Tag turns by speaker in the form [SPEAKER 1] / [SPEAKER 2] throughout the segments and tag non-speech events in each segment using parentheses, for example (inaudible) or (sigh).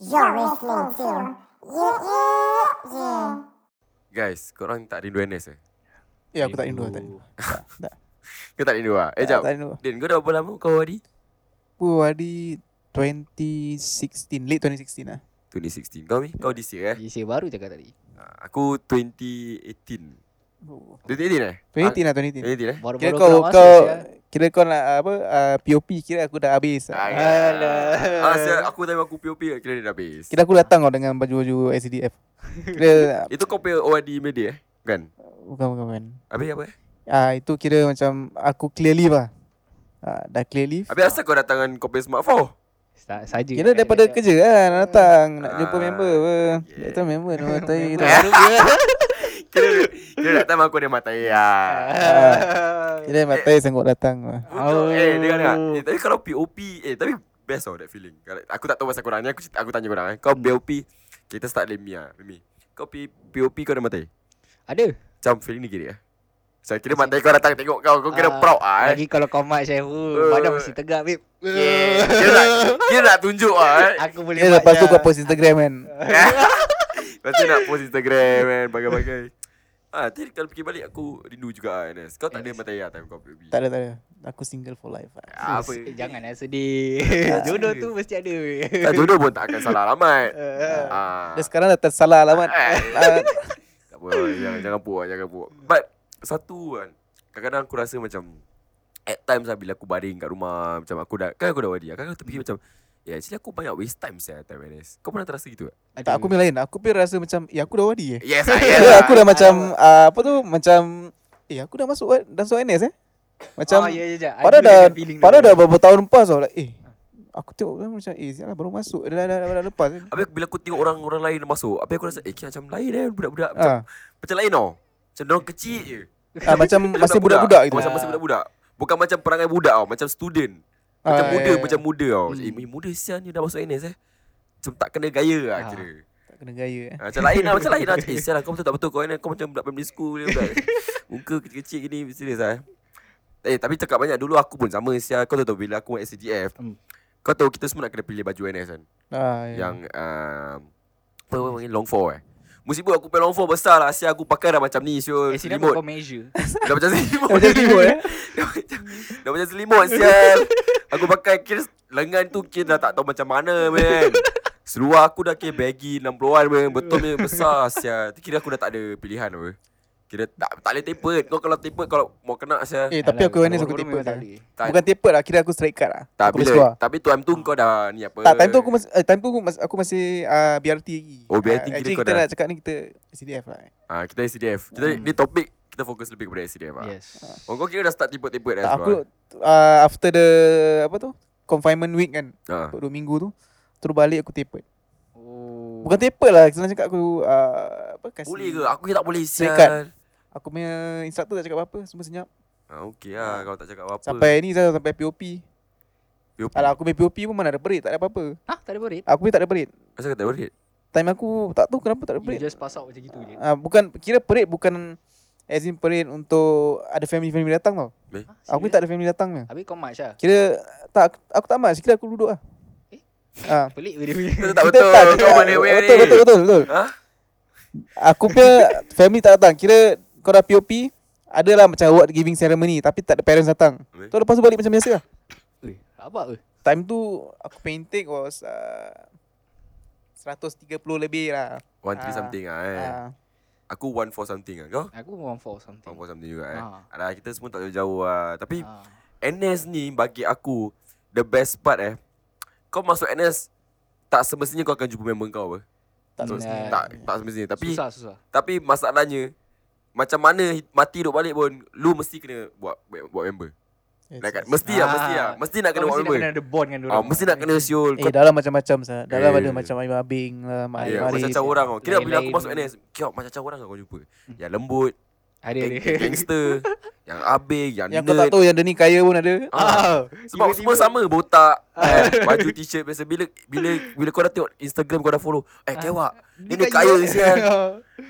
[SPEAKER 1] You're listening to Yeah Yeah Yeah
[SPEAKER 2] Guys, korang tak rindu NS eh?
[SPEAKER 3] Ya aku tak rindu tak rindu. Tak, tak.
[SPEAKER 2] Kau tak rindu lah? Eh,
[SPEAKER 3] tak,
[SPEAKER 2] jap.
[SPEAKER 3] tak rindu.
[SPEAKER 2] Din, kau dah berapa lama kau hari?
[SPEAKER 3] Aku hari 2016 late 2016 lah.
[SPEAKER 2] 2016. Kau ni? Kau this year eh?
[SPEAKER 4] Saya baru cakap tadi
[SPEAKER 2] Ah, Aku 2018. 2018 eh?
[SPEAKER 3] 2018 lah
[SPEAKER 2] Ah, 2018 eh?
[SPEAKER 3] 2018.
[SPEAKER 4] Baru-baru
[SPEAKER 3] Kira
[SPEAKER 4] keluar
[SPEAKER 3] kau
[SPEAKER 4] masa,
[SPEAKER 3] kau
[SPEAKER 2] ya.
[SPEAKER 4] sial.
[SPEAKER 3] kira kau nak apa uh, POP kira aku dah habis.
[SPEAKER 2] Ah,
[SPEAKER 3] Ah,
[SPEAKER 2] ya. Ah, sial, aku time aku POP kat kira dia dah habis.
[SPEAKER 3] Kira aku datang kau dengan baju-baju
[SPEAKER 2] (laughs)
[SPEAKER 3] SDF. Kira
[SPEAKER 2] Itu kau punya OID media eh? Bukan?
[SPEAKER 3] bukan bukan. bukan.
[SPEAKER 2] Habis apa eh?
[SPEAKER 3] Ah itu kira macam aku clear leave lah. Ah, dah clear leave.
[SPEAKER 2] Habis asal kau datang dengan kau punya smartphone?
[SPEAKER 4] Sa- Saja
[SPEAKER 3] Kira daripada kerja lah nak datang nak jumpa
[SPEAKER 2] Ah,
[SPEAKER 3] member apa.
[SPEAKER 2] yeah.
[SPEAKER 3] Datang Ah, member nak
[SPEAKER 2] (laughs)
[SPEAKER 3] matai.
[SPEAKER 2] Kira, kira datang aku ada matai
[SPEAKER 3] Ah.
[SPEAKER 2] lah. Eh.
[SPEAKER 3] Kira matai sanggup datang lah.
[SPEAKER 2] Betul. Eh, dengar dengar. Eh, tapi kalau POP, eh tapi best tau that feeling. Kalau- Aku tak tahu pasal korang ni, aku cerita- aku tanya korang eh.
[SPEAKER 4] Hmm.
[SPEAKER 2] Kau POP, kita start dari Mia, Mimi. Kau P- POP kau dah mati.
[SPEAKER 4] Ada
[SPEAKER 2] Macam feeling ni kira eh. Saya kira mati kau datang tengok kau, kau kira
[SPEAKER 4] Ah,
[SPEAKER 2] proud ah. Eh.
[SPEAKER 4] Lagi kalau kau mat saya
[SPEAKER 2] Eh.
[SPEAKER 4] uh, Badan mesti tegak babe
[SPEAKER 2] Yeah. Kira nak, kira nak tunjuk ah. Eh.
[SPEAKER 4] Aku boleh
[SPEAKER 3] Kira
[SPEAKER 4] mat
[SPEAKER 3] lepas tu
[SPEAKER 4] je.
[SPEAKER 2] ya.
[SPEAKER 3] kau post Instagram kan.
[SPEAKER 2] Lepas tu nak post Instagram kan, bagai-bagai. Ah, tadi kalau fikir balik aku rindu juga ah Enes. Kau tak ada mati ah time kau POP.
[SPEAKER 3] Tak ada tak ada. Aku single for life lah.
[SPEAKER 2] Ah, apa?
[SPEAKER 4] Eh, Jangan lah sedih (laughs) Jodoh tu mesti ada
[SPEAKER 2] Tak jodoh pun tak akan salah alamat.
[SPEAKER 4] (laughs) Eh,
[SPEAKER 2] Ah. Eh.
[SPEAKER 3] Dia sekarang dah tersalah alamat. Ah,
[SPEAKER 2] Tak apa, jangan, jangan puak, jangan puak. But, satu kan, kadang-kadang aku rasa macam, at times lah bila aku baring kat rumah, macam aku dah, kan aku dah wadi, kadang-kadang aku terfikir macam, ya yeah, actually aku banyak waste time saya time NS. Kau pernah terasa gitu tak?
[SPEAKER 3] (laughs) tak aku punya lain. Aku pun rasa macam eh aku dah wadi eh.
[SPEAKER 2] Yes, I am.
[SPEAKER 3] Kira (laughs) aku dah macam ah, apa tu macam eh aku dah masuk dah masuk NS eh.
[SPEAKER 2] Ah,
[SPEAKER 3] Macam
[SPEAKER 4] Oh, ya, ya, ya. I
[SPEAKER 3] Padahal
[SPEAKER 4] do have
[SPEAKER 3] dah
[SPEAKER 4] that feeling
[SPEAKER 3] Padahal
[SPEAKER 4] tu. Eh,
[SPEAKER 3] dah beberapa tahun lepas tau like, Eh Aku tengok orang macam Eh siapa baru masuk Dah, dah, dah, dah lepas kan
[SPEAKER 2] Habis bila aku tengok orang-orang lain masuk, habis aku rasa, eh kira macam lain eh budak-budak. Macam,
[SPEAKER 3] ah,
[SPEAKER 2] macam lain tau. Macam dorang kecil je.
[SPEAKER 3] ah,
[SPEAKER 2] (laughs)
[SPEAKER 3] Macam masih budak-budak gitu Ah,
[SPEAKER 2] Macam masih budak-budak. Bukan macam perangai budak tau, macam student. Macam
[SPEAKER 3] Ah,
[SPEAKER 2] muda,
[SPEAKER 3] ya, ya.
[SPEAKER 2] macam muda tau. Macam,
[SPEAKER 4] Hmm.
[SPEAKER 2] Eh, muda sian ni dah masuk NS eh. Macam tak kena gaya lah
[SPEAKER 4] Ah.
[SPEAKER 2] kira.
[SPEAKER 3] Tak kena gaya eh.
[SPEAKER 2] Ah, Macam lain lah Macam lain
[SPEAKER 4] (laughs)
[SPEAKER 2] lah Eh sial lah kau betul tak betul Kau ni kau macam budak primary school ni budak. Muka kecil-kecil gini Serius lah eh. Eh tapi cakap banyak Dulu aku pun sama sial Kau tahu tak bila aku buat SCGF
[SPEAKER 4] Hmm.
[SPEAKER 2] Kau tahu kita semua nak kena pilih baju NS kan
[SPEAKER 3] ah, ya.
[SPEAKER 2] Yang um, Apa apa panggil long four eh Musibah aku pakai long four besar lah Sial aku pakai dah macam ni Sial
[SPEAKER 4] Actually
[SPEAKER 2] selimut
[SPEAKER 4] Eh, kau measure
[SPEAKER 2] Dah macam selimut
[SPEAKER 3] Macam tu eh
[SPEAKER 2] Dah macam- Dah macam selimut sial Aku pakai kira lengan tu kira dah tak tahu macam mana man Seluar aku dah kira baggy 60-an man Betul man besar sial Tu Kira aku dah tak ada pilihan apa Kira tak tak boleh tapered Kau kalau tapered kalau mau kena sial
[SPEAKER 3] Eh tapi
[SPEAKER 4] Alah,
[SPEAKER 3] aku NS
[SPEAKER 4] kalau
[SPEAKER 3] aku
[SPEAKER 4] bodoh
[SPEAKER 3] taper
[SPEAKER 4] memang tak
[SPEAKER 3] je.
[SPEAKER 4] boleh.
[SPEAKER 2] Tak-
[SPEAKER 3] Bukan taper lah Kira aku straight cut lah
[SPEAKER 2] Tak
[SPEAKER 3] Aku boleh
[SPEAKER 2] bila
[SPEAKER 3] keluar
[SPEAKER 2] Tapi tu time tu kau dah ni apa
[SPEAKER 3] Tak time tu aku masih eh, Time tu aku, mas, aku masih uh, BRT lagi
[SPEAKER 2] Oh, BRT
[SPEAKER 3] Ah,
[SPEAKER 2] kira
[SPEAKER 3] Actually
[SPEAKER 2] kau
[SPEAKER 3] kita
[SPEAKER 2] dah-
[SPEAKER 3] nak cakap ni kita CDF lah eh.
[SPEAKER 2] ah, Kita SDF Kita
[SPEAKER 3] Hmm.
[SPEAKER 2] ni topik Kita fokus lebih kepada SDF lah
[SPEAKER 4] Yes
[SPEAKER 3] Ah.
[SPEAKER 2] Oh kau kira dah start tapered-tapered dah
[SPEAKER 3] Tak aku
[SPEAKER 2] seluar
[SPEAKER 3] uh, After the Apa tu Confinement week kan
[SPEAKER 2] Ah.
[SPEAKER 3] Untuk 2 minggu tu Terus balik aku taper
[SPEAKER 4] Oh.
[SPEAKER 3] Bukan taper lah Senang cakap aku uh, apa, kasi,
[SPEAKER 2] Boleh ke? Aku tak boleh
[SPEAKER 3] Straight
[SPEAKER 2] sial
[SPEAKER 3] Aku punya instructor tak cakap apa-apa Semua senyap
[SPEAKER 2] ah, Okay lah Kalau tak cakap apa-apa
[SPEAKER 3] Sampai ni saya sampai POP
[SPEAKER 2] POP.
[SPEAKER 3] Kalau aku punya POP pun mana ada perit Tak ada apa-apa
[SPEAKER 4] Hah tak ada berit
[SPEAKER 3] Aku punya tak ada perit
[SPEAKER 2] Asal kata worried?
[SPEAKER 3] Time aku tak tahu kenapa tak ada
[SPEAKER 4] You
[SPEAKER 3] perit
[SPEAKER 4] just pass out macam gitu je
[SPEAKER 3] uh, Bukan Kira perit bukan As in perit untuk Ada family-family datang tau
[SPEAKER 4] Hah,
[SPEAKER 3] Aku ni
[SPEAKER 4] serious?
[SPEAKER 3] tak ada family datang ni
[SPEAKER 4] Habis kau mat Syah
[SPEAKER 3] Kira tak aku- aku tak mas kira aku duduk lah.
[SPEAKER 4] Eh?
[SPEAKER 3] Ah.
[SPEAKER 4] Pelik dia
[SPEAKER 3] (laughs)
[SPEAKER 4] punya
[SPEAKER 2] Kita tak
[SPEAKER 3] Kita
[SPEAKER 2] betul
[SPEAKER 3] tak, kita-
[SPEAKER 2] Kau mana weh ni
[SPEAKER 3] betul, betul betul betul.
[SPEAKER 2] Ha?
[SPEAKER 3] Aku punya family tak datang. Kira kau dah POP adalah macam award giving ceremony tapi tak ada parents datang.
[SPEAKER 2] Habis?
[SPEAKER 3] Tu lepas tu balik macam biasa lah.
[SPEAKER 4] Ui, Rabak ke
[SPEAKER 3] Time tu aku punya intake was uh, 130 lebih lah.
[SPEAKER 2] One three
[SPEAKER 3] Ah.
[SPEAKER 2] something ah eh.
[SPEAKER 3] Ah.
[SPEAKER 2] Aku one four something ah. Kau?
[SPEAKER 4] Aku one for something
[SPEAKER 2] One four something juga eh.
[SPEAKER 4] Ah.
[SPEAKER 2] Alah kita semua tak jauh-jauh lah.
[SPEAKER 3] eh.
[SPEAKER 2] Tapi
[SPEAKER 4] Ah.
[SPEAKER 2] NS ni bagi aku the best part eh. Kau masuk NS tak semestinya kau akan jumpa member kau apa.
[SPEAKER 3] tak
[SPEAKER 2] So,
[SPEAKER 4] Betul.
[SPEAKER 3] semestinya.
[SPEAKER 2] tak tak semestinya. Tapi Susah.
[SPEAKER 4] Susah susah
[SPEAKER 2] tapi masalahnya macam mana hi- mati hidup balik pun lu mesti kena buat buat member.
[SPEAKER 3] Yes,
[SPEAKER 2] Nak,
[SPEAKER 3] yes.
[SPEAKER 2] mesti lah,
[SPEAKER 4] Ah.
[SPEAKER 2] mesti lah. Mesti nak kena
[SPEAKER 4] Kau
[SPEAKER 2] buat
[SPEAKER 4] mesti nak
[SPEAKER 2] member.
[SPEAKER 4] kena ada bond dengan
[SPEAKER 2] Ah,
[SPEAKER 4] dorang
[SPEAKER 2] mesti nak kena siul.
[SPEAKER 3] Eh
[SPEAKER 2] Kau
[SPEAKER 3] dalam macam-macam sah. Dalam
[SPEAKER 2] Eh.
[SPEAKER 3] ada macam Aim Abing lah, Mak
[SPEAKER 2] Ya,
[SPEAKER 3] Aim Arif.
[SPEAKER 2] macam-macam orang tau. Kira bila aku
[SPEAKER 4] Lain-lain.
[SPEAKER 2] masuk NS, kiok macam-macam orang kau jumpa. Yang lembut,
[SPEAKER 4] Ada
[SPEAKER 2] Gang-
[SPEAKER 4] ada.
[SPEAKER 3] (laughs)
[SPEAKER 2] Gangster Yang abang Yang,
[SPEAKER 3] Yang kau tak
[SPEAKER 2] nerd
[SPEAKER 3] tahu yang dia ni kaya pun ada.
[SPEAKER 2] ah,
[SPEAKER 4] Ah,
[SPEAKER 2] Sebab
[SPEAKER 4] tiba-tiba-
[SPEAKER 2] semua sama Botak eh, Baju t-shirt biasa Bila bila bila kau dah tengok Instagram kau dah follow Eh kewak Dia ni kaya sial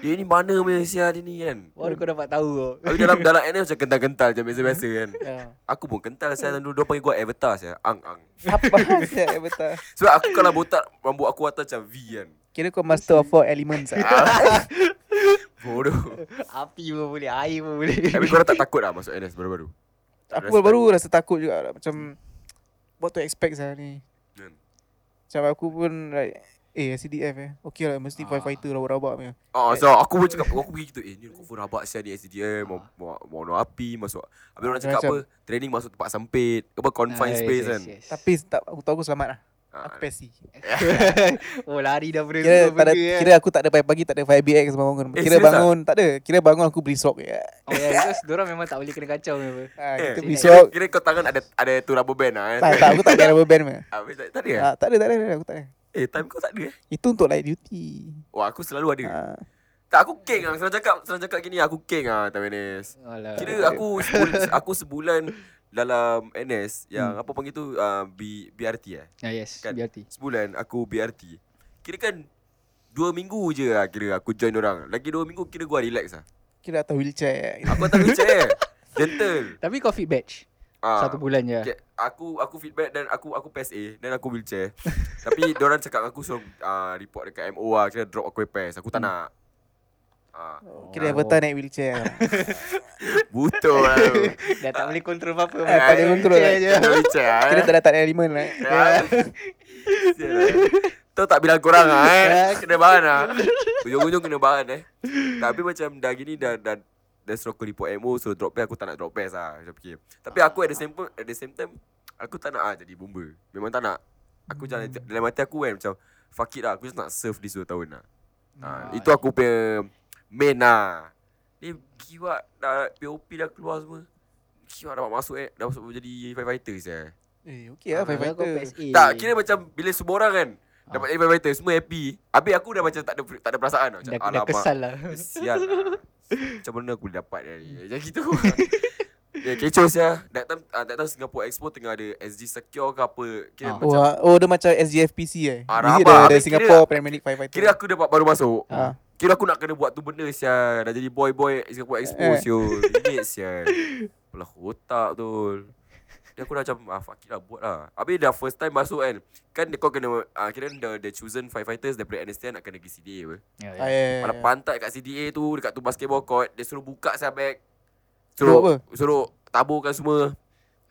[SPEAKER 2] Dia ni mana punya sial Dia ni kan
[SPEAKER 4] Baru kau dapat tahu kau.
[SPEAKER 2] Aku dalam dalam NL macam kental-kental Macam biasa-biasa kan
[SPEAKER 4] Ya.
[SPEAKER 2] Aku pun kental saya dulu dia panggil gua avatar saya. Ang ang.
[SPEAKER 3] Apa (laughs) sial betul.
[SPEAKER 2] Sebab aku kalau botak rambut aku atas macam V kan.
[SPEAKER 3] Kira kau master of four
[SPEAKER 2] (laughs)
[SPEAKER 3] elements ah.
[SPEAKER 2] Bodoh.
[SPEAKER 4] Api pun boleh, air pun boleh.
[SPEAKER 2] Tapi korang tak takut lah masuk NS baru-baru. Tak
[SPEAKER 3] Aku
[SPEAKER 2] rasa
[SPEAKER 3] baru-baru rasa takut juga lah. Macam What to expect lah ni
[SPEAKER 2] Kan.
[SPEAKER 3] Macam aku pun like Eh SCDF eh Okay lah mesti
[SPEAKER 4] Ah.
[SPEAKER 3] firefighter rabak-rabak punya
[SPEAKER 2] Ah, so aku pun cakap aku pergi gitu. Eh, ni confirm rabak sial ni SDM mau mau mau no api masuk. Habis orang cakap apa?
[SPEAKER 3] Macam-
[SPEAKER 2] Training masuk tempat sempit. Apa confined
[SPEAKER 4] Ah,
[SPEAKER 2] space
[SPEAKER 4] yes,
[SPEAKER 2] kan.
[SPEAKER 4] yes, yes.
[SPEAKER 3] Tapi tak, aku tahu aku selamat lah
[SPEAKER 2] Ah,
[SPEAKER 3] Aku PSC
[SPEAKER 4] (laughs) Oh lari dah benda
[SPEAKER 3] Kira,
[SPEAKER 4] semua
[SPEAKER 3] tak ada,
[SPEAKER 4] benda, kan.
[SPEAKER 3] kira aku tak ada pagi-pagi tak ada fire BX bangun
[SPEAKER 2] Eh,
[SPEAKER 3] Kira
[SPEAKER 2] serious ah?
[SPEAKER 3] bangun tak ada Kira bangun aku beri sok je
[SPEAKER 4] Oh ya, yeah, because diorang memang tak boleh kena kacau memang.
[SPEAKER 3] ha,
[SPEAKER 2] Eh,
[SPEAKER 3] Kita beri
[SPEAKER 4] eh,
[SPEAKER 3] sok
[SPEAKER 2] Kira kau tangan ada ada tu rubber band lah eh.
[SPEAKER 3] Tak tak aku tak ada rubber band punya
[SPEAKER 2] (laughs) Habis tak, tak ada eh?
[SPEAKER 4] Ah.
[SPEAKER 3] ha, Tak ada tak ada, tak ada aku tak ada
[SPEAKER 2] Eh, time kau tak ada eh?
[SPEAKER 3] Itu untuk light duty
[SPEAKER 2] Wah, aku selalu ada.
[SPEAKER 4] Ah.
[SPEAKER 3] ha.
[SPEAKER 2] Tak, aku king lah. Senang cakap, senang cakap gini, aku king lah time NS.
[SPEAKER 4] Alah.
[SPEAKER 2] Kira aku sebul, aku
[SPEAKER 4] (laughs)
[SPEAKER 2] sebulan dalam NS yang
[SPEAKER 4] Hmm.
[SPEAKER 2] apa panggil tu uh, B, BRT eh.
[SPEAKER 4] Ah yes,
[SPEAKER 2] Kan.
[SPEAKER 4] kan. BRT.
[SPEAKER 2] Sebulan aku BRT. Kira kan dua minggu je lah kira aku join orang. Lagi dua minggu kira gua relax lah.
[SPEAKER 3] Kira atas wheelchair
[SPEAKER 2] Aku hantar wheelchair. Gentle.
[SPEAKER 4] Tapi kau fit batch.
[SPEAKER 2] Ah,
[SPEAKER 4] Satu bulan je. (laughs)
[SPEAKER 2] okay, aku aku feedback dan aku aku PSA dan aku wheelchair. Tapi orang cakap aku suruh uh, report dekat MO lah kira drop aku PES. Aku tak nak. Ah,
[SPEAKER 3] Kira avatar naik wheelchair
[SPEAKER 2] butuh
[SPEAKER 4] (laughs)
[SPEAKER 2] lah. tu.
[SPEAKER 4] Dah tak boleh kontrol apa-apa.
[SPEAKER 3] Ah, tak boleh kontrol,
[SPEAKER 4] Wheelchair
[SPEAKER 3] eh.
[SPEAKER 4] je.
[SPEAKER 2] Kena wheelchair lah, eh.
[SPEAKER 3] Kira tak ada tak ada element lah
[SPEAKER 2] Ya. Sial lah. Tahu tak bilang korang lah eh Kena bahan lah Ujung-ujung kena bahan eh Tapi macam dah gini dah dah Dah suruh aku report MO Suruh drop pass Aku tak nak drop pass lah Macam fikir Tapi aku at the same, po- at the same time Aku tak nak lah jadi bomba Memang tak nak Aku jangan Dalam hati aku kan macam Fuck it lah Aku just nak serve this 2 tahun lah ha,
[SPEAKER 4] Nice.
[SPEAKER 2] Itu aku punya Main lah Ni kiwak dah POP dah keluar semua Kiwak dah masuk eh Dah masuk jadi firefighter saya
[SPEAKER 3] Eh okay lah
[SPEAKER 4] Padahal kau
[SPEAKER 3] firefighter
[SPEAKER 4] PSA.
[SPEAKER 2] tak, kira macam bila semua orang kan
[SPEAKER 4] Ah.
[SPEAKER 2] dapat jadi fighter, semua happy. Habis aku dah macam tak ada tak ada perasaan tau. Macam
[SPEAKER 4] dah, dah kesal
[SPEAKER 2] (laughs)
[SPEAKER 4] lah.
[SPEAKER 2] Sial lah. Macam mana aku boleh dapat dari ni? Macam
[SPEAKER 4] (laughs)
[SPEAKER 2] gitu. Ya, yeah, kecoh sia. That time, uh, that time Singapore Expo tengah ada SG Secure ke apa. Kira
[SPEAKER 4] Ah.
[SPEAKER 2] macam,
[SPEAKER 3] Oh, ah, oh dia macam SGFPC eh.
[SPEAKER 2] Ah,
[SPEAKER 3] Is it
[SPEAKER 2] rabak.
[SPEAKER 3] the, the
[SPEAKER 2] Habis
[SPEAKER 3] Singapore
[SPEAKER 2] kira-
[SPEAKER 3] Premier League firefighter?
[SPEAKER 2] kira aku Hmm. dapat baru masuk.
[SPEAKER 3] Ah.
[SPEAKER 2] Kira aku nak kena buat tu benda sia. Dah jadi boy-boy Singapore Expo
[SPEAKER 3] Eh.
[SPEAKER 2] sio. Bingit sia. Pelah otak tu. Dia aku dah macam ah fuck it lah buat lah. Habis dah first time masuk kan. Kan dia kau kena ah, kira the, the chosen firefighters daripada NSTN nak kena pergi CDA apa.
[SPEAKER 3] Ah,
[SPEAKER 4] Ya, ya.
[SPEAKER 3] yeah, yeah,
[SPEAKER 2] Pada
[SPEAKER 3] yeah.
[SPEAKER 2] pantat kat CDA tu dekat tu basketball court dia suruh buka sia bag.
[SPEAKER 3] Suruh apa?
[SPEAKER 2] Suruh suruh taburkan semua.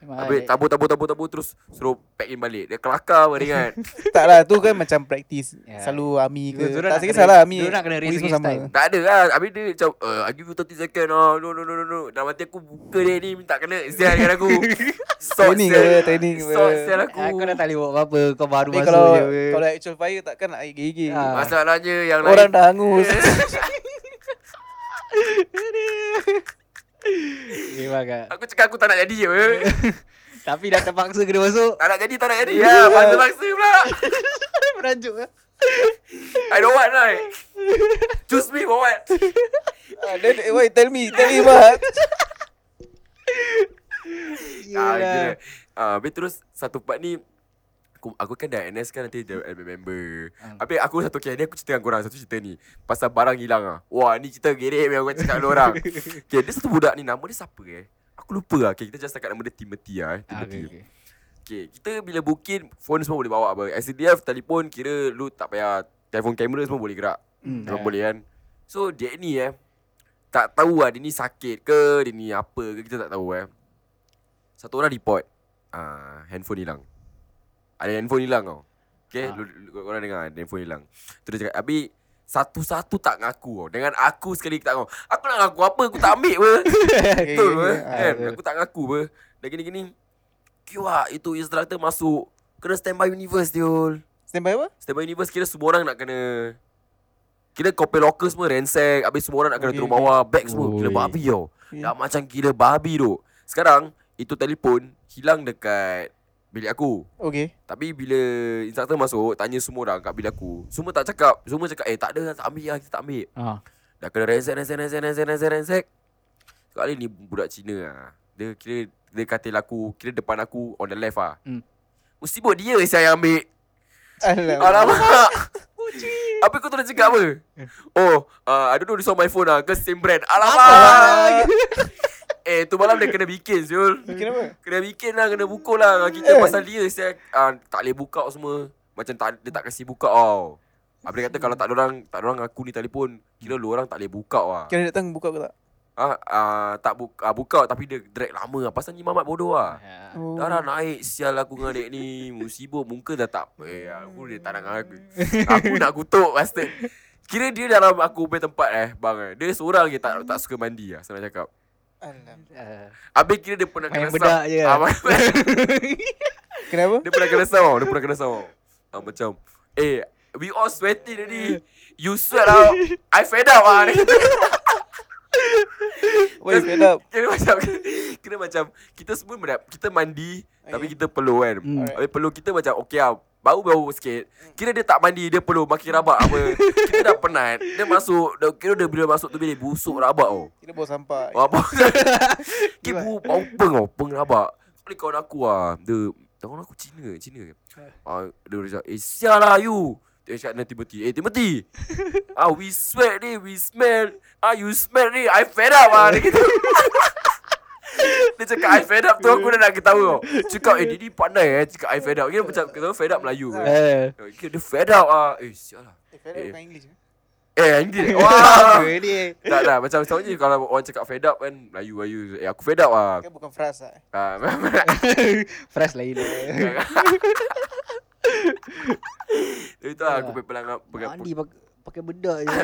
[SPEAKER 4] Memang
[SPEAKER 2] Habis
[SPEAKER 4] ada-
[SPEAKER 2] tabur tabur tabur tabur terus suruh pack in balik. Dia kelakar apa ingat.
[SPEAKER 3] tak lah, tu kan macam practice.
[SPEAKER 4] Yeah.
[SPEAKER 3] Selalu army ke.
[SPEAKER 4] Dia- dia orang
[SPEAKER 3] Tak
[SPEAKER 4] nak
[SPEAKER 3] sikit
[SPEAKER 4] kena-
[SPEAKER 3] salah army.
[SPEAKER 4] dia orang kena raise
[SPEAKER 3] polis pun
[SPEAKER 4] against
[SPEAKER 3] sama.
[SPEAKER 4] time.
[SPEAKER 2] Tak ada lah Habis dia macam uh, I give you 30 second oh. No no no no no Dalam hati aku Buka dia ni Minta kena Sial dengan
[SPEAKER 3] (laughs)
[SPEAKER 2] aku Sort
[SPEAKER 3] Training
[SPEAKER 2] sial.
[SPEAKER 3] ke, training ke.
[SPEAKER 2] Sort sial aku
[SPEAKER 4] Ah, Kau dah tak boleh buat apa-apa. Kau baru
[SPEAKER 3] Tapi Eh,
[SPEAKER 4] masuk
[SPEAKER 3] kalau
[SPEAKER 4] je. weh.
[SPEAKER 3] kalau actual fire takkan nak air gigi.
[SPEAKER 4] Ah.
[SPEAKER 2] Masalahnya yang
[SPEAKER 3] Orang
[SPEAKER 2] lain (laughs)
[SPEAKER 3] dah hangus.
[SPEAKER 4] Memang kan.
[SPEAKER 2] Aku cakap aku tak nak jadi je weh.
[SPEAKER 4] Tapi dah terpaksa kena
[SPEAKER 2] (laughs)
[SPEAKER 4] masuk.
[SPEAKER 2] Tak nak jadi tak nak jadi Ya Paksa-paksa pula
[SPEAKER 4] Merajuk lah.
[SPEAKER 2] I don't want
[SPEAKER 3] (laughs)
[SPEAKER 2] right Choose me for what
[SPEAKER 3] Ah, Then, eh, why tell me, tell
[SPEAKER 2] (laughs)
[SPEAKER 3] me what?
[SPEAKER 2] Ah,
[SPEAKER 4] Yelah.
[SPEAKER 2] gila. Ah, Habis terus Satu part ni Aku, aku kan dah NS kan nanti dia admin member
[SPEAKER 4] Ah.
[SPEAKER 2] Habis aku satu okay, ni aku cerita dengan korang satu cerita ni Pasal barang hilang ah. Wah ni cerita gerek yang aku cakap dengan
[SPEAKER 4] (laughs)
[SPEAKER 2] orang Okay dia satu budak ni nama dia siapa eh Aku lupa lah Okay kita just cakap nama dia Timothy lah eh.
[SPEAKER 4] Ah,
[SPEAKER 2] Timothy okay,
[SPEAKER 4] okay, okay.
[SPEAKER 2] kita bila booking Phone semua boleh bawa apa SDF telefon kira lu tak payah Telefon kamera semua boleh gerak
[SPEAKER 4] Hmm,
[SPEAKER 2] Memang
[SPEAKER 4] ah.
[SPEAKER 2] boleh kan So dia ni eh Tak tahu lah dia ni sakit ke Dia ni apa ke Kita tak tahu eh Satu orang report uh, Handphone hilang Ada handphone hilang tau Okay
[SPEAKER 4] Ah.
[SPEAKER 2] ha. Korang dengar ada Handphone hilang Terus dia cakap Abi Satu-satu tak ngaku tau Dengan aku sekali tak ngaku Aku nak ngaku apa Aku tak ambil apa Betul apa
[SPEAKER 3] Ah,
[SPEAKER 2] kan?
[SPEAKER 4] betul.
[SPEAKER 2] Aku tak ngaku apa Dah gini-gini Kiwa itu instructor masuk Kena standby universe Diol
[SPEAKER 3] Standby apa?
[SPEAKER 2] Standby universe kira semua orang nak kena Kira kopi local semua ransack Habis semua orang nak kena
[SPEAKER 3] Okay,
[SPEAKER 2] turun
[SPEAKER 3] okay.
[SPEAKER 2] bawah Bag semua Kira
[SPEAKER 4] Oi.
[SPEAKER 2] babi tau
[SPEAKER 3] Okay.
[SPEAKER 2] Dah macam kira babi tu Sekarang Itu telefon Hilang dekat Bilik aku
[SPEAKER 3] Okay.
[SPEAKER 2] Tapi bila Instructor masuk Tanya semua orang kat bilik aku Semua tak cakap Semua cakap Eh tak ada tak ambil lah Kita tak ambil
[SPEAKER 4] Ah.
[SPEAKER 2] Dah kena ransack ransack ransack ransack ransack ransack Kak Ali ni budak Cina lah. Dia kira dia katil aku, kira depan aku on the left lah.
[SPEAKER 4] Hmm.
[SPEAKER 2] Mesti buat dia saya ambil.
[SPEAKER 3] Alamak.
[SPEAKER 2] (laughs) Alamak. Apa kau tu nak cakap apa? Oh, uh, I don't know this on my phone lah. Ke same brand. Alamak.
[SPEAKER 3] (laughs)
[SPEAKER 2] eh, tu malam dia kena bikin, Syul.
[SPEAKER 3] Bikin apa?
[SPEAKER 2] Kena bikin lah, kena pukul lah dengan kita
[SPEAKER 3] Eh.
[SPEAKER 2] pasal dia. Saya uh, tak boleh buka semua. Macam tak, dia tak kasi buka tau. Abang dia kata kalau tak ada orang, tak ada orang aku ni telefon, kira lu orang tak boleh buka lah.
[SPEAKER 3] Kira dia datang buka ke tak?
[SPEAKER 2] Ah, ah tak bu- ah, buka tapi dia drag lama lah. Pasal ni mamat bodoh lah.
[SPEAKER 3] Oh.
[SPEAKER 2] Dah dah naik sial aku dengan adik ni Musibah muka dah tak Eh aku dia tak nak dengan aku Aku nak kutuk bastard Kira dia dalam aku punya tempat eh Bang eh Dia seorang je tak tak suka mandi lah Saya nak cakap
[SPEAKER 3] Alamak.
[SPEAKER 4] Ya,
[SPEAKER 2] Habis kira dia pernah
[SPEAKER 4] Main
[SPEAKER 2] kena
[SPEAKER 4] bedak je. Eh.
[SPEAKER 2] Ah, main-
[SPEAKER 3] Kenapa?
[SPEAKER 2] (laughs) Dia pernah kena sound tau. Dia pernah kena sound tau. ah, Macam Eh We all sweaty tadi You sweat lah I fed up lah Dia kata.
[SPEAKER 3] Why you
[SPEAKER 2] (laughs)
[SPEAKER 3] fed up?
[SPEAKER 2] Kira macam Kira macam Kita semua mendap- Kita mandi Tapi kita peluh kan
[SPEAKER 4] Hmm.
[SPEAKER 2] Habis peluh kita macam Okay lah Bau-bau sikit Kira dia tak mandi Dia peluh makin rabak apa Kita dah penat Dia masuk dah, Kira dia bila masuk tu Dia busuk rabak oh
[SPEAKER 3] Kira bawa sampah.
[SPEAKER 2] Rabak Kira bau bau peng oh Peng rabak Boleh kawan aku lah Dia Kawan aku Cina Cina Ah, Dia macam Eh sial lah you Dia cakap dengan Timothy Eh Timothy Ah we sweat ni We smell Ah you smell ni I fed up lah Dia gitu (laughs) Dia cakap I fed up tu Aku dah nak ketawa tau Cakap eh Didi pandai eh Cakap I fed up Kira macam Ketawa fed up Melayu
[SPEAKER 4] Eh.
[SPEAKER 2] ke Kira dia fed up ah Eh sial lah
[SPEAKER 3] Eh,
[SPEAKER 2] up
[SPEAKER 3] fed up
[SPEAKER 2] bukan
[SPEAKER 3] bukan English ke?
[SPEAKER 2] Eh
[SPEAKER 4] (laughs)
[SPEAKER 2] Inggeris Wah Tak tak Macam setahunya Kalau orang cakap fed up kan Melayu-Melayu Eh aku fed up lah
[SPEAKER 3] Kira bukan eh. frasa.
[SPEAKER 2] Ah, (laughs)
[SPEAKER 4] Fresh lain dia.
[SPEAKER 2] Tapi tu lah aku punya pelanggan
[SPEAKER 4] Mandi pakai, pakai bedak je.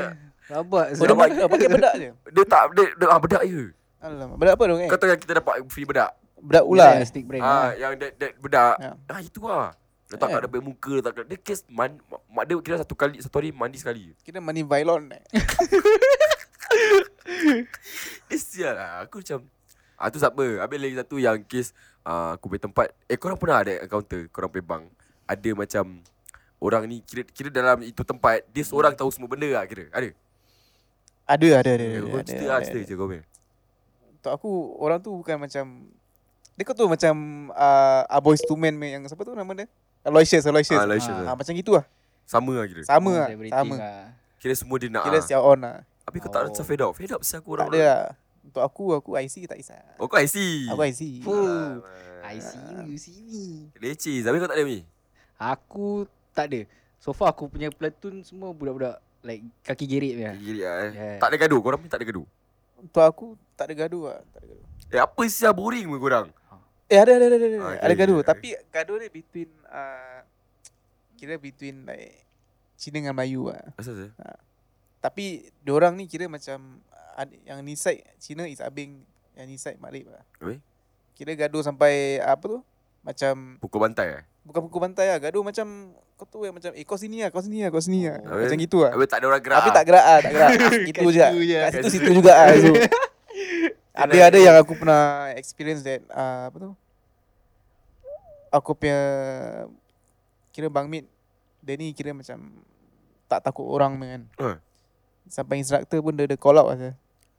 [SPEAKER 4] Rabat.
[SPEAKER 3] Oh, dia pakai,
[SPEAKER 4] (laughs)
[SPEAKER 3] pakai bedak je.
[SPEAKER 2] Dia tak dia, dia ah, bedak je.
[SPEAKER 3] Alamak. Bedak apa dong eh?
[SPEAKER 2] Kau tahu yang kita dapat free bedak.
[SPEAKER 3] Bedak ular. eh?
[SPEAKER 4] Stick brand.
[SPEAKER 2] Ah,
[SPEAKER 4] lah.
[SPEAKER 2] yang that, that bedak.
[SPEAKER 3] Ya.
[SPEAKER 2] Ah, itu lah. Letak kat
[SPEAKER 3] Eh.
[SPEAKER 2] depan muka, letak kat dia kes man, mak dia kira satu kali satu hari mandi sekali.
[SPEAKER 3] Kira mani Vylon. eh.
[SPEAKER 2] Eh sial lah. Aku macam Ah tu siapa? Habis lagi satu yang kes ah, aku punya tempat. Eh korang pernah ada encounter korang punya bank? Ada macam orang ni kira kira dalam itu tempat dia seorang tahu semua benda lah kira. Ada.
[SPEAKER 3] Ada, ada, ada. ada,
[SPEAKER 2] Eh,
[SPEAKER 3] ada,
[SPEAKER 2] Kau cerita
[SPEAKER 3] ada,
[SPEAKER 2] lah
[SPEAKER 3] ada.
[SPEAKER 2] cerita je kau punya.
[SPEAKER 3] Untuk aku, orang tu bukan macam... Dia kau tu macam uh, A Boys to Men punya yang siapa tu nama dia? Aloysius, Aloysius.
[SPEAKER 2] Ah, Malaysia.
[SPEAKER 4] Ah,
[SPEAKER 2] tu.
[SPEAKER 3] Ah, macam gitu lah.
[SPEAKER 2] Sama lah kira.
[SPEAKER 3] Sama
[SPEAKER 4] Oh,
[SPEAKER 3] lah.
[SPEAKER 4] celebrity
[SPEAKER 3] Sama.
[SPEAKER 4] lah.
[SPEAKER 2] Kira semua dia nak.
[SPEAKER 3] Kira
[SPEAKER 2] ah.
[SPEAKER 3] siap on lah.
[SPEAKER 2] Habis kau tak
[SPEAKER 4] Oh.
[SPEAKER 2] rasa fed up? Fed up siapa aku orang.
[SPEAKER 3] Tak ada lah. Untuk aku, aku IC tak kisah.
[SPEAKER 2] Oh kau IC.
[SPEAKER 3] Aku IC.
[SPEAKER 4] Fuh.
[SPEAKER 2] Alamak.
[SPEAKER 4] I see you, you see me.
[SPEAKER 2] Leceh. Tapi kau tak ada ni.
[SPEAKER 3] Ya.
[SPEAKER 4] Aku tak ada. So far aku punya platoon semua budak-budak like kaki gerik punya.
[SPEAKER 2] Gila lah,
[SPEAKER 3] Ya,
[SPEAKER 2] eh.
[SPEAKER 4] Yeah.
[SPEAKER 2] Tak ada gaduh. Korang pun tak ada gaduh.
[SPEAKER 3] Untuk aku, tak ada gaduh lah. Tak ada gaduh.
[SPEAKER 2] Eh apa sial boring pun korang.
[SPEAKER 3] Eh ada ada ada ada, ada.
[SPEAKER 2] Ah,
[SPEAKER 3] ada
[SPEAKER 2] okay,
[SPEAKER 3] gaduh
[SPEAKER 2] okay.
[SPEAKER 3] tapi gaduh dia between uh, kira between like Cina dengan Melayu lah.
[SPEAKER 2] Asal saya?
[SPEAKER 3] Tapi diorang ni kira macam uh, ad- yang ni side Cina is Abing, yang ni side Maghrib lah.
[SPEAKER 2] Habis?
[SPEAKER 3] Kira gaduh sampai apa tu? Macam
[SPEAKER 2] Pukul bantai eh?
[SPEAKER 3] bukan pukul bantai lah, gaduh macam kau tu yang macam eh kau sini lah, kau sini lah, kau sini lah.
[SPEAKER 2] Oh.
[SPEAKER 3] Macam gitu lah.
[SPEAKER 2] Habis tak ada orang gerak.
[SPEAKER 3] Tapi
[SPEAKER 2] ah?
[SPEAKER 3] tak gerak ah, tak gerak. Itu
[SPEAKER 4] Kat
[SPEAKER 3] je. lah.
[SPEAKER 4] situ je.
[SPEAKER 3] Kat
[SPEAKER 2] Kat
[SPEAKER 3] situ
[SPEAKER 2] situ.
[SPEAKER 3] situ juga ah. So. Ada ada yang aku pernah experience that uh, apa tu? Aku punya kira bang mid dia ni kira macam tak takut orang punya kan.
[SPEAKER 2] Eh.
[SPEAKER 3] Sampai instructor pun dia, dia call out lah.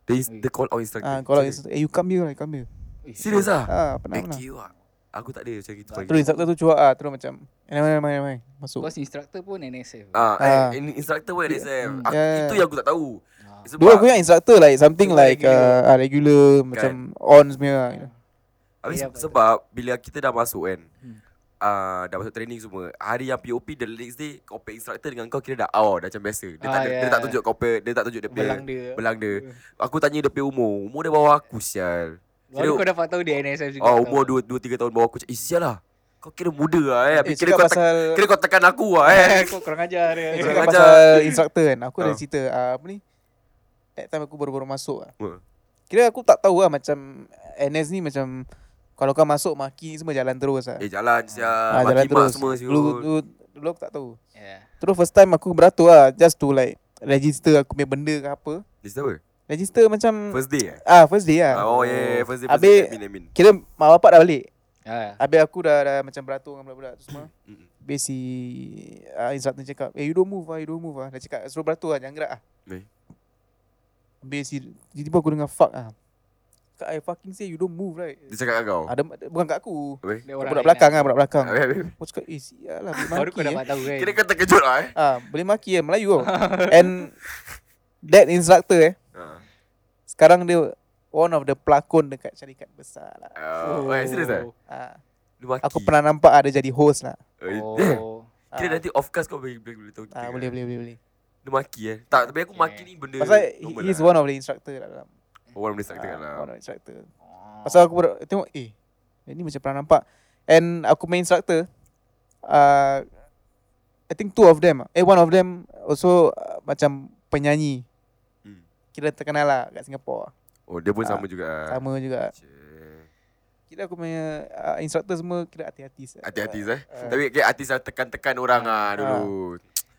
[SPEAKER 2] They, they call out instructor.
[SPEAKER 3] Ah, call out instructor. Eh, you come here, you come here.
[SPEAKER 4] Eh,
[SPEAKER 2] Serius ah?
[SPEAKER 3] Ah, pernah
[SPEAKER 2] Eh,
[SPEAKER 3] pernah.
[SPEAKER 2] kiu ah. Aku tak ada macam gitu
[SPEAKER 4] Tak
[SPEAKER 3] Terus
[SPEAKER 2] lagi.
[SPEAKER 3] instructor tu cuak ah, terus macam, eh, mai mai mai masuk.
[SPEAKER 4] Because instructor pun NSF.
[SPEAKER 2] Ah,
[SPEAKER 3] Ah.
[SPEAKER 2] eh, ini instructor pun ada Sam.
[SPEAKER 4] Hmm.
[SPEAKER 2] Aku,
[SPEAKER 3] Yeah.
[SPEAKER 2] Itu yang aku tak tahu.
[SPEAKER 4] Ah.
[SPEAKER 2] Sebab
[SPEAKER 3] Dulu aku yang instructor like something
[SPEAKER 2] Semua
[SPEAKER 3] like
[SPEAKER 2] regular.
[SPEAKER 3] uh, ah, regular macam on semua. lah, you know.
[SPEAKER 2] Habis
[SPEAKER 4] Ya, betul.
[SPEAKER 2] sebab bila kita dah masuk kan
[SPEAKER 4] Hmm.
[SPEAKER 2] Ah, dah masuk training semua Hari yang POP The next day Kau pay instructor dengan kau Kira dah out Dah macam biasa Dia, tak,
[SPEAKER 4] Ah,
[SPEAKER 2] ada- dia
[SPEAKER 4] yeah.
[SPEAKER 2] tak tunjuk kau pay, Dia tak tunjuk dia pay
[SPEAKER 4] Belang dia.
[SPEAKER 2] Belang dia Aku tanya dia pay umur Umur dia bawah aku sial
[SPEAKER 4] Baru kau dapat tahu dia NSF juga.
[SPEAKER 2] Oh
[SPEAKER 4] tau.
[SPEAKER 2] umur 2-3 tahun bawah aku Cakap eh sial lah Kau kira muda lah eh Habis
[SPEAKER 3] Eh,
[SPEAKER 2] kira,
[SPEAKER 3] cakap
[SPEAKER 2] kau te-
[SPEAKER 3] pasal
[SPEAKER 2] kira kau tekan aku lah eh
[SPEAKER 4] Eh, kau kurang ajar dia.
[SPEAKER 3] Eh,
[SPEAKER 2] Kurang
[SPEAKER 3] cakap
[SPEAKER 2] ajar. (laughs)
[SPEAKER 3] pasal instructor kan Aku ada
[SPEAKER 2] Ah.
[SPEAKER 3] cerita ah, Apa ni That time aku baru-baru masuk lah
[SPEAKER 2] Ah.
[SPEAKER 3] Kira aku tak tahu lah Macam NS ni macam Kalau kau masuk Maki ni semua jalan terus lah
[SPEAKER 2] Eh jalan sial
[SPEAKER 3] Ah,
[SPEAKER 2] Maki mak semua siul
[SPEAKER 3] dulu, dulu, dulu aku tak tahu
[SPEAKER 4] (laughs) Yeah.
[SPEAKER 3] Terus first time aku beratur lah Just to like Register aku punya benda ke apa
[SPEAKER 2] Dia apa?
[SPEAKER 3] Register macam
[SPEAKER 2] eh? First day eh?
[SPEAKER 3] Ah first day lah
[SPEAKER 2] Oh yeah yeah, First day first
[SPEAKER 3] Habis-
[SPEAKER 2] day Admin admin
[SPEAKER 3] Kira mak bapak dah balik
[SPEAKER 4] Ah.
[SPEAKER 3] Habis aku dah, dah macam beratur dengan budak-budak tu semua
[SPEAKER 2] (coughs) Mm-mm.
[SPEAKER 3] Habis si uh, instructor cakap Eh you don't move lah You don't move lah Dia cakap ah." suruh beratur lah Jangan gerak lah
[SPEAKER 2] Eh.
[SPEAKER 3] Habis si Tiba-tiba aku dengar fuck lah Kak, I fucking say you don't move right
[SPEAKER 2] Dia cakap kat kau
[SPEAKER 3] Ada bukan kat aku
[SPEAKER 2] Habis?
[SPEAKER 4] Dia
[SPEAKER 3] Budak belakang lah Budak belakang
[SPEAKER 2] Habis, habis.
[SPEAKER 3] Aku cakap Eh
[SPEAKER 4] (laughs)
[SPEAKER 3] sialah Boleh
[SPEAKER 4] Baru
[SPEAKER 3] maki
[SPEAKER 4] kau
[SPEAKER 3] eh.
[SPEAKER 4] dapat tahu kan
[SPEAKER 2] Kira kau terkejut lah eh
[SPEAKER 3] ah, Boleh maki eh Melayu
[SPEAKER 4] (laughs)
[SPEAKER 3] tau And That instructor eh
[SPEAKER 2] Ah.
[SPEAKER 3] Sekarang dia One of the pelakon Dekat syarikat besar lah
[SPEAKER 2] Oh, eh, serius lah
[SPEAKER 3] ah,
[SPEAKER 2] Lu maki
[SPEAKER 3] Aku pernah nampak ah, Dia jadi host lah
[SPEAKER 2] Oh.
[SPEAKER 4] Oh
[SPEAKER 2] (laughs)
[SPEAKER 3] ah,
[SPEAKER 2] Kira nanti off cast kau boleh boleh boleh tahu kita kan?
[SPEAKER 3] ah, Boleh boleh boleh boleh
[SPEAKER 2] Dia maki eh Tak tapi aku
[SPEAKER 4] Okay.
[SPEAKER 2] maki ni benda
[SPEAKER 3] Pasal he-
[SPEAKER 2] normal
[SPEAKER 3] he's
[SPEAKER 2] lah.
[SPEAKER 3] one of the instructor lah dalam
[SPEAKER 2] Orang boleh sakit
[SPEAKER 3] ah,
[SPEAKER 2] lah
[SPEAKER 3] One of the instructor
[SPEAKER 4] Ah.
[SPEAKER 3] Pasal aku ber- tengok eh ini macam pernah nampak and aku main instructor uh, I think two of them ah. eh one of them also uh, macam penyanyi
[SPEAKER 2] Hmm.
[SPEAKER 3] kira terkenal lah kat Singapura
[SPEAKER 2] Oh dia pun
[SPEAKER 3] Ah,
[SPEAKER 2] sama juga
[SPEAKER 3] sama juga
[SPEAKER 2] Cik.
[SPEAKER 3] kira aku punya uh, instructor semua kira hati-hati sah.
[SPEAKER 2] Hati-hati eh
[SPEAKER 3] Ah.
[SPEAKER 2] Tapi okay, artis yang tekan-tekan orang ah dulu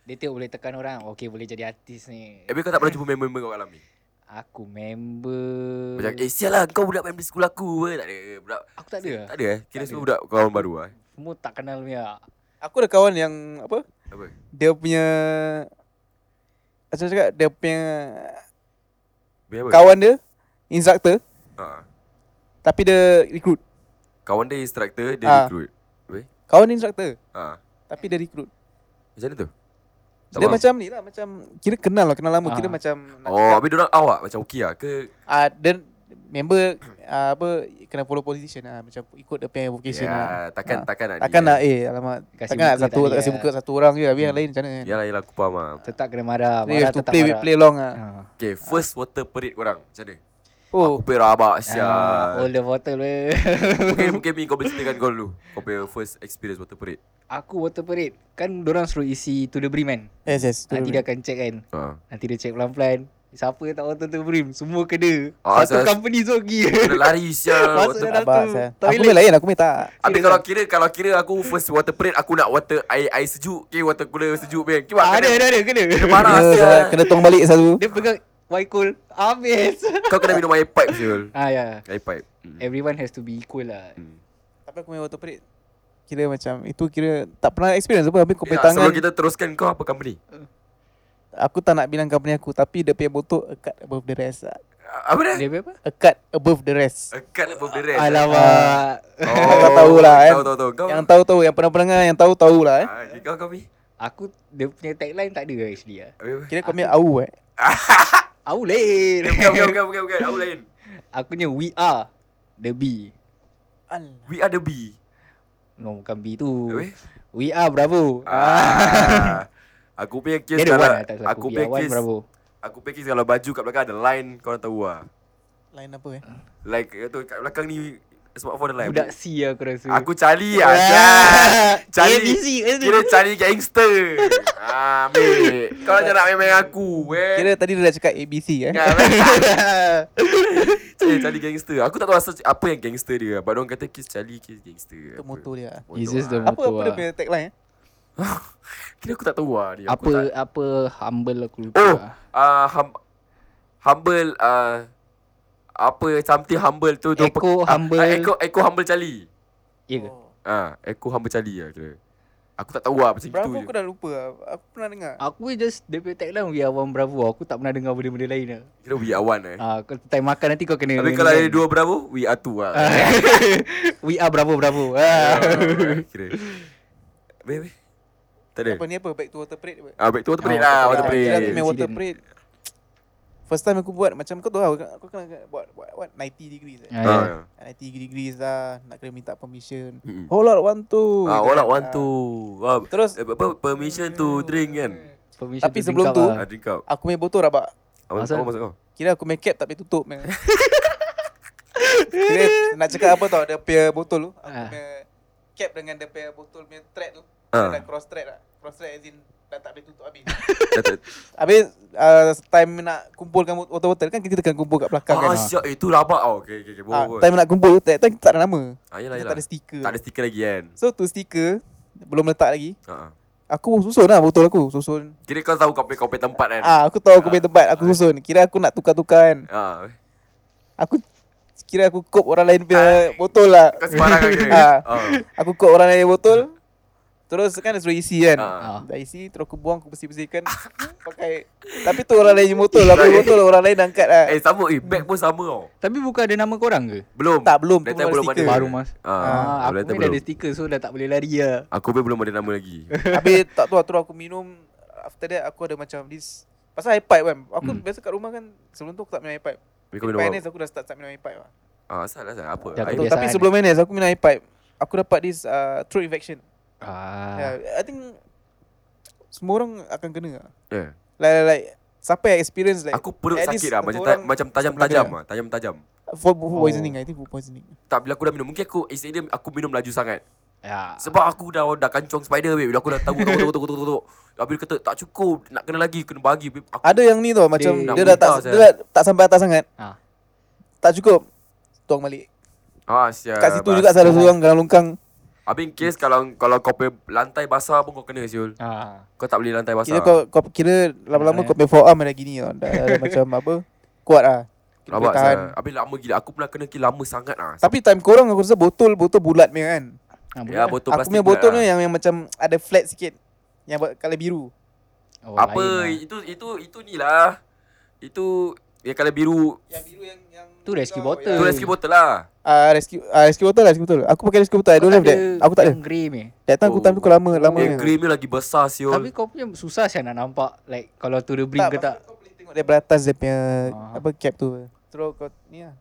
[SPEAKER 4] Dia tengok boleh tekan orang Okay boleh jadi artis ni
[SPEAKER 2] Eh, Habis kau tak pernah jumpa member-member kau kat dalam ni
[SPEAKER 4] Aku member
[SPEAKER 2] Macam eh sial lah kau budak main di sekolah aku eh. Tak ada budak
[SPEAKER 4] Aku tak ada
[SPEAKER 2] Tak
[SPEAKER 4] lah.
[SPEAKER 2] ada eh Kira
[SPEAKER 4] Tak
[SPEAKER 2] semua
[SPEAKER 4] ada.
[SPEAKER 2] budak kawan baru ah.
[SPEAKER 4] Semua tak kenal punya
[SPEAKER 3] aku ada kawan yang apa
[SPEAKER 2] Apa?
[SPEAKER 3] dia punya macam mana cakap dia punya
[SPEAKER 2] Habis apa?
[SPEAKER 3] kawan dia instructor
[SPEAKER 2] Ah.
[SPEAKER 3] tapi dia recruit
[SPEAKER 2] Kawan dia instructor Dia
[SPEAKER 3] Ah.
[SPEAKER 2] recruit
[SPEAKER 3] kawan dia instructor
[SPEAKER 2] ah.
[SPEAKER 3] tapi dia recruit
[SPEAKER 2] Macam mana tu? Tak
[SPEAKER 3] Dia
[SPEAKER 2] faham.
[SPEAKER 3] macam ni lah Macam Kira kenal lah Kenal lama Kira
[SPEAKER 4] Ah.
[SPEAKER 3] macam nak
[SPEAKER 2] Oh habis diorang awak Macam okey lah ke
[SPEAKER 3] uh, Dan Member uh, Apa Kena follow politician lah Macam ikut dia punya vocation lah
[SPEAKER 2] Ya Takkan
[SPEAKER 3] Ah.
[SPEAKER 2] Takkan nak
[SPEAKER 3] Takkan
[SPEAKER 2] ni,
[SPEAKER 3] lah Eh alamak
[SPEAKER 4] Kasih
[SPEAKER 3] Takkan nak
[SPEAKER 4] muka
[SPEAKER 3] satu
[SPEAKER 4] tak
[SPEAKER 3] Tak kasi
[SPEAKER 2] ya.
[SPEAKER 4] boleh
[SPEAKER 3] muka satu orang je Habis yang lain macam mana
[SPEAKER 2] eh. Yalah yalah aku faham lah
[SPEAKER 4] Tetap kena marah
[SPEAKER 3] They
[SPEAKER 4] Marah
[SPEAKER 3] have to
[SPEAKER 4] tetap
[SPEAKER 3] play,
[SPEAKER 4] marah
[SPEAKER 3] play long lah
[SPEAKER 4] Ah.
[SPEAKER 2] Okay first water parade korang Macam mana?
[SPEAKER 3] Oh
[SPEAKER 2] Aku punya rabak
[SPEAKER 4] Ah,
[SPEAKER 2] sial
[SPEAKER 4] All the bottle weh.
[SPEAKER 2] Mungkin mungkin Min kau boleh ceritakan kau dulu Kau punya first experience water parade
[SPEAKER 4] (laughs) Aku water parade Kan dorang suruh isi to the brim kan
[SPEAKER 3] Yes yes betul,
[SPEAKER 4] Nanti dia
[SPEAKER 3] betul.
[SPEAKER 4] akan check kan
[SPEAKER 2] Ah.
[SPEAKER 4] Nanti dia check pelan-pelan Siapa yang tak water to the brim Semua kena
[SPEAKER 2] Ah,
[SPEAKER 4] Satu
[SPEAKER 2] saya-
[SPEAKER 4] company semua
[SPEAKER 2] (laughs)
[SPEAKER 4] pergi
[SPEAKER 2] Kena lari sial
[SPEAKER 4] Masuk
[SPEAKER 2] water
[SPEAKER 4] dalam
[SPEAKER 3] Tak
[SPEAKER 4] tu,
[SPEAKER 3] bahas Aku
[SPEAKER 4] toilet.
[SPEAKER 3] main lain Aku main tak
[SPEAKER 2] Habis
[SPEAKER 4] Kira
[SPEAKER 2] kalau kira kalau kira aku first water parade aku nak water air air sejuk ke water cooler sejuk bang. Kiwa
[SPEAKER 4] Ah, Ada ada ada kena
[SPEAKER 3] (laughs)
[SPEAKER 2] Marah
[SPEAKER 3] Kena-
[SPEAKER 2] Ah, sial.
[SPEAKER 3] Kena tong balik satu
[SPEAKER 4] (laughs) Dia pegang Waikul Habis (laughs)
[SPEAKER 2] Kau kena minum air pipe sial.
[SPEAKER 4] Ah ya
[SPEAKER 2] Air pipe. Hmm.
[SPEAKER 4] Everyone has to be equal lah
[SPEAKER 2] Hmm.
[SPEAKER 3] Tapi aku main water parade Kira macam Itu kira Tak pernah experience apa Habis kau
[SPEAKER 2] Ya,
[SPEAKER 3] punya tangan
[SPEAKER 2] sebelum kita teruskan kau apa company?
[SPEAKER 3] Aku tak nak bilang company aku Tapi dia punya botol A cut above the rest lah
[SPEAKER 2] Apa dia?
[SPEAKER 4] Dia punya apa?
[SPEAKER 3] A cut above the rest
[SPEAKER 2] Akad above the
[SPEAKER 4] Eh,
[SPEAKER 2] rest.
[SPEAKER 4] Alamak
[SPEAKER 3] Kau tahu lah, kan?
[SPEAKER 2] Oh. Tahu tahu tahu. Kau
[SPEAKER 3] Yang tahu tahu Yang pernah pernah dengar Yang tahu tahu lah eh.
[SPEAKER 2] Ah, okay, kau kau Mi.
[SPEAKER 4] Aku Dia punya tagline tak ada actually lah
[SPEAKER 2] Habis apa?
[SPEAKER 3] Kira kau punya au eh
[SPEAKER 4] Aku
[SPEAKER 2] (laughs)
[SPEAKER 4] lain
[SPEAKER 2] Bukan bukan bukan bukan bukan. Aku lain.
[SPEAKER 4] Aku punya we are The B
[SPEAKER 3] Alah
[SPEAKER 2] We are the bee.
[SPEAKER 4] No bukan B tu
[SPEAKER 2] Habis?
[SPEAKER 4] We are bravo
[SPEAKER 2] Ah. (laughs) Aku punya
[SPEAKER 4] Dia
[SPEAKER 2] case
[SPEAKER 4] ada one
[SPEAKER 2] kalau
[SPEAKER 4] lah tak salah
[SPEAKER 2] aku
[SPEAKER 4] aku We
[SPEAKER 2] punya
[SPEAKER 4] are one
[SPEAKER 2] case
[SPEAKER 4] bravo
[SPEAKER 2] aku punya case kalau baju kat belakang ada line kau orang tahu ah.
[SPEAKER 3] Lain apa eh
[SPEAKER 2] Like tu kat belakang ni smartphone ada line.
[SPEAKER 4] Budak C lah aku rasa
[SPEAKER 2] Aku cari lah
[SPEAKER 4] Ah,
[SPEAKER 3] (laughs)
[SPEAKER 2] Syah Cari
[SPEAKER 4] A, B,
[SPEAKER 2] (laughs)
[SPEAKER 4] C, S, D.
[SPEAKER 2] Kira cari gangster Ah, mate Kau macam nak main-main aku
[SPEAKER 4] ya.
[SPEAKER 2] eh
[SPEAKER 3] Kira tadi dia dah cakap ABC eh
[SPEAKER 2] Ingat, eh. Cari cari Ya, gangster Aku tak tahu asal apa yang gangster dia But orang kata kes cari kes gangster Apa.
[SPEAKER 3] Itu motor dia
[SPEAKER 2] Motor
[SPEAKER 4] It's just the
[SPEAKER 2] ah.
[SPEAKER 3] Apa apa
[SPEAKER 4] Motor
[SPEAKER 3] dia
[SPEAKER 4] lah.
[SPEAKER 3] punya tagline eh
[SPEAKER 2] Kira aku tak tahu lah dia Aku
[SPEAKER 4] Apa
[SPEAKER 2] tak-
[SPEAKER 4] apa humble aku lupa
[SPEAKER 2] Oh
[SPEAKER 4] lah.
[SPEAKER 2] ah, hum- Humble ah, Apa Something humble tu tu pe-
[SPEAKER 4] Echo
[SPEAKER 2] ah,
[SPEAKER 4] humble.
[SPEAKER 2] ah, Echo, echo humble cari
[SPEAKER 4] Ya ke?
[SPEAKER 3] Oh.
[SPEAKER 2] ah, Echo humble cari lah kira Aku tak tahu lah macam
[SPEAKER 3] Bravo
[SPEAKER 2] gitu
[SPEAKER 3] aku dah lupa lah. Aku pernah dengar
[SPEAKER 4] Aku just Dia punya tagline We are one bravo Aku tak pernah dengar benda-benda lain lah
[SPEAKER 2] Kira we are one eh
[SPEAKER 4] (laughs) Ah, kau time makan nanti kau kena
[SPEAKER 2] Tapi
[SPEAKER 4] ni
[SPEAKER 2] kalau
[SPEAKER 4] kan.
[SPEAKER 2] ada dua bravo, we are two lah.
[SPEAKER 4] (laughs) Ah, (laughs) We are bravo bravo
[SPEAKER 2] (laughs) Ah,
[SPEAKER 4] ah.
[SPEAKER 2] Kira. Baby. Tak ada.
[SPEAKER 3] Apa ni apa Back to water parade apa
[SPEAKER 2] Ah, baik tu water parade
[SPEAKER 4] Oh,
[SPEAKER 2] lah,
[SPEAKER 4] water
[SPEAKER 2] water
[SPEAKER 3] Ah, Kira aku
[SPEAKER 2] parade.
[SPEAKER 3] main water
[SPEAKER 4] Accident.
[SPEAKER 3] parade First time aku buat Macam kau tahu lah, Aku kena buat Buat, buat 90 degrees eh
[SPEAKER 4] Ah, ya.
[SPEAKER 2] Ah, ya.
[SPEAKER 3] 90 degrees lah Nak kena minta permission
[SPEAKER 2] Mm-mm.
[SPEAKER 3] Hold out one two
[SPEAKER 2] Ah, all out one
[SPEAKER 3] Ah.
[SPEAKER 2] two. Ah,
[SPEAKER 3] Terus
[SPEAKER 2] eh, apa permission to drink kan?
[SPEAKER 4] Permission
[SPEAKER 3] Tapi
[SPEAKER 4] to drink
[SPEAKER 3] sebelum
[SPEAKER 4] up
[SPEAKER 3] tu,
[SPEAKER 4] lah.
[SPEAKER 2] Ah, drink up.
[SPEAKER 3] Aku punya botol rabak
[SPEAKER 2] Apa apa
[SPEAKER 4] Asal?
[SPEAKER 2] maksud
[SPEAKER 3] (laughs)
[SPEAKER 2] kau?
[SPEAKER 3] Kira aku make cap tak boleh tutup man. Kira nak cakap apa tau Dia punya botol tu Aku
[SPEAKER 4] Ah.
[SPEAKER 3] punya cap dengan dia punya botol punya thread tu
[SPEAKER 2] Ah.
[SPEAKER 3] Dia dah cross thread lah Cross thread as in Dah tak boleh tutup habis
[SPEAKER 2] Dah tak-
[SPEAKER 3] Habis uh, time nak kumpulkan botol-botol Kan kita kena kumpul kat belakang
[SPEAKER 2] Ah,
[SPEAKER 3] kan
[SPEAKER 2] siap. Eh, tu rabak tau. Okay, okay, okay.
[SPEAKER 3] Ah,
[SPEAKER 2] Boleh, boleh.
[SPEAKER 3] Time nak kumpul tu Time tak ada nama
[SPEAKER 2] Ah, yelah,
[SPEAKER 3] Kita
[SPEAKER 2] yelah.
[SPEAKER 3] Tak ada stiker
[SPEAKER 2] Tak ada stiker lagi kan?
[SPEAKER 3] So tu stiker Belum letak lagi
[SPEAKER 2] Ah, ah.
[SPEAKER 3] Aku susun lah botol aku Susun
[SPEAKER 2] Kira kau tahu kau punya kau punya tempat kan?
[SPEAKER 3] Ah, Aku tahu aku punya tempat Aku susun Kira aku nak tukar-tukar kan
[SPEAKER 2] Ah,
[SPEAKER 3] Aku Kira aku
[SPEAKER 2] Ah,
[SPEAKER 3] kop orang lain punya botol lah
[SPEAKER 2] kau sembarang kan?
[SPEAKER 3] (laughs) Ah.
[SPEAKER 2] Ah.
[SPEAKER 3] Aku kot orang lain botol Terus kan dia suruh isi kan
[SPEAKER 2] Ah.
[SPEAKER 3] Dah isi Terus aku buang Aku bersih-bersihkan (laughs) Pakai Tapi tu orang lain punya motor lah Aku punya motor orang lain angkat lah
[SPEAKER 2] Eh sama eh bag pun sama tau.
[SPEAKER 4] Tapi bukan ada nama korang ke?
[SPEAKER 2] Belum.
[SPEAKER 3] Tak, belum.
[SPEAKER 2] That time
[SPEAKER 3] Belum ada
[SPEAKER 2] belum ada.
[SPEAKER 3] stiker.
[SPEAKER 4] Baru mas.
[SPEAKER 2] Ah,
[SPEAKER 4] Ah,
[SPEAKER 2] that time
[SPEAKER 4] aku ni dah ada
[SPEAKER 2] belum.
[SPEAKER 4] stiker so dah tak boleh lari lah.
[SPEAKER 2] Aku pun belum ada nama
[SPEAKER 3] (laughs)
[SPEAKER 2] lagi.
[SPEAKER 3] Habis tak tahu Terus aku minum After that aku ada macam this Pasal iPad kan Aku
[SPEAKER 4] Hmm.
[SPEAKER 3] biasa kat rumah kan Sebelum tu aku tak minum iPad
[SPEAKER 2] Tapi kau minum apa?
[SPEAKER 3] Lepas NS aku dah start, start minum iPad lah
[SPEAKER 2] Ah, salah salah apa?
[SPEAKER 4] Dah,
[SPEAKER 2] Air-
[SPEAKER 4] betul.
[SPEAKER 3] Tapi
[SPEAKER 4] Kebiasaan.
[SPEAKER 3] sebelum NS aku minum iPad Aku dapat this uh, throat infection
[SPEAKER 4] Ah.
[SPEAKER 3] yeah, I think Semua orang akan kena lah.
[SPEAKER 2] Eh,
[SPEAKER 3] Like, like, like Siapa yang experience like
[SPEAKER 2] Aku perut
[SPEAKER 3] at
[SPEAKER 2] sakit
[SPEAKER 3] least
[SPEAKER 2] lah macam
[SPEAKER 3] satu
[SPEAKER 2] ta-
[SPEAKER 3] orang
[SPEAKER 2] macam tajam-tajam ah, tajam-tajam.
[SPEAKER 3] Food, food
[SPEAKER 4] Oh.
[SPEAKER 3] poisoning I think food poisoning
[SPEAKER 2] Tak bila aku dah minum Mungkin aku Isteri dia aku minum laju sangat
[SPEAKER 4] Ya.
[SPEAKER 2] Sebab aku dah dah kancong spider babe Bila aku dah tahu Tahu tahu tahu tahu tahu Habis dia kata tak cukup Nak kena lagi Kena bagi babe Aku
[SPEAKER 3] Ada yang ni tau Macam
[SPEAKER 4] Dia-
[SPEAKER 3] dia,
[SPEAKER 2] Nak
[SPEAKER 3] dia dah tak
[SPEAKER 2] muntah,
[SPEAKER 3] dia dah tak sampai atas sangat
[SPEAKER 4] Ah.
[SPEAKER 3] Tak cukup Tuang balik
[SPEAKER 2] ah, siap,
[SPEAKER 3] Kat situ
[SPEAKER 2] bas-
[SPEAKER 3] juga salah seorang Galang longkang
[SPEAKER 2] Habis in case Kalau kalau kau punya lantai basah pun Kau kena siul
[SPEAKER 4] Ah.
[SPEAKER 2] Kau tak boleh lantai basah
[SPEAKER 3] Kira kau, kau kira
[SPEAKER 2] Eh.
[SPEAKER 3] lama-lama kau punya forearm dah gini tau Dah, dah macam apa Kuat lah Kira
[SPEAKER 2] Rabak
[SPEAKER 3] boleh tahan.
[SPEAKER 2] sial Habis lama gila Aku pernah kena kira lama sangat lah
[SPEAKER 3] Tapi time korang aku rasa botol Botol bulat punya kan
[SPEAKER 4] Ah, boleh
[SPEAKER 2] Ya
[SPEAKER 4] lah.
[SPEAKER 2] botol
[SPEAKER 3] Aku
[SPEAKER 2] plastik
[SPEAKER 3] punya
[SPEAKER 2] bulat
[SPEAKER 3] botol
[SPEAKER 2] lah.
[SPEAKER 3] ni yang, yang macam Ada flat sikit Yang buat colour biru
[SPEAKER 4] Oh,
[SPEAKER 2] Apa
[SPEAKER 4] lain lah.
[SPEAKER 2] Itu itu itu ni lah Itu Yang kalau biru
[SPEAKER 3] Yang biru yang, yang
[SPEAKER 4] Tu rescue botol.
[SPEAKER 2] Itu rescue botol lah
[SPEAKER 3] Ah rescue ah, rescue botol rescue botol. Aku pakai rescue botol. I don't
[SPEAKER 4] Kau
[SPEAKER 3] have that.
[SPEAKER 4] ada
[SPEAKER 3] Aku tak ada.
[SPEAKER 4] yang Grey ni.
[SPEAKER 3] That time aku
[SPEAKER 2] Oh.
[SPEAKER 3] time tu aku lama lama. kan?
[SPEAKER 2] Yang
[SPEAKER 3] punya.
[SPEAKER 2] cream ni lagi besar siul
[SPEAKER 4] Tapi kau punya susah saya nak nampak like kalau tu the brink ke
[SPEAKER 3] maksud
[SPEAKER 4] tak.
[SPEAKER 3] Kau boleh tengok daripada atas dia punya
[SPEAKER 4] Ah.
[SPEAKER 3] apa cap tu. Terus kau ni lah.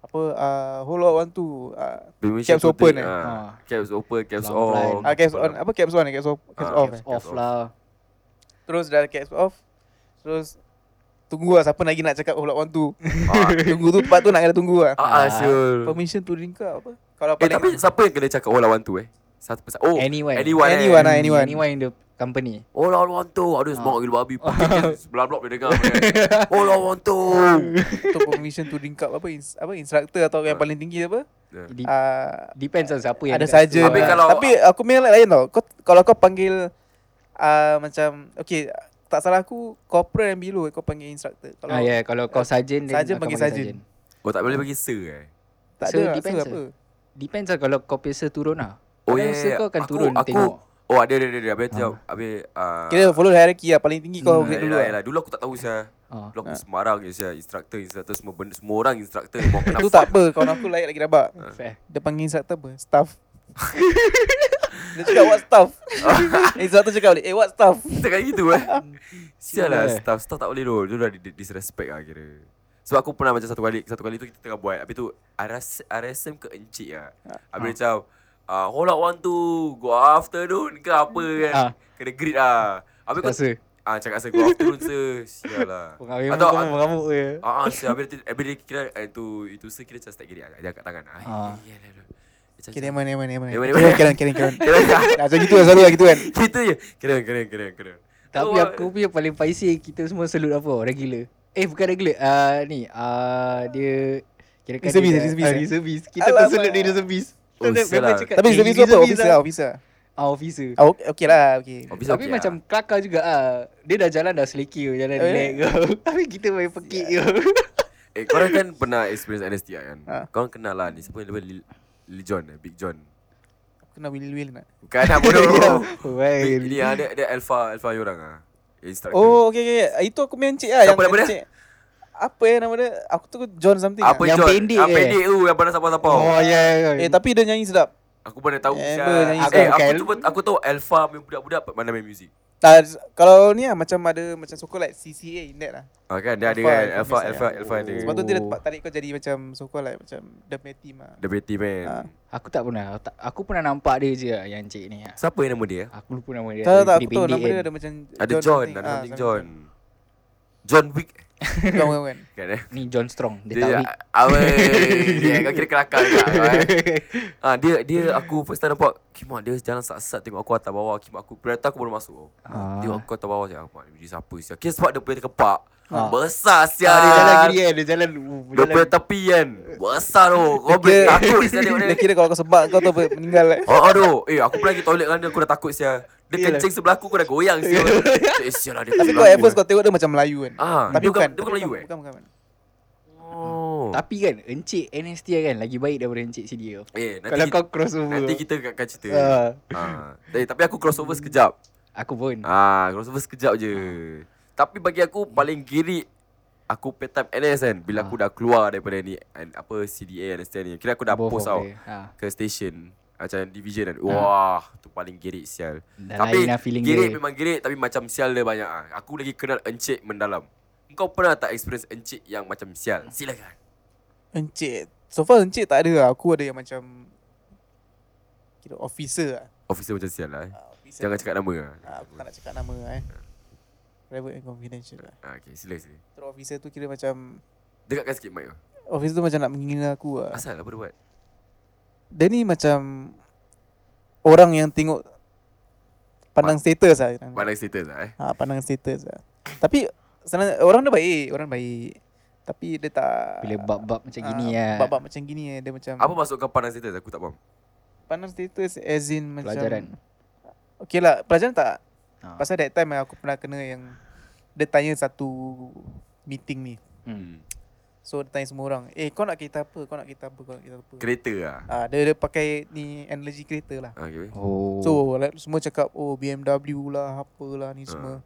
[SPEAKER 3] Apa uh, whole lot one tu uh,
[SPEAKER 2] Baby
[SPEAKER 3] Caps
[SPEAKER 2] shampoo
[SPEAKER 3] open
[SPEAKER 2] thing,
[SPEAKER 3] eh.
[SPEAKER 2] ah.
[SPEAKER 4] Ah.
[SPEAKER 2] Caps open Caps
[SPEAKER 4] Long
[SPEAKER 2] on
[SPEAKER 4] line.
[SPEAKER 3] ah, caps on apa caps on eh, caps off caps
[SPEAKER 2] lah. Ah,
[SPEAKER 3] off eh.
[SPEAKER 2] caps-
[SPEAKER 4] Off
[SPEAKER 2] off.
[SPEAKER 4] lah.
[SPEAKER 3] Terus dah caps off. Terus tunggu lah siapa lagi nak cakap whole lot one tu. tunggu tu tempat tu nak kena tunggu lah.
[SPEAKER 2] Ah, ah
[SPEAKER 4] Ah.
[SPEAKER 2] siul
[SPEAKER 3] Permission to drink ke apa? Kalau
[SPEAKER 2] Eh
[SPEAKER 3] paling
[SPEAKER 2] tapi siapa yang kena cakap all I want to eh? Satu pasal Oh
[SPEAKER 4] Anyone.
[SPEAKER 2] Anyone, eh. Oh,
[SPEAKER 3] Anyone lah, anyone.
[SPEAKER 4] Anyone in the company.
[SPEAKER 2] All I want to Aduh semangat gila
[SPEAKER 4] (laughs)
[SPEAKER 2] babi Pocket dia sebelah blok dia dengar (laughs) kan. All I want to
[SPEAKER 3] tu permission to drink up apa ins, apa instructor atau yang paling tinggi apa?
[SPEAKER 4] Dep-
[SPEAKER 3] Ah,
[SPEAKER 4] Depends on siapa yang
[SPEAKER 3] ada
[SPEAKER 4] dekat
[SPEAKER 3] saja
[SPEAKER 4] situ
[SPEAKER 2] Habis
[SPEAKER 3] tapi,
[SPEAKER 4] lah.
[SPEAKER 2] kalau-
[SPEAKER 3] tapi aku punya lain tau kau, kalau kau panggil uh, macam okay tak salah aku corporal yang bilu kau panggil instructor kalau
[SPEAKER 4] Ah, yeah, kalau kau sarjan then
[SPEAKER 3] Sarjan
[SPEAKER 4] akan
[SPEAKER 3] panggil sarjan.
[SPEAKER 2] Oh tak boleh bagi sir eh
[SPEAKER 3] tak
[SPEAKER 4] so
[SPEAKER 3] ada
[SPEAKER 4] depends
[SPEAKER 3] so
[SPEAKER 4] lah.
[SPEAKER 3] apa
[SPEAKER 4] Depends lah kalau kau pesa turun lah.
[SPEAKER 2] Oh ya
[SPEAKER 4] Kadang sir
[SPEAKER 2] yeah,
[SPEAKER 4] kau akan
[SPEAKER 2] Aku-
[SPEAKER 4] turun
[SPEAKER 2] aku,
[SPEAKER 4] tengok.
[SPEAKER 2] Oh ada ada ada Habis jawab Habis ah, ya,
[SPEAKER 3] kira follow hierarchy lah paling tinggi
[SPEAKER 2] yelah,
[SPEAKER 3] kau grade dulu
[SPEAKER 2] yelah,
[SPEAKER 3] lah.
[SPEAKER 2] yelah. Dulu aku tak tahu saya
[SPEAKER 4] eh? Ah.
[SPEAKER 2] Dulu aku semarang je saya Instructor Instructor semua benda Semua orang instructor
[SPEAKER 4] (laughs)
[SPEAKER 2] Mau kena
[SPEAKER 3] tu tak apa kawan aku layak lagi rabak
[SPEAKER 4] Fair.
[SPEAKER 3] dia panggil instructor apa staff (laughs) dia cakap what (laughs) staff instructor cakap balik eh what staff
[SPEAKER 2] Cakap gitu
[SPEAKER 4] (laughs)
[SPEAKER 2] eh Sial lah
[SPEAKER 4] Sial, eh.
[SPEAKER 2] staff Staff tak boleh tu Dia dah di- disrespect lah kira Sebab aku pernah macam satu kali Satu kali tu kita tengah buat Habis tu RS, RSM ke Encik lah Habis ha. macam uh, Hold out one two Good afternoon ke apa kan
[SPEAKER 4] Ah.
[SPEAKER 2] Kena greet lah Habis
[SPEAKER 4] Kau
[SPEAKER 2] kau
[SPEAKER 4] rasa
[SPEAKER 2] ah, Cakap asal good afternoon sir Sial
[SPEAKER 4] (laughs)
[SPEAKER 2] lah
[SPEAKER 4] pengamuk
[SPEAKER 2] Atau
[SPEAKER 4] kamu mengamuk je.
[SPEAKER 2] Ah, ah, sial Habis dia- habis dia kira eh, Itu itu sir kira macam start greet lah Dia angkat tangan Ah,
[SPEAKER 4] Ah.
[SPEAKER 2] eh, yelah, yelah. Dia macam-
[SPEAKER 3] okay never mind never mind never
[SPEAKER 2] Never mind,
[SPEAKER 3] mind
[SPEAKER 2] never (laughs) mind.
[SPEAKER 3] kira kira (laughs) kira
[SPEAKER 2] Kira- kira-
[SPEAKER 3] macam gitu lah selalu lah gitu kan
[SPEAKER 2] Gitu je Kira kira kira kira
[SPEAKER 4] Tapi aku punya paling paisi kita semua salute apa regular. Eh bukan regular. Ah ni ah dia kira kan
[SPEAKER 3] Reservist, reservist, eh?
[SPEAKER 4] reservist. Kita
[SPEAKER 3] Alamak.
[SPEAKER 4] tersalute dia reservis.
[SPEAKER 2] Oh, sial lah.
[SPEAKER 3] tapi service tu apa officer lah officer
[SPEAKER 4] Ah officer.
[SPEAKER 3] ah ok- okay lah okay
[SPEAKER 2] Habis
[SPEAKER 4] Tapi
[SPEAKER 2] Oh, okey
[SPEAKER 4] macam kelakar juga ah. Dia dah jalan dah seleki je, jalan
[SPEAKER 3] Eh.
[SPEAKER 4] relax kau. (laughs) Tapi kita main pekik je.
[SPEAKER 3] (laughs)
[SPEAKER 2] Eh korang kan pernah experience NSTI kan
[SPEAKER 3] Ha.
[SPEAKER 2] Korang kenal lah ni Siapa yang level Lil, Lil John eh Big John
[SPEAKER 3] aku nak will will nak
[SPEAKER 2] Bukan lah
[SPEAKER 3] (laughs)
[SPEAKER 2] bodoh
[SPEAKER 3] Ya,
[SPEAKER 2] Big-
[SPEAKER 4] Wei.
[SPEAKER 2] Ni ah, dia, dia alpha Alpha orang ah Instructor
[SPEAKER 3] Oh okay, okay. okay. Itu aku punya encik lah
[SPEAKER 2] Siapa nama dia?
[SPEAKER 3] encik. Apa eh nama dia Aku tu John something
[SPEAKER 2] Apa
[SPEAKER 3] lah.
[SPEAKER 4] yang
[SPEAKER 2] John
[SPEAKER 4] pendek
[SPEAKER 2] ah,
[SPEAKER 4] eh.
[SPEAKER 2] pendek tu Yang pandang siapa-siapa
[SPEAKER 4] Oh ya. ya, ya.
[SPEAKER 3] Eh tapi dia nyanyi sedap
[SPEAKER 2] Aku pun dah tahu
[SPEAKER 3] Eh,
[SPEAKER 2] sial.
[SPEAKER 3] apa nyanyi
[SPEAKER 2] Eh
[SPEAKER 4] siapa?
[SPEAKER 2] aku
[SPEAKER 4] Bukan.
[SPEAKER 2] cuba Aku tahu alpha punya budak-budak Mana main music
[SPEAKER 3] tak, Kalau ni lah macam ada Macam sokol like CCA in that lah
[SPEAKER 2] ah, kan Dia ada
[SPEAKER 3] Alpha,
[SPEAKER 2] kan
[SPEAKER 3] Alpha
[SPEAKER 2] Alpha
[SPEAKER 3] biasa
[SPEAKER 2] Alpha
[SPEAKER 3] lah.
[SPEAKER 2] Alpha ada
[SPEAKER 3] Sebab tu dia
[SPEAKER 4] Oh.
[SPEAKER 3] dapat tarik kau jadi macam Sokol like macam The main team lah
[SPEAKER 2] The Betty
[SPEAKER 3] Ah.
[SPEAKER 2] man
[SPEAKER 4] Aku tak pernah. tak- Aku pernah nampak dia je yang cik ni. ah.
[SPEAKER 2] Siapa yang nama dia eh?
[SPEAKER 4] Aku lupa nama dia.
[SPEAKER 3] Tak tak tak
[SPEAKER 4] Dia
[SPEAKER 3] aku tahu
[SPEAKER 4] pendek
[SPEAKER 3] nama dia
[SPEAKER 4] kan.
[SPEAKER 3] ada macam
[SPEAKER 2] Ada John
[SPEAKER 3] something.
[SPEAKER 2] Ada
[SPEAKER 3] Ah,
[SPEAKER 2] something
[SPEAKER 3] something.
[SPEAKER 2] John John Wick
[SPEAKER 3] Bukan
[SPEAKER 2] (laughs)
[SPEAKER 3] bukan bukan
[SPEAKER 2] Kan eh
[SPEAKER 4] Ni John Strong. Dia,
[SPEAKER 2] Dia
[SPEAKER 4] tak (laughs)
[SPEAKER 2] Awal Ya kau kira kelakar juga eh. Ah dia dia aku first time nampak Kimak dia jalan sat-sat tengok aku atas bawah Kimak aku Berita aku baru masuk tau
[SPEAKER 4] Ah.
[SPEAKER 2] Tengok aku atas bawah siap Kimak dia siapa siap Kira sebab dia punya kepak
[SPEAKER 4] Ah.
[SPEAKER 2] Besar siap
[SPEAKER 4] Ah, dia jalan kiri kan. Dia jalan. Uh,
[SPEAKER 2] Dia punya tepi kan Besar tu Kau boleh
[SPEAKER 3] Dia-
[SPEAKER 2] takut siap tengok
[SPEAKER 3] Dia
[SPEAKER 2] dia
[SPEAKER 3] kira kalau kau sebab kau tu meninggal
[SPEAKER 2] (laughs)
[SPEAKER 3] lah
[SPEAKER 2] Oh aduh Eh aku pernah pergi toilet kan dia Aku dah takut siap Dia
[SPEAKER 4] Yelah.
[SPEAKER 2] kencing sebelah aku Aku dah goyang siap Eh siap lah dia
[SPEAKER 3] Tapi
[SPEAKER 2] kencing
[SPEAKER 3] kau
[SPEAKER 2] aku
[SPEAKER 3] at first
[SPEAKER 2] eh.
[SPEAKER 3] kau tengok dia macam Melayu kan
[SPEAKER 2] Ah,
[SPEAKER 3] Tapi
[SPEAKER 2] dia bukan-
[SPEAKER 3] bukan
[SPEAKER 2] dia bukan Melayu eh?
[SPEAKER 3] Bukan bukan bukan.
[SPEAKER 2] Oh.
[SPEAKER 4] Tapi kan Encik NST kan Lagi baik daripada Encik CD kau
[SPEAKER 2] Eh, nanti
[SPEAKER 4] Kalau
[SPEAKER 2] kita,
[SPEAKER 4] kau crossover
[SPEAKER 2] nanti kita akan cerita.
[SPEAKER 4] Ah,
[SPEAKER 2] Ah. Eh, tapi aku crossover sekejap.
[SPEAKER 4] Aku pun
[SPEAKER 2] Ah, crossover sekejap je.
[SPEAKER 4] Ah.
[SPEAKER 2] Tapi bagi aku paling giri aku pay time NS kan
[SPEAKER 4] Ah.
[SPEAKER 2] bila aku dah keluar daripada ni and apa CDA understand ni. Kira aku dah
[SPEAKER 4] Both
[SPEAKER 2] post tau
[SPEAKER 4] of the- ha.
[SPEAKER 2] ke station macam division kan. Wah, tu paling girik sial.
[SPEAKER 4] Dah
[SPEAKER 2] tapi
[SPEAKER 4] lain lah feeling
[SPEAKER 2] girik
[SPEAKER 4] dia.
[SPEAKER 2] memang girik tapi macam sial dia banyak ah. Aku lagi kenal encik mendalam. Kau pernah tak experience encik yang macam sial? Silakan.
[SPEAKER 3] Encik So far encik tak ada lah Aku ada yang macam Kira officer lah
[SPEAKER 2] Officer macam sial lah. Eh.
[SPEAKER 3] Ah, officer.
[SPEAKER 2] Jangan cakap nama lah.
[SPEAKER 3] Ah, Aku tak nak cakap nama lah eh Private and confidential lah
[SPEAKER 2] Ah, okay, sila sila.
[SPEAKER 3] Terus officer tu kira macam
[SPEAKER 2] Dekatkan sikit mic tu.
[SPEAKER 3] Officer tu macam nak menghina aku lah
[SPEAKER 2] Asal apa dia buat?
[SPEAKER 3] Dia ni macam Orang yang tengok Pandang status lah
[SPEAKER 2] Pandang status lah eh.
[SPEAKER 3] ha, Pandang status lah Tapi sebenarnya Orang dia baik Orang baik Tapi dia tak
[SPEAKER 4] Bila bab-bab macam gini
[SPEAKER 3] ah,
[SPEAKER 4] lah
[SPEAKER 3] Bab-bab macam gini eh. Dia macam
[SPEAKER 2] Apa maksud kau pandang status? Aku tak faham.
[SPEAKER 3] Pandang status as in macam
[SPEAKER 4] Pelajaran.
[SPEAKER 3] Okay lah Pelajaran tak
[SPEAKER 4] Ah.
[SPEAKER 3] Pasal that time eh, aku pernah kena yang Dia tanya satu Meeting ni
[SPEAKER 4] Hmm.
[SPEAKER 3] So dia tanya semua orang Eh kau nak kereta apa Kau nak kereta apa Kau nak kereta apa
[SPEAKER 2] Kereta lah. Ah,
[SPEAKER 3] ah, dia, dia pakai ni analogi kereta lah
[SPEAKER 2] Okay.
[SPEAKER 4] Oh
[SPEAKER 3] So like, semua cakap Oh BMW lah Apalah ni semua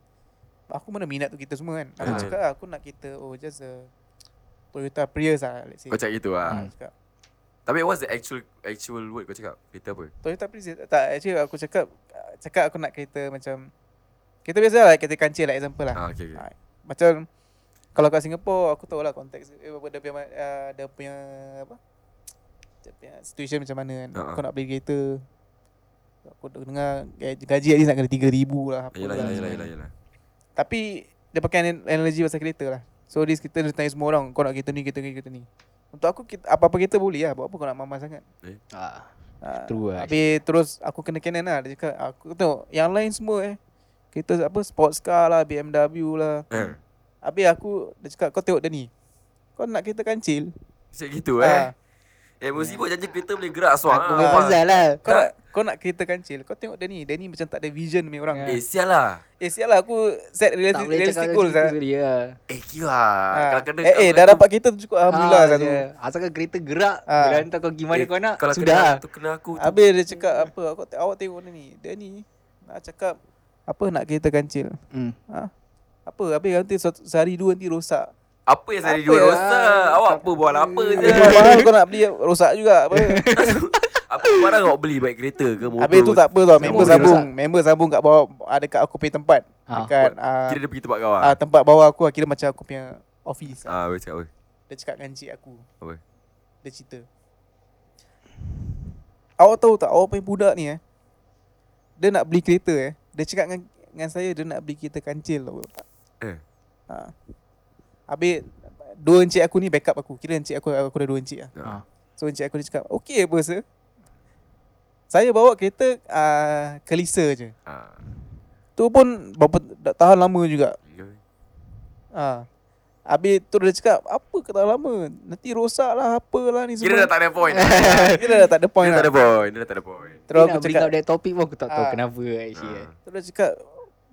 [SPEAKER 3] Aku mana minat tu kita semua kan Aku
[SPEAKER 2] Ah.
[SPEAKER 3] cakap lah, aku nak kereta Oh just a Toyota Prius lah let's
[SPEAKER 2] Kau
[SPEAKER 3] say
[SPEAKER 2] cakap gitu lah.
[SPEAKER 3] ah, cakap.
[SPEAKER 2] Tapi what's the actual actual word kau cakap? Kereta apa?
[SPEAKER 3] Toyota Prius je. Tak actually aku cakap Cakap aku nak kereta macam Kereta biasa lah Kereta kancil lah example lah
[SPEAKER 2] Ah, okay, okay.
[SPEAKER 3] Ah, Macam kalau kat Singapore aku tahu lah konteks eh, apa dia punya uh, dia punya apa? Dia punya situation macam mana kan.
[SPEAKER 2] Ha, ha.
[SPEAKER 3] Kau nak beli kereta aku dah dengar gaji, gaji at least nak kena 3000 lah
[SPEAKER 2] Ah,
[SPEAKER 3] apa
[SPEAKER 2] Yelah,
[SPEAKER 3] lah.
[SPEAKER 2] yelah, yelah, yelah, yelah.
[SPEAKER 3] Tapi dia pakai an- analogi pasal kereta lah. So this kita dia tanya semua orang kau nak kereta ni kereta ni kereta ni. Untuk aku kita, apa-apa kereta boleh lah. Buat apa kau nak mama sangat.
[SPEAKER 4] ah,
[SPEAKER 3] Ah,
[SPEAKER 4] True lah
[SPEAKER 3] Habis terus aku kena Canon lah Dia cakap aku tengok Yang lain semua eh Kereta apa sports car lah BMW lah
[SPEAKER 2] Eh,
[SPEAKER 3] Habis aku Dia cakap kau tengok dia ni Kau nak kereta kancil
[SPEAKER 2] Cakap gitu eh.
[SPEAKER 3] Ah,
[SPEAKER 2] Eh, musibah janji kereta boleh gerak Ah. suara.
[SPEAKER 4] Aku punya pasal lah
[SPEAKER 3] Kau nak kau nak kereta kancil Kau tengok dia ni Dia ni macam tak ada vision punya orang
[SPEAKER 2] Eh, sial lah.
[SPEAKER 3] Eh sial lah aku Set
[SPEAKER 4] Tak
[SPEAKER 3] realistic,
[SPEAKER 4] boleh cakap
[SPEAKER 3] realistic
[SPEAKER 4] macam
[SPEAKER 3] goal
[SPEAKER 4] tu
[SPEAKER 3] sah.
[SPEAKER 4] tadi lah
[SPEAKER 2] Eh, kira. Kalau kena
[SPEAKER 3] Eh eh dah dapat kereta tu cukup Alhamdulillah
[SPEAKER 4] Ah,
[SPEAKER 3] satu
[SPEAKER 4] je. Asalkan kereta gerak
[SPEAKER 3] Ah.
[SPEAKER 4] Bila hantar kau gimana kau nak
[SPEAKER 2] eh, Kalau kena
[SPEAKER 4] Sudah lah.
[SPEAKER 2] tu kena aku. tu.
[SPEAKER 3] Habis dia cakap apa aku, Awak tengok dia ni Dia ni Nak cakap Apa nak kereta kancil
[SPEAKER 4] Hmm.
[SPEAKER 3] ha? Apa Habis nanti suatu- sehari dua nanti rosak
[SPEAKER 2] Apa yang saya
[SPEAKER 3] Apa
[SPEAKER 2] dua
[SPEAKER 3] lah.
[SPEAKER 2] dosa? Awak apa buat apa je?
[SPEAKER 3] Habis kau mahal kau nak beli rosak juga apa.
[SPEAKER 2] Apa barang awak beli baik kereta ke motor?
[SPEAKER 3] Habis tu tak apa tau member
[SPEAKER 4] boleh
[SPEAKER 3] sambung, member sambung kat bawah ada kat aku punya tempat.
[SPEAKER 4] Ah.
[SPEAKER 3] Dekat ah,
[SPEAKER 2] Kira dia pergi tempat kau
[SPEAKER 3] ah,
[SPEAKER 2] lah.
[SPEAKER 3] tempat bawah aku kira macam aku punya office.
[SPEAKER 2] Ah, boleh cakap apa?
[SPEAKER 3] Dia cakap dengan cik aku.
[SPEAKER 2] Apa?
[SPEAKER 3] Dia cerita. Awak tahu tak awak punya budak ni eh. Dia nak beli kereta eh. Dia cakap dengan dengan saya dia nak beli kereta kancil tau.
[SPEAKER 2] Eh.
[SPEAKER 3] Ha. Habis dua encik aku ni backup aku. Kira encik aku aku ada dua encik lah.
[SPEAKER 2] Ah.
[SPEAKER 3] So encik aku dia cakap, "Okey apa sir?" Saya bawa kereta uh, kelisa je.
[SPEAKER 2] Ah.
[SPEAKER 3] Tu pun berapa tak tahan lama juga. Ha. Habis tu dia cakap, "Apa kau tahan lama? Nanti rosak lah apalah ni
[SPEAKER 2] Kira dah
[SPEAKER 3] semua."
[SPEAKER 2] tak ada point.
[SPEAKER 3] Kira dah tak ada (laughs) point
[SPEAKER 2] Kira tak
[SPEAKER 3] lah.
[SPEAKER 2] ada point. Dia dah tak ada point.
[SPEAKER 3] Terus
[SPEAKER 4] Dia
[SPEAKER 3] aku
[SPEAKER 4] nak bring
[SPEAKER 3] cakap,
[SPEAKER 4] up that topic pun Aku tak tahu
[SPEAKER 3] Ah.
[SPEAKER 4] kenapa lah, actually eh.
[SPEAKER 2] Ah.
[SPEAKER 3] terus dia cakap,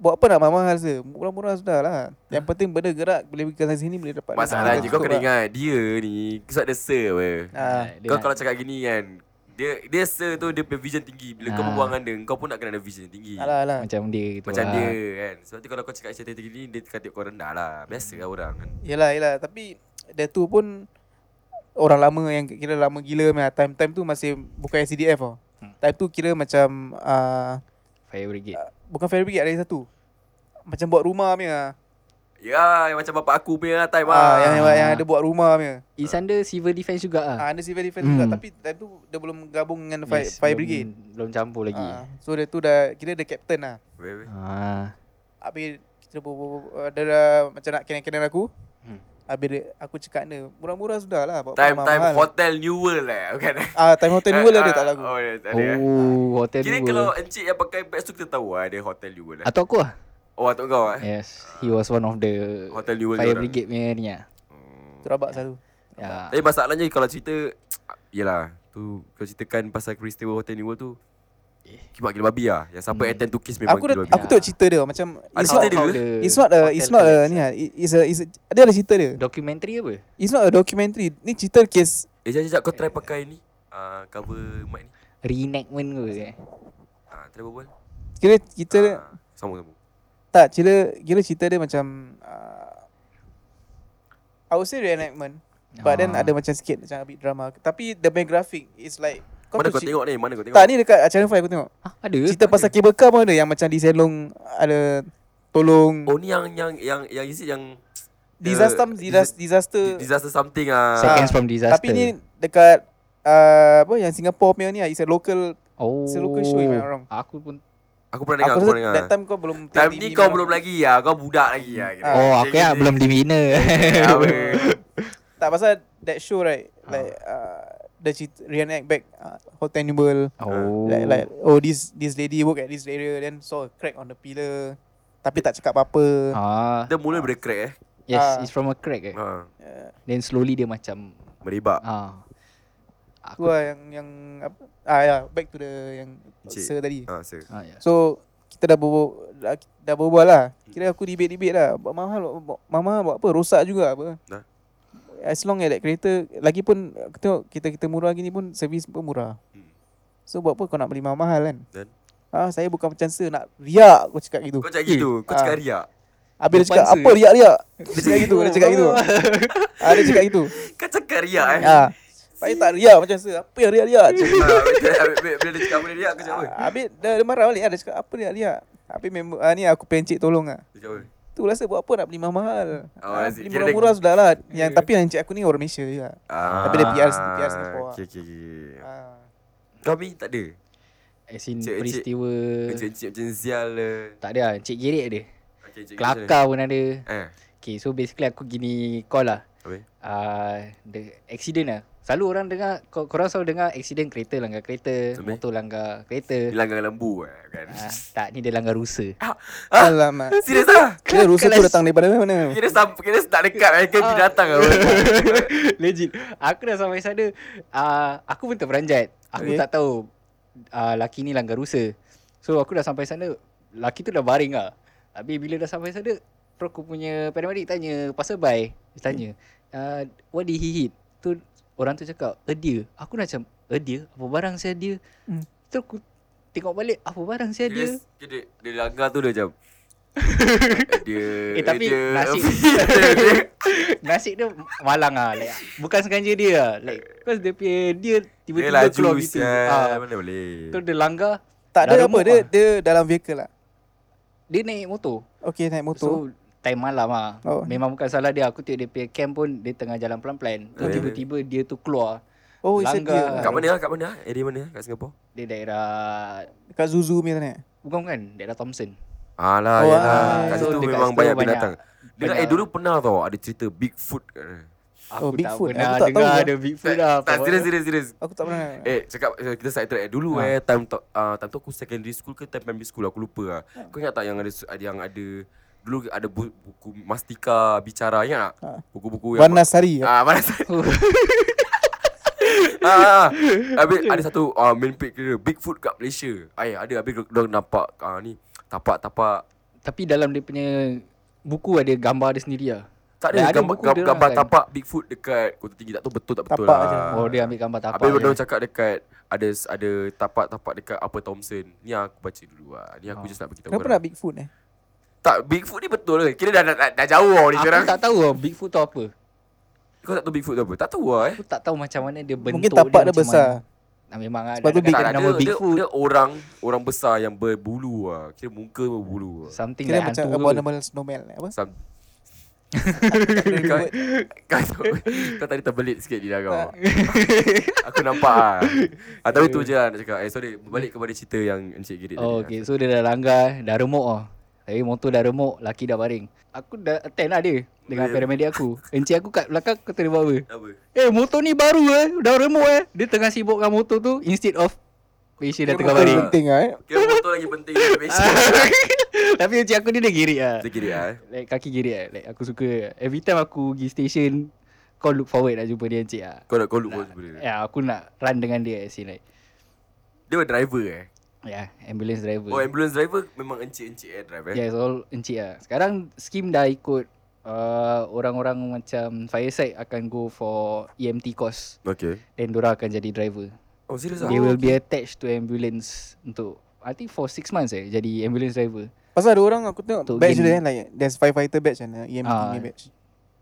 [SPEAKER 3] "Buat apa nak mahal-mahal sir? Murah-murah sudah lah. Yang penting benda gerak, boleh pergi kat sini boleh dapat."
[SPEAKER 2] Ya. Masalah
[SPEAKER 3] Dia
[SPEAKER 2] je kau
[SPEAKER 3] cakap
[SPEAKER 2] kena
[SPEAKER 3] lah.
[SPEAKER 2] ingat Dia ni Sebab dia ser apa
[SPEAKER 3] Ah.
[SPEAKER 4] Dia
[SPEAKER 2] Kau
[SPEAKER 4] nak-
[SPEAKER 2] kalau cakap gini kan Dia dia ser tu Dia punya vision tinggi Bila kau
[SPEAKER 4] Ah.
[SPEAKER 2] berbual dengan dia Kau pun nak kena ada vision yang tinggi
[SPEAKER 3] Alah alah.
[SPEAKER 4] Macam dia gitu
[SPEAKER 2] Macam
[SPEAKER 4] lah.
[SPEAKER 2] dia kan Sebab tu kalau kau cakap cerita gini Dia akan tengok kau rendah lah Biasa lah orang kan
[SPEAKER 3] Yelah yelah Tapi Dia tu pun Orang lama yang kira lama gila punya. Time time tu masih Bukan SCDF tau Time tu kira macam uh,
[SPEAKER 4] ah, Fire Brigade
[SPEAKER 3] Bukan Ferry Brigade ada satu Macam buat rumah punya
[SPEAKER 2] Ya yang macam bapak aku punya lah time
[SPEAKER 3] ah,
[SPEAKER 2] ah.
[SPEAKER 3] yang, yang, yang ada buat rumah punya
[SPEAKER 4] It's under civil defense juga lah
[SPEAKER 3] ah, Ada civil defense
[SPEAKER 4] Hmm.
[SPEAKER 3] juga Tapi time tu Dia belum gabung dengan Fire,
[SPEAKER 4] Yes,
[SPEAKER 3] Fire
[SPEAKER 4] belum-
[SPEAKER 3] Brigade
[SPEAKER 4] Belum campur lagi
[SPEAKER 3] ah, So dia tu dah Kira dia captain lah
[SPEAKER 2] Weh, weh.
[SPEAKER 4] Ah,
[SPEAKER 3] Habis Kita ber, ber, ber, Dia dah Macam nak kenan-kenan aku
[SPEAKER 4] Hmm.
[SPEAKER 3] Habis dia, aku cakap dia Murah-murah sudah lah buat apa
[SPEAKER 2] Time
[SPEAKER 3] mahal-mahal."
[SPEAKER 2] time hotel new world lah Bukan
[SPEAKER 3] ah, Time hotel ni pun ada tak lagu
[SPEAKER 2] Oh, dia tak ada eh.
[SPEAKER 4] Oh Hotel
[SPEAKER 2] Kira
[SPEAKER 4] Kira
[SPEAKER 2] kalau encik yang pakai bag tu Kita tahu lah Dia hotel new world lah
[SPEAKER 4] Atau aku lah
[SPEAKER 2] Oh atuk kau eh
[SPEAKER 4] Yes He was one of the
[SPEAKER 2] Hotel New World
[SPEAKER 4] Fire
[SPEAKER 2] dia orang.
[SPEAKER 4] Brigade punya ni lah
[SPEAKER 3] Terabak satu
[SPEAKER 4] Ya.
[SPEAKER 2] Tapi masalahnya kalau cerita Yelah Tu Kalau ceritakan pasal Chris Stewart Hotel New World tu Kibat gila babi lah Yang siapa
[SPEAKER 4] Eh. Hmm.
[SPEAKER 2] attend to kiss memang
[SPEAKER 3] Aku dah,
[SPEAKER 2] gila babi
[SPEAKER 3] aku tahu cerita dia macam
[SPEAKER 2] ah. Ada
[SPEAKER 3] it's
[SPEAKER 2] cerita
[SPEAKER 3] not
[SPEAKER 2] dia ke?
[SPEAKER 3] it's not a it's not a ni lah. It- It's a it's a, dia ada cerita dia.
[SPEAKER 4] Dokumentari apa?
[SPEAKER 3] It's not a documentary. Ni cerita kes
[SPEAKER 2] Eh jap jap, jap kau try pakai ni uh, Cover mic ni
[SPEAKER 4] Reenactment ke eh?
[SPEAKER 2] uh, Try berbual
[SPEAKER 3] kira kita dia
[SPEAKER 2] Ah, Sama-sama
[SPEAKER 3] tak kira kira cerita dia macam uh, I would say reenactment. But then
[SPEAKER 4] Ah.
[SPEAKER 3] ada macam sikit macam a bit drama. Tapi the main graphic is like
[SPEAKER 2] Mana
[SPEAKER 3] tu
[SPEAKER 2] kau
[SPEAKER 3] ci-
[SPEAKER 2] tengok ni Mana kau tengok
[SPEAKER 3] Tak ni dekat channel 5 aku tengok.
[SPEAKER 4] Ah, ada?
[SPEAKER 3] Cerita pasal cable car pun ada yang macam diselong ada tolong
[SPEAKER 2] Oh ni yang Yang yang yang is it yang the-
[SPEAKER 3] disaster
[SPEAKER 2] dis-
[SPEAKER 3] disaster, disaster
[SPEAKER 2] di- Disaster something ah.
[SPEAKER 3] Sa-
[SPEAKER 4] Seconds from disaster.
[SPEAKER 3] Tapi ni dekat uh, apa yang Singapore punya ni ah, it's a local
[SPEAKER 4] oh.
[SPEAKER 3] it's a local show if I'm not wrong.
[SPEAKER 4] Aku pun
[SPEAKER 2] Aku pernah dengar
[SPEAKER 3] Aku
[SPEAKER 2] Aku
[SPEAKER 3] rasa
[SPEAKER 2] pernah dengar
[SPEAKER 3] that time Ah. kau belum
[SPEAKER 2] ah. Time
[SPEAKER 3] tengok
[SPEAKER 2] ni
[SPEAKER 3] TV
[SPEAKER 2] kau
[SPEAKER 3] memang. (laughs)
[SPEAKER 2] belum lagi lah Kau budak lagi lah kira.
[SPEAKER 4] Oh aku
[SPEAKER 2] Jadi-
[SPEAKER 4] lah belum dibina
[SPEAKER 3] Ah, Tak pasal that show right
[SPEAKER 2] Ah.
[SPEAKER 3] like uh, the cerita reenact back uh, Hotel Nibble
[SPEAKER 4] Oh
[SPEAKER 3] Ah. like, like oh this this lady work at this area then saw a crack on the pillar tapi tak cakap apa-apa.
[SPEAKER 4] Ah,
[SPEAKER 2] Dia mula daripada crack eh
[SPEAKER 4] yes,
[SPEAKER 3] Ah.
[SPEAKER 4] it's from a crack eh.
[SPEAKER 2] ha,
[SPEAKER 3] Uh,
[SPEAKER 4] Then slowly dia macam
[SPEAKER 2] Meribak
[SPEAKER 4] ah.
[SPEAKER 3] tu
[SPEAKER 4] Aku
[SPEAKER 3] lah yang yang apa ah yeah, back to the yang
[SPEAKER 2] Encik.
[SPEAKER 3] sir tadi.
[SPEAKER 2] ha, sir.
[SPEAKER 4] ah, yeah.
[SPEAKER 3] So kita dah berbual dah, dah berbual lah. Kira aku debate-debate lah. Buat mahal buat, mama buat apa rosak juga apa.
[SPEAKER 2] Dah.
[SPEAKER 3] As long as that kereta lagi pun aku tengok kita kita murah gini pun servis pun murah.
[SPEAKER 2] Hmm.
[SPEAKER 3] So buat apa kau nak beli mahal-mahal kan?
[SPEAKER 2] Dan?
[SPEAKER 3] Ah saya bukan macam sir nak riak aku cakap gitu.
[SPEAKER 2] Kau cakap gitu Kau
[SPEAKER 3] Ah.
[SPEAKER 2] cakap riak
[SPEAKER 3] Habis dia
[SPEAKER 4] Depan
[SPEAKER 3] cakap
[SPEAKER 4] sir.
[SPEAKER 3] apa riak-riak? Dia cakap gitu, dia cakap gitu. Ah dia cakap gitu.
[SPEAKER 2] Kau cakap riak eh
[SPEAKER 3] Ah. Saya tak riak macam sir. Apa yang
[SPEAKER 2] (laughs)
[SPEAKER 3] riak-riak? Cakap (laughs)
[SPEAKER 2] Ah, betul. Habis- habis- Bila dia cakap boleh riak Kau cakap apa
[SPEAKER 3] Ah, Habis dia, dia marah balik lah. Dia cakap apa dia dia. Habis member ah, ni aku pencik tolong ah.
[SPEAKER 2] Dia cakap apa
[SPEAKER 3] Tu rasa buat apa nak beli mahal.
[SPEAKER 2] Oh,
[SPEAKER 3] ah,
[SPEAKER 2] asyik. Kira
[SPEAKER 3] beli
[SPEAKER 2] dia-
[SPEAKER 3] murah-murah sudah lah. Yang tapi yang encik aku ni orang Malaysia je lah.
[SPEAKER 2] Ah,
[SPEAKER 3] Tapi dia PR dia PR Singapore lah.
[SPEAKER 2] Okay, okay, okay.
[SPEAKER 3] Ah.
[SPEAKER 2] Kau Mi tak
[SPEAKER 4] Eh.
[SPEAKER 2] ada?
[SPEAKER 4] As
[SPEAKER 2] Encik-
[SPEAKER 4] in
[SPEAKER 2] encik-
[SPEAKER 4] peristiwa
[SPEAKER 2] Encik-encik macam Zial le.
[SPEAKER 4] Tak ada lah Encik Jerit ada
[SPEAKER 2] Okay, encik
[SPEAKER 4] Kelakar pun ada
[SPEAKER 2] macam mana? Eh,
[SPEAKER 4] Okay so basically aku gini call lah
[SPEAKER 2] habis?
[SPEAKER 4] uh, the accident lah Selalu orang dengar kor- Korang selalu dengar accident kereta langgar kereta
[SPEAKER 2] Habis?
[SPEAKER 4] Motor langgar kereta
[SPEAKER 2] Dia langgar lembu eh, kan?
[SPEAKER 4] Ah, Tak ni dia langgar rusa
[SPEAKER 2] Ah.
[SPEAKER 3] Alamak.
[SPEAKER 2] (laughs) Serius lah?
[SPEAKER 3] Kira rusuh tu
[SPEAKER 4] Kelas-
[SPEAKER 3] datang daripada mana?
[SPEAKER 2] Kira sampai, kira tak dekat eh, kan? Kira datang lah.
[SPEAKER 4] Ah. Legit Aku dah sampai sana uh, Aku pun terperanjat Aku
[SPEAKER 3] Okay.
[SPEAKER 4] tak tahu uh, Laki ni langgar rusa So aku dah sampai sana Laki tu dah baring lah Habis bila dah sampai sana Terus aku punya paramedic tanya Passerby Dia tanya uh, What did he hit? Tu orang tu cakap A deer Aku dah macam A deer? Apa barang saya dia?
[SPEAKER 3] Hmm.
[SPEAKER 4] Terus aku tengok balik Apa barang saya (laughs) dia?
[SPEAKER 2] Kira, kira dia, dia langgar tu dia macam.
[SPEAKER 4] (laughs)
[SPEAKER 2] dia,
[SPEAKER 4] Eh, tapi
[SPEAKER 2] dia,
[SPEAKER 4] nasi-
[SPEAKER 2] (laughs) dia- dia-
[SPEAKER 4] Nasib dia malang ah like, Bukan sengaja dia lah Like Cause dia punya Dia
[SPEAKER 2] dia
[SPEAKER 4] tiba-tiba
[SPEAKER 2] laju
[SPEAKER 4] keluar gitu
[SPEAKER 3] kan.
[SPEAKER 2] sial.
[SPEAKER 4] Ah,
[SPEAKER 2] Mana boleh.
[SPEAKER 4] Tu dia langgar
[SPEAKER 3] Tak
[SPEAKER 4] Dah
[SPEAKER 3] ada apa.
[SPEAKER 4] remuk
[SPEAKER 3] Dia
[SPEAKER 4] lah.
[SPEAKER 3] dia dalam vehicle lah.
[SPEAKER 4] Dia naik motor
[SPEAKER 3] Okey naik motor.
[SPEAKER 4] So time malam ah.
[SPEAKER 3] Oh.
[SPEAKER 4] Oh. Memang bukan salah dia Aku tengok dia punya camp pun Dia tengah jalan pelan-pelan
[SPEAKER 2] Eh.
[SPEAKER 4] Terus tiba-tiba dia tu keluar
[SPEAKER 3] oh, it's a
[SPEAKER 4] langgar.
[SPEAKER 3] deer.
[SPEAKER 2] Kat mana lah, kat mana lah? Area mana lah kat Singapore?
[SPEAKER 4] Dia daerah
[SPEAKER 3] Kat Zuzu punya sana.
[SPEAKER 4] Bukan bukan Daerah Thompson
[SPEAKER 2] Alah,
[SPEAKER 3] Oh,
[SPEAKER 2] yalah.
[SPEAKER 3] ah,
[SPEAKER 2] Kat
[SPEAKER 3] so
[SPEAKER 2] situ
[SPEAKER 4] dekat
[SPEAKER 2] memang
[SPEAKER 4] situ
[SPEAKER 2] banyak
[SPEAKER 4] banyak-
[SPEAKER 2] binatang. Dengar, eh
[SPEAKER 4] banyak-
[SPEAKER 2] dulu pernah tau ada cerita Bigfoot kat sana.
[SPEAKER 4] Aku
[SPEAKER 3] Oh, Bigfoot.
[SPEAKER 4] tak
[SPEAKER 3] Aku
[SPEAKER 4] pernah
[SPEAKER 3] tak tahu
[SPEAKER 4] dengar
[SPEAKER 3] lah.
[SPEAKER 4] ada Bigfoot
[SPEAKER 2] Tak,
[SPEAKER 4] lah
[SPEAKER 2] tak,
[SPEAKER 4] Apa-
[SPEAKER 2] serius, serius, serius.
[SPEAKER 3] Aku tak pernah.
[SPEAKER 2] Eh, cakap eh, kita side track eh. dulu
[SPEAKER 4] Ha.
[SPEAKER 2] eh time tu uh, time tu aku secondary school ke time primary school aku lupa lah. Kau ingat tak yang ada su- ada- yang ada dulu ada bu, buku Mastika bicara ingat tak?
[SPEAKER 3] Ha.
[SPEAKER 2] Buku-buku yang
[SPEAKER 3] Warna sari.
[SPEAKER 2] Ah, mana (laughs) ah, ah. Habis ada satu uh, main page kira Bigfoot kat Malaysia. Ay, ada habis dia dia nampak uh, ni tapak-tapak
[SPEAKER 4] Tapi dalam dia punya Buku ada gambar dia sendiri lah
[SPEAKER 2] tak
[SPEAKER 4] Dah
[SPEAKER 2] ada,
[SPEAKER 4] ada
[SPEAKER 2] gambar,
[SPEAKER 4] buku
[SPEAKER 2] gambar,
[SPEAKER 4] dia
[SPEAKER 2] gambar
[SPEAKER 4] orang kan?
[SPEAKER 2] tapak Bigfoot dekat Kota Tinggi tak tahu betul tak betul
[SPEAKER 3] Tapak
[SPEAKER 2] lah.
[SPEAKER 3] je.
[SPEAKER 4] Oh dia ambil gambar tapak ya.
[SPEAKER 2] Habis dia
[SPEAKER 4] je.
[SPEAKER 2] orang cakap dekat ada ada tapak-tapak dekat apa Thompson. Ni yang aku baca dulu lah. Ni aku
[SPEAKER 4] Oh.
[SPEAKER 2] just nak beritahu
[SPEAKER 3] Kenapa nak Bigfoot eh?
[SPEAKER 2] Tak, Bigfoot ni betul ke? Kira dah, dah, dah, dah jauh lah ni sekarang.
[SPEAKER 4] Aku tak tahu lah Bigfoot tu apa
[SPEAKER 2] Kau tak tahu Bigfoot tu apa? Tak tahu lah eh.
[SPEAKER 4] Aku tak tahu macam mana dia bentuk
[SPEAKER 3] Mungkin tapak dia
[SPEAKER 4] macam
[SPEAKER 3] besar.
[SPEAKER 4] mana. Ah, memang ada
[SPEAKER 3] Sebab tu big-
[SPEAKER 2] Tak,
[SPEAKER 4] nama
[SPEAKER 2] dia, dia,
[SPEAKER 4] Bigfoot
[SPEAKER 2] dia, orang orang besar yang berbulu lah. Kira muka berbulu
[SPEAKER 4] (laughs)
[SPEAKER 2] lah.
[SPEAKER 4] Something
[SPEAKER 3] Kira
[SPEAKER 4] like
[SPEAKER 3] macam
[SPEAKER 4] hantu ke.
[SPEAKER 3] abominable snowman eh, apa? (laughs)
[SPEAKER 2] Sam-
[SPEAKER 3] Tak boleh
[SPEAKER 2] kau,
[SPEAKER 3] reword.
[SPEAKER 2] kau, tahu, kau tadi terbelit sikit lidah kau. (laughs) aku nampak lah. Ah, tapi tu je lah nak cakap. Eh, sorry. Balik kepada cerita yang Encik Girit tadi.
[SPEAKER 4] Oh
[SPEAKER 2] lah.
[SPEAKER 4] okay So dia dah langgar Dah remuk lah Tapi motor dah remuk Laki dah baring Aku dah attend lah dia Dengan
[SPEAKER 2] Baik.
[SPEAKER 4] paramedic aku Encik aku kat belakang Kata dia buat apa
[SPEAKER 2] Apa?
[SPEAKER 4] Eh motor ni baru eh Dah remuk eh Dia tengah sibukkan motor tu Instead of Malaysia dah tengah
[SPEAKER 3] Motor
[SPEAKER 4] (laughs) baring
[SPEAKER 3] Penting lah eh.
[SPEAKER 2] Kira motor lagi penting dari Malaysia.
[SPEAKER 4] Ah. Tapi encik aku ni dia girik lah
[SPEAKER 2] Encik Girit lah eh.
[SPEAKER 4] like, Kaki girik lah like, Aku suka Every time aku pergi station Kau look forward nak jumpa dia encik lah
[SPEAKER 2] Kau nak call look pun sebenarnya.
[SPEAKER 4] Ya aku nak run dengan dia as in like
[SPEAKER 2] Dia driver eh.
[SPEAKER 4] Ya, yeah, ambulance driver.
[SPEAKER 2] Oh ambulance driver memang encik-encik eh drive eh.
[SPEAKER 4] Yeah, it's all encik lah. Sekarang skim dah ikut uh, orang-orang macam fireside akan go for EMT course.
[SPEAKER 2] Okay.
[SPEAKER 4] Then dorang akan jadi driver.
[SPEAKER 2] Oh serius ah.
[SPEAKER 4] They will be attached to ambulance untuk I think for 6 months eh jadi ambulance driver.
[SPEAKER 3] Pasal ada orang aku tengok
[SPEAKER 4] Untuk
[SPEAKER 3] batch
[SPEAKER 4] game.
[SPEAKER 3] dia kan like there's firefighter batch and uh, EMT
[SPEAKER 4] Ah.
[SPEAKER 3] punya batch.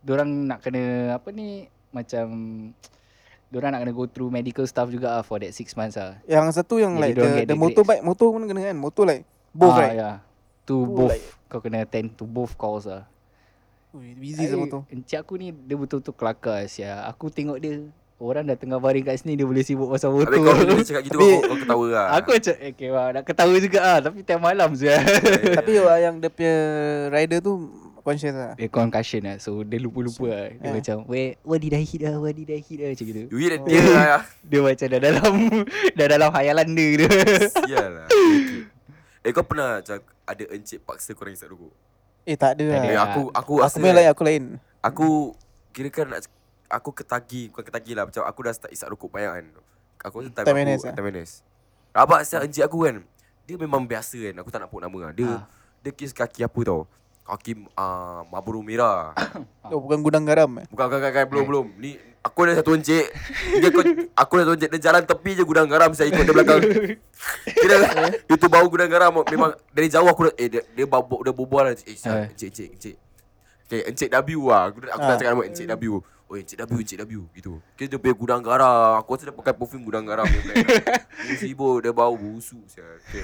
[SPEAKER 4] Dorang nak kena apa ni macam dorang nak kena go through medical stuff juga ah for that 6 months ah.
[SPEAKER 3] Yang satu yang
[SPEAKER 4] Jadi
[SPEAKER 3] like
[SPEAKER 4] diorang
[SPEAKER 3] the,
[SPEAKER 4] get
[SPEAKER 3] the
[SPEAKER 4] the
[SPEAKER 3] motorbike, motor pun kena kan. Motor like both
[SPEAKER 4] Ah,
[SPEAKER 3] right.
[SPEAKER 4] Yeah. To
[SPEAKER 3] Tu
[SPEAKER 4] both.
[SPEAKER 3] like-
[SPEAKER 4] Kau kena attend to both calls ah.
[SPEAKER 3] Ui, busy sama tu.
[SPEAKER 4] Encik aku ni dia betul-betul kelakar sia. Aku tengok dia orang dah tengah baring kat sini dia boleh sibuk pasal motor.
[SPEAKER 2] Habis kau bila cakap gitu
[SPEAKER 3] Tapi-
[SPEAKER 2] kau, kau ketawa lah.
[SPEAKER 4] (laughs) Aku macam eh, okay, wah, nak ketawa juga ah tapi time malam je.
[SPEAKER 2] eh,
[SPEAKER 3] Tapi uh, yang dia punya rider tu conscious lah.
[SPEAKER 4] (laughs) dia concussion lah So dia lupa-lupa lah Dia
[SPEAKER 3] Ah.
[SPEAKER 4] macam Where, What did I hit lah What did I hit lah Macam gitu
[SPEAKER 2] You hit and tear lah.
[SPEAKER 4] Dia macam dah dalam (laughs) Dah dalam hayalan dia,
[SPEAKER 2] (laughs)
[SPEAKER 4] dia.
[SPEAKER 2] Sial lah. Okay. Eh kau pernah macam ada encik paksa korang isap rokok?
[SPEAKER 3] Eh tak ada
[SPEAKER 4] Tak
[SPEAKER 3] lah.
[SPEAKER 2] Eh
[SPEAKER 4] ada. Ya.
[SPEAKER 2] aku aku
[SPEAKER 3] Aku
[SPEAKER 2] rasa
[SPEAKER 3] punya lain, aku lain.
[SPEAKER 2] aku kira kan nak aku ketagi bukan ketagi lah macam aku dah start isap rokok banyak kan. Aku rasa time,
[SPEAKER 3] Time NS
[SPEAKER 2] aku
[SPEAKER 3] lah.
[SPEAKER 2] time NS. Rabak sial encik aku kan. Dia memang biasa kan. Aku tak nak put nama lah. Dia
[SPEAKER 4] Ah.
[SPEAKER 2] dia kis kaki apa tau? Kaki uh, Marlboro merah.
[SPEAKER 4] Ah.
[SPEAKER 3] Oh, bukan gudang garam. eh.
[SPEAKER 2] Bukan, bukan, bukan, bukan. Belum, belum. Ni aku ada satu encik. Dia kau, aku ada satu encik dia jalan tepi je gudang garam saya ikut dia belakang. Kira lah. Itu bau gudang garam memang dari jauh aku dah eh dia dia bau dia berbual lah. Eh,
[SPEAKER 4] Eh.
[SPEAKER 2] sial, encik, encik, encik. Okay, encik W lah. Aku, aku dah
[SPEAKER 3] Ah.
[SPEAKER 2] cakap nama encik W. Oh, encik W, encik W gitu. Kira dia punya gudang garam. Aku rasa dia pakai perfume gudang garam. dia blend. Dia sibuk, dia bau busuk sial. Okay.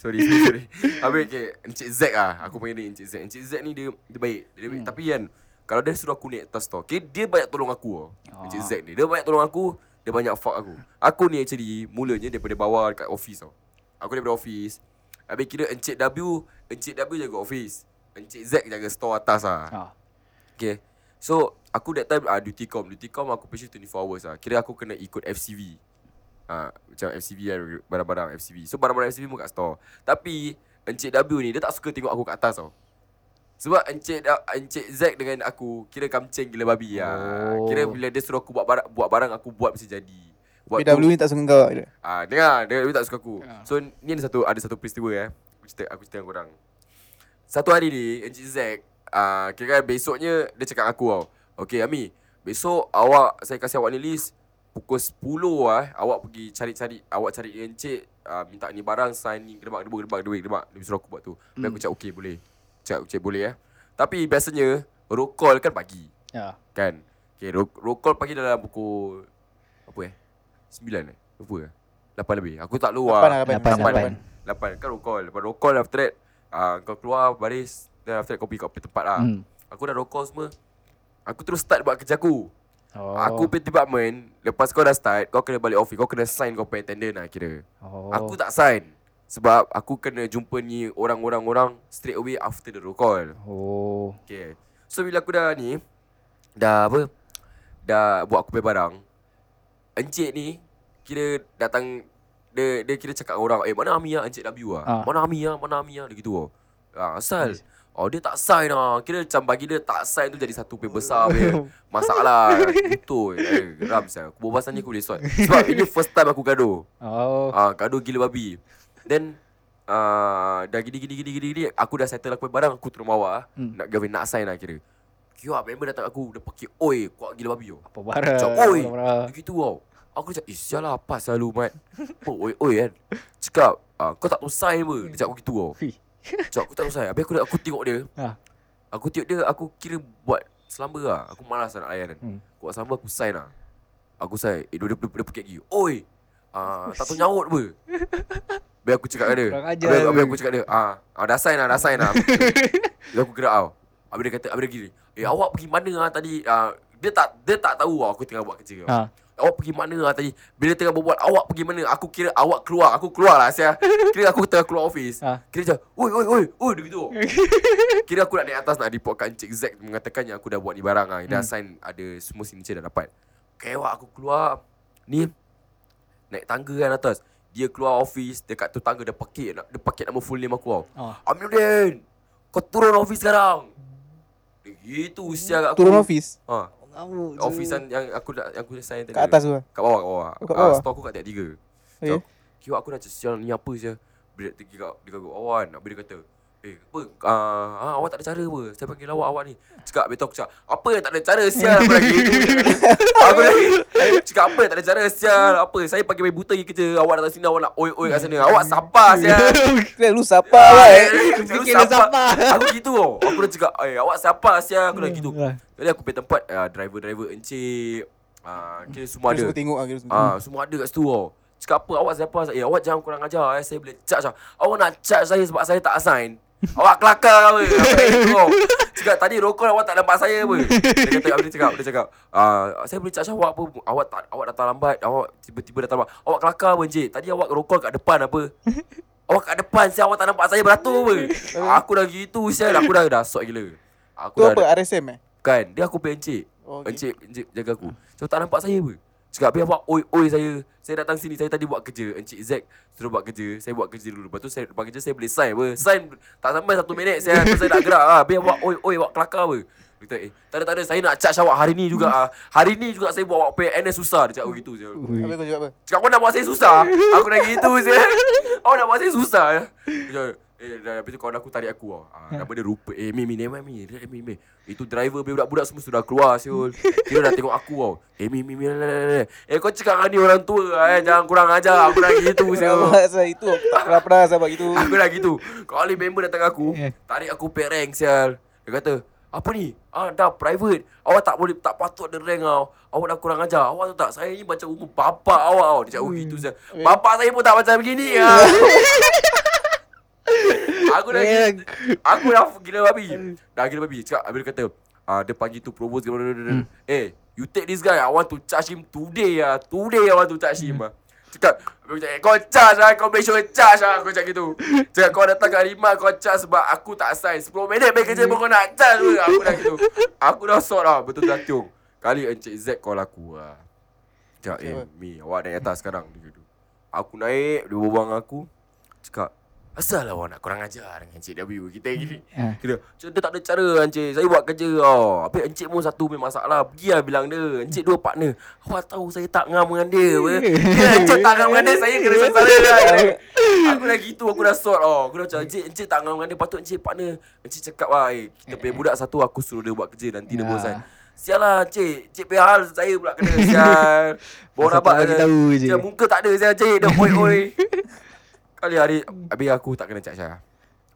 [SPEAKER 2] Sorry, sorry, sorry. Habis okay, Encik Z lah. Aku panggil dia Encik Z. Encik Z ni dia dia baik. Dia baik. Tapi kan, kalau dia suruh aku naik atas tau. Okay, dia banyak tolong aku tau.
[SPEAKER 4] Ah.
[SPEAKER 2] Encik Z ni. Dia banyak tolong aku. Dia banyak fuck aku. Aku ni actually mulanya daripada bawah dekat office tau. Aku daripada office. Habis kira Encik W, Encik W jaga office. Encik Z jaga store atas lah.
[SPEAKER 4] Ah.
[SPEAKER 2] Okay. So, aku that time uh, duty com. Duty com aku patient 24 hours lah. Kira aku kena ikut FCV. Uh, macam FCV kan, barang-barang FCV. So, barang-barang FCV pun kat store. Tapi, Encik W ni, dia tak suka tengok aku kat atas tau. Sebab Encik, Da- Encik Zack dengan aku, kira kamceng gila babi lah.
[SPEAKER 4] Oh.
[SPEAKER 2] Kira bila dia suruh aku buat barang, buat barang aku buat mesti jadi. Buat tu-
[SPEAKER 3] PW ni tak suka kau. eh.
[SPEAKER 2] Ah, dengar, dia dia tak suka aku.
[SPEAKER 4] Ah.
[SPEAKER 2] So ni ada satu ada satu peristiwa eh. Aku cerita aku cerita dengan korang. Satu hari ni Encik Zack ah kira kan besoknya dia cakap dengan aku tau. Okay Ami, besok awak saya kasih awak ni list pukul 10 ah awak pergi cari-cari awak cari dengan encik ah, minta ni barang sign ni gedebak gedebak gedebak gedebak gedebak dia suruh aku buat tu. Tapi aku cakap okay boleh. Cakap okay boleh eh. Tapi biasanya roll call kan pagi.
[SPEAKER 4] Ya.
[SPEAKER 2] Kan Okay roll, roll call pagi dalam pukul Apa eh Sembilan eh Apa eh Lapan lebih Aku tak keluar
[SPEAKER 3] Lapan lah, lapan.
[SPEAKER 4] Lapan,
[SPEAKER 2] Lapan.
[SPEAKER 4] lapan.
[SPEAKER 2] Lapan kan roll call Lepas roll call after that uh, Kau keluar baris Then after that kau pergi kat apa tempat lah
[SPEAKER 4] Hmm.
[SPEAKER 2] Aku dah roll call semua Aku terus start buat kerja aku
[SPEAKER 4] Oh.
[SPEAKER 2] oh. Aku pergi department Lepas kau dah start Kau kena balik office Kau kena sign kau punya attendant lah kira
[SPEAKER 4] oh.
[SPEAKER 2] oh. Aku tak sign Sebab aku kena jumpa ni Orang-orang orang Straight away after the roll call
[SPEAKER 4] Oh.
[SPEAKER 2] Okay So bila aku dah ni Dah apa Dah buat aku punya barang Encik ni Kira datang Dia dia kira cakap dengan orang Eh mana Ami lah Encik W lah
[SPEAKER 4] Ah.
[SPEAKER 2] Mana Ami lah Mana Ami lah Dia gitu lah ah, Asal Oh dia tak sign lah Kira macam bagi dia tak sign tu Jadi satu punya besar punya Masalah Betul eh, Geram saya Aku berbual ni aku boleh sort Sebab ini first time aku gaduh
[SPEAKER 4] (laughs) Oh.
[SPEAKER 2] Ah, gaduh gila babi. Then ah dah gini gini gini gini gini aku dah settle aku punya barang aku turun bawah hmm.
[SPEAKER 4] Hmm.
[SPEAKER 2] nak gawe nak sign lah kira. Queue up member datang aku dia pakai oi kuat gila babi oh.
[SPEAKER 4] Apa barang?
[SPEAKER 2] Macam oi.
[SPEAKER 4] barang.
[SPEAKER 2] Dia gitu tau. Aku cakap, eh sial lah apa selalu mat. Apa oi oi kan. Cakap, ah, kau tak tahu sign apa. Dia cakap aku gitu tau.
[SPEAKER 4] Fih.
[SPEAKER 2] Cakap aku tak tahu sign. Habis aku, aku tengok dia.
[SPEAKER 4] Ah.
[SPEAKER 2] Aku tengok dia, aku kira buat selamba lah. Aku malas lah nak layan kan.
[SPEAKER 4] Hmm.
[SPEAKER 2] Aku buat selamba, aku sign lah. Aku sign. Eh, dia, dia, dia, dia pakai gigi. Oi! Ah, tak tahu nyaut apa. Biar aku cakap dengan dia.
[SPEAKER 4] Kurang ajar lah
[SPEAKER 2] Habis,
[SPEAKER 4] lu.
[SPEAKER 2] habis aku cakap dia. Ah, ah dah sign lah, dah sign
[SPEAKER 4] (laughs)
[SPEAKER 2] lah. Lepas aku gerak tau. Habis dia kata, habis dia gini. Eh, awak pergi mana lah tadi? Ah, dia tak dia tak tahu lah aku tengah buat kerja.
[SPEAKER 4] Ah.
[SPEAKER 2] Awak pergi mana lah tadi Bila tengah berbual Awak pergi mana Aku kira awak keluar Aku keluar lah
[SPEAKER 4] (laughs)
[SPEAKER 2] saya Kira aku tengah keluar office
[SPEAKER 4] Ah.
[SPEAKER 2] Kira macam Oi oi oi Oi dia gitu Kira aku nak naik atas Nak report kat Encik Zack Mengatakan yang aku dah buat ni barang lah. Dah sign Ada semua signature dah dapat Kewak aku keluar Ni Naik tangga kan atas Dia keluar office Dekat tu tangga Dia pakai Dia pakai nama full name aku tau
[SPEAKER 4] Ah.
[SPEAKER 2] Aminuddin Kau turun office sekarang Dia gitu sial kat aku
[SPEAKER 3] Turun office.
[SPEAKER 2] ha,
[SPEAKER 4] Ngamuk je.
[SPEAKER 2] Office yang, yang aku dah, yang aku dah sign tadi
[SPEAKER 3] Kat atas tu lah.
[SPEAKER 2] Kat bawah, kat bawah.
[SPEAKER 3] Oh, kat
[SPEAKER 2] Ah,
[SPEAKER 3] bawah?
[SPEAKER 2] store aku kat tingkat tiga.
[SPEAKER 3] Okay.
[SPEAKER 2] Okay. Kiwak aku dah macam sial ni apa je Bila dia pergi kat Dia kat awan Habis dia kata Eh apa uh, ha, Awak tak ada cara apa Saya panggil awak awak ni Cakap betul aku cakap Apa yang tak ada cara sial Aku lagi Aku lagi Cakap apa yang tak ada cara sial Apa saya panggil main buta pergi kerja Awak datang sini awak nak oi-oi kat sana Awak sabar sial
[SPEAKER 3] Kira lu siapa
[SPEAKER 4] Ah,
[SPEAKER 3] awak eh?
[SPEAKER 2] Aku
[SPEAKER 4] Fikir dia
[SPEAKER 2] sabar.
[SPEAKER 4] sabar.
[SPEAKER 2] Aku gitu tau. Aku dah cakap Eh awak sabar sial Aku dah gitu
[SPEAKER 4] Ah.
[SPEAKER 2] Tadi aku pergi tempat ah, Driver-driver encik ah, Kira semua
[SPEAKER 3] Kira
[SPEAKER 2] ada
[SPEAKER 3] semua tengok lah, kira semua
[SPEAKER 2] Ah,
[SPEAKER 3] tengok.
[SPEAKER 2] hmm. semua ada kat situ tau. Cakap apa awak siapa? Eh, awak jangan kurang ajar eh. Saya boleh charge lah. Awak nak charge saya sebab saya tak sign. awak kelakar apa? Apa yang kau? Cakap tadi rokok awak tak nampak saya apa? Dia kata dia cakap, dia cakap, ah, saya boleh charge awak apa? Awak tak awak datang lambat, awak tiba-tiba datang lambat. Awak kelakar apa encik? Tadi awak rokok kat depan apa? Awak kat depan saya awak tak nampak saya beratur
[SPEAKER 3] (laughs)
[SPEAKER 2] apa? aku dah gitu sial, aku dah dah sok gila. Aku
[SPEAKER 3] Tu
[SPEAKER 2] dah
[SPEAKER 3] apa RSM eh?
[SPEAKER 2] kan, dia aku punya encik.
[SPEAKER 3] Oh, okay.
[SPEAKER 2] Encik, encik jaga aku. So tak nampak saya apa? Cakap biar buat oi oi saya. Saya datang sini saya tadi buat kerja. Encik Zack suruh buat kerja. Saya buat kerja dulu. Lepas tu saya lepas kerja saya boleh sign apa. Sign tak sampai satu minit saya tu saya nak gerak ah. Biar buat oi oi buat kelakar apa. Dia kata eh tak ada tak ada saya nak charge awak hari ni
[SPEAKER 3] (laughs)
[SPEAKER 2] juga ah. Hari ni juga saya buat awak pay NS susah dia cakap oh, gitu je.
[SPEAKER 3] Habis kau cakap apa?
[SPEAKER 2] Cakap kau nak buat saya susah Aku dah gitu je Awak nak buat saya susah Dia cakap, Eh dah habis tu kawan aku tarik aku tau ah, Nama dia Rupert Eh Mi Mi Never mind Mi relax, Mi Mi Itu driver punya budak-budak semua sudah keluar siul Dia dah tengok aku tau Eh Mi Mi Mi relax, relax, relax. Eh kau cakap dengan ni orang tua eh Jangan kurang ajar Aku dah gitu
[SPEAKER 3] (laughs)
[SPEAKER 2] siul
[SPEAKER 3] Sahabat saya itu aku tak pernah pernah sahabat gitu.
[SPEAKER 4] Ah,
[SPEAKER 2] Aku dah gitu Kali member datang aku
[SPEAKER 4] Eh.
[SPEAKER 2] Tarik aku pay rank sial Dia kata apa ni? Ah dah private. Awak tak boleh tak patut ada rank tau. Awak dah kurang ajar. Awak tahu tak saya ni macam umur bapak awak tau. Dia cakap oh, gitu sial. Bapak saya pun tak macam begini ah. aku dah gila, aku dah gila babi. Dah gila babi. Cakap habis dia kata ah dia panggil tu provost dia- dia- dia- dia- eh you take this guy. I want to charge him today ah. Today I want to charge him ah. Cakap Aku cakap eh, Kau charge lah Kau make sure charge lah Aku cakap gitu Cakap kau datang kat Rima Kau charge sebab Aku tak sign 10 minit Main kerja pun kau nak charge pun. Aku dah gitu Aku dah sort lah Betul dah tiung Kali Encik Z call aku lah Cakap eh
[SPEAKER 3] Cakap
[SPEAKER 2] Mi awak naik atas sekarang Dia gitu Aku naik Dia berbual dengan aku Cakap Asal lah awak nak korang ajar Dengan Encik W Kita gini
[SPEAKER 4] Ah.
[SPEAKER 2] Kira Cakap dia tak ada cara Encik Saya buat kerja tau Habis Encik pun satu punya masalah Pergi lah bilang dia Encik dua partner Awak tahu saya tak ngam dengan dia apa
[SPEAKER 4] Eh.
[SPEAKER 2] Ya (laughs) Encik tak ngam dengan dia Saya
[SPEAKER 4] (laughs)
[SPEAKER 2] kena sengsara lah Aku dah gitu Aku dah sort tau Aku dah macam Encik, encik tak ngam dengan dia Patut Encik partner Encik cakap lah eh, Kita punya budak satu Aku suruh dia buat kerja Nanti dia
[SPEAKER 4] Ya.
[SPEAKER 2] bosan Sial lah Encik Encik punya hal Saya pula kena
[SPEAKER 4] (laughs)
[SPEAKER 2] Sial Bawa
[SPEAKER 4] Satu
[SPEAKER 2] rabak
[SPEAKER 4] bagi tahu je.
[SPEAKER 2] Sial muka tak ada Sial Encik Dia oi
[SPEAKER 4] (laughs)
[SPEAKER 2] oi Kali hari Habis aku tak kena cak Syah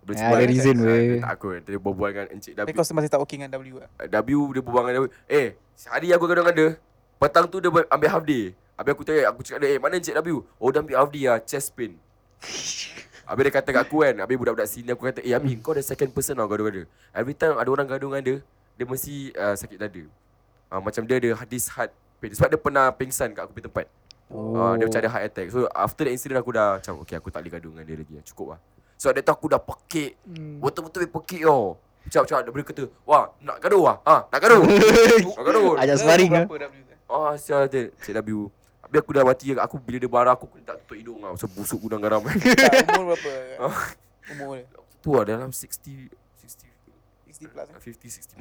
[SPEAKER 2] Habis sebab-
[SPEAKER 4] Ah, ada reason
[SPEAKER 2] Ah,
[SPEAKER 4] weh.
[SPEAKER 2] dia Tak aku Dia berbual dengan Encik Dabi
[SPEAKER 3] Tapi kau masih tak okay dengan W lah.
[SPEAKER 2] W dia berbual dengan W Eh Hari aku gaduh dengan dia Petang tu dia ber- ambil half day Habis aku tanya Aku cakap dia Eh mana Encik W Oh dia ambil half day lah Chest
[SPEAKER 4] (laughs)
[SPEAKER 2] pain Habis dia kata kat aku kan Habis budak-budak sini aku kata Eh Amin kau the second person tau gaduh dengan dia Every time ada orang gaduh dengan dia Dia mesti uh, sakit dada uh, Macam dia ada this heart pain Sebab dia pernah pingsan kat aku punya tempat oh. uh, Dia macam
[SPEAKER 4] (laughs)
[SPEAKER 2] ada heart attack So after that incident aku dah Macam okay aku tak boleh gaduh dengan dia lagi Cukup lah So ada tu aku dah pekik Betul-betul pekik tau Macam-macam dia kata Wah nak gaduh lah ha, Nak (laughs) gaduh Nak gaduh
[SPEAKER 4] Ajak sparring ke?
[SPEAKER 3] Berapa W?
[SPEAKER 2] Ah, sial dia Cik W Habis aku dah mati Aku bila dia marah Aku tak tutup hidung lah Pasal busuk gudang garam (laughs)
[SPEAKER 3] Tak, umur
[SPEAKER 4] (laughs)
[SPEAKER 3] berapa?
[SPEAKER 2] Ah.
[SPEAKER 3] Umur dia?
[SPEAKER 2] Tu lah dalam 60 60
[SPEAKER 3] 60 plus eh?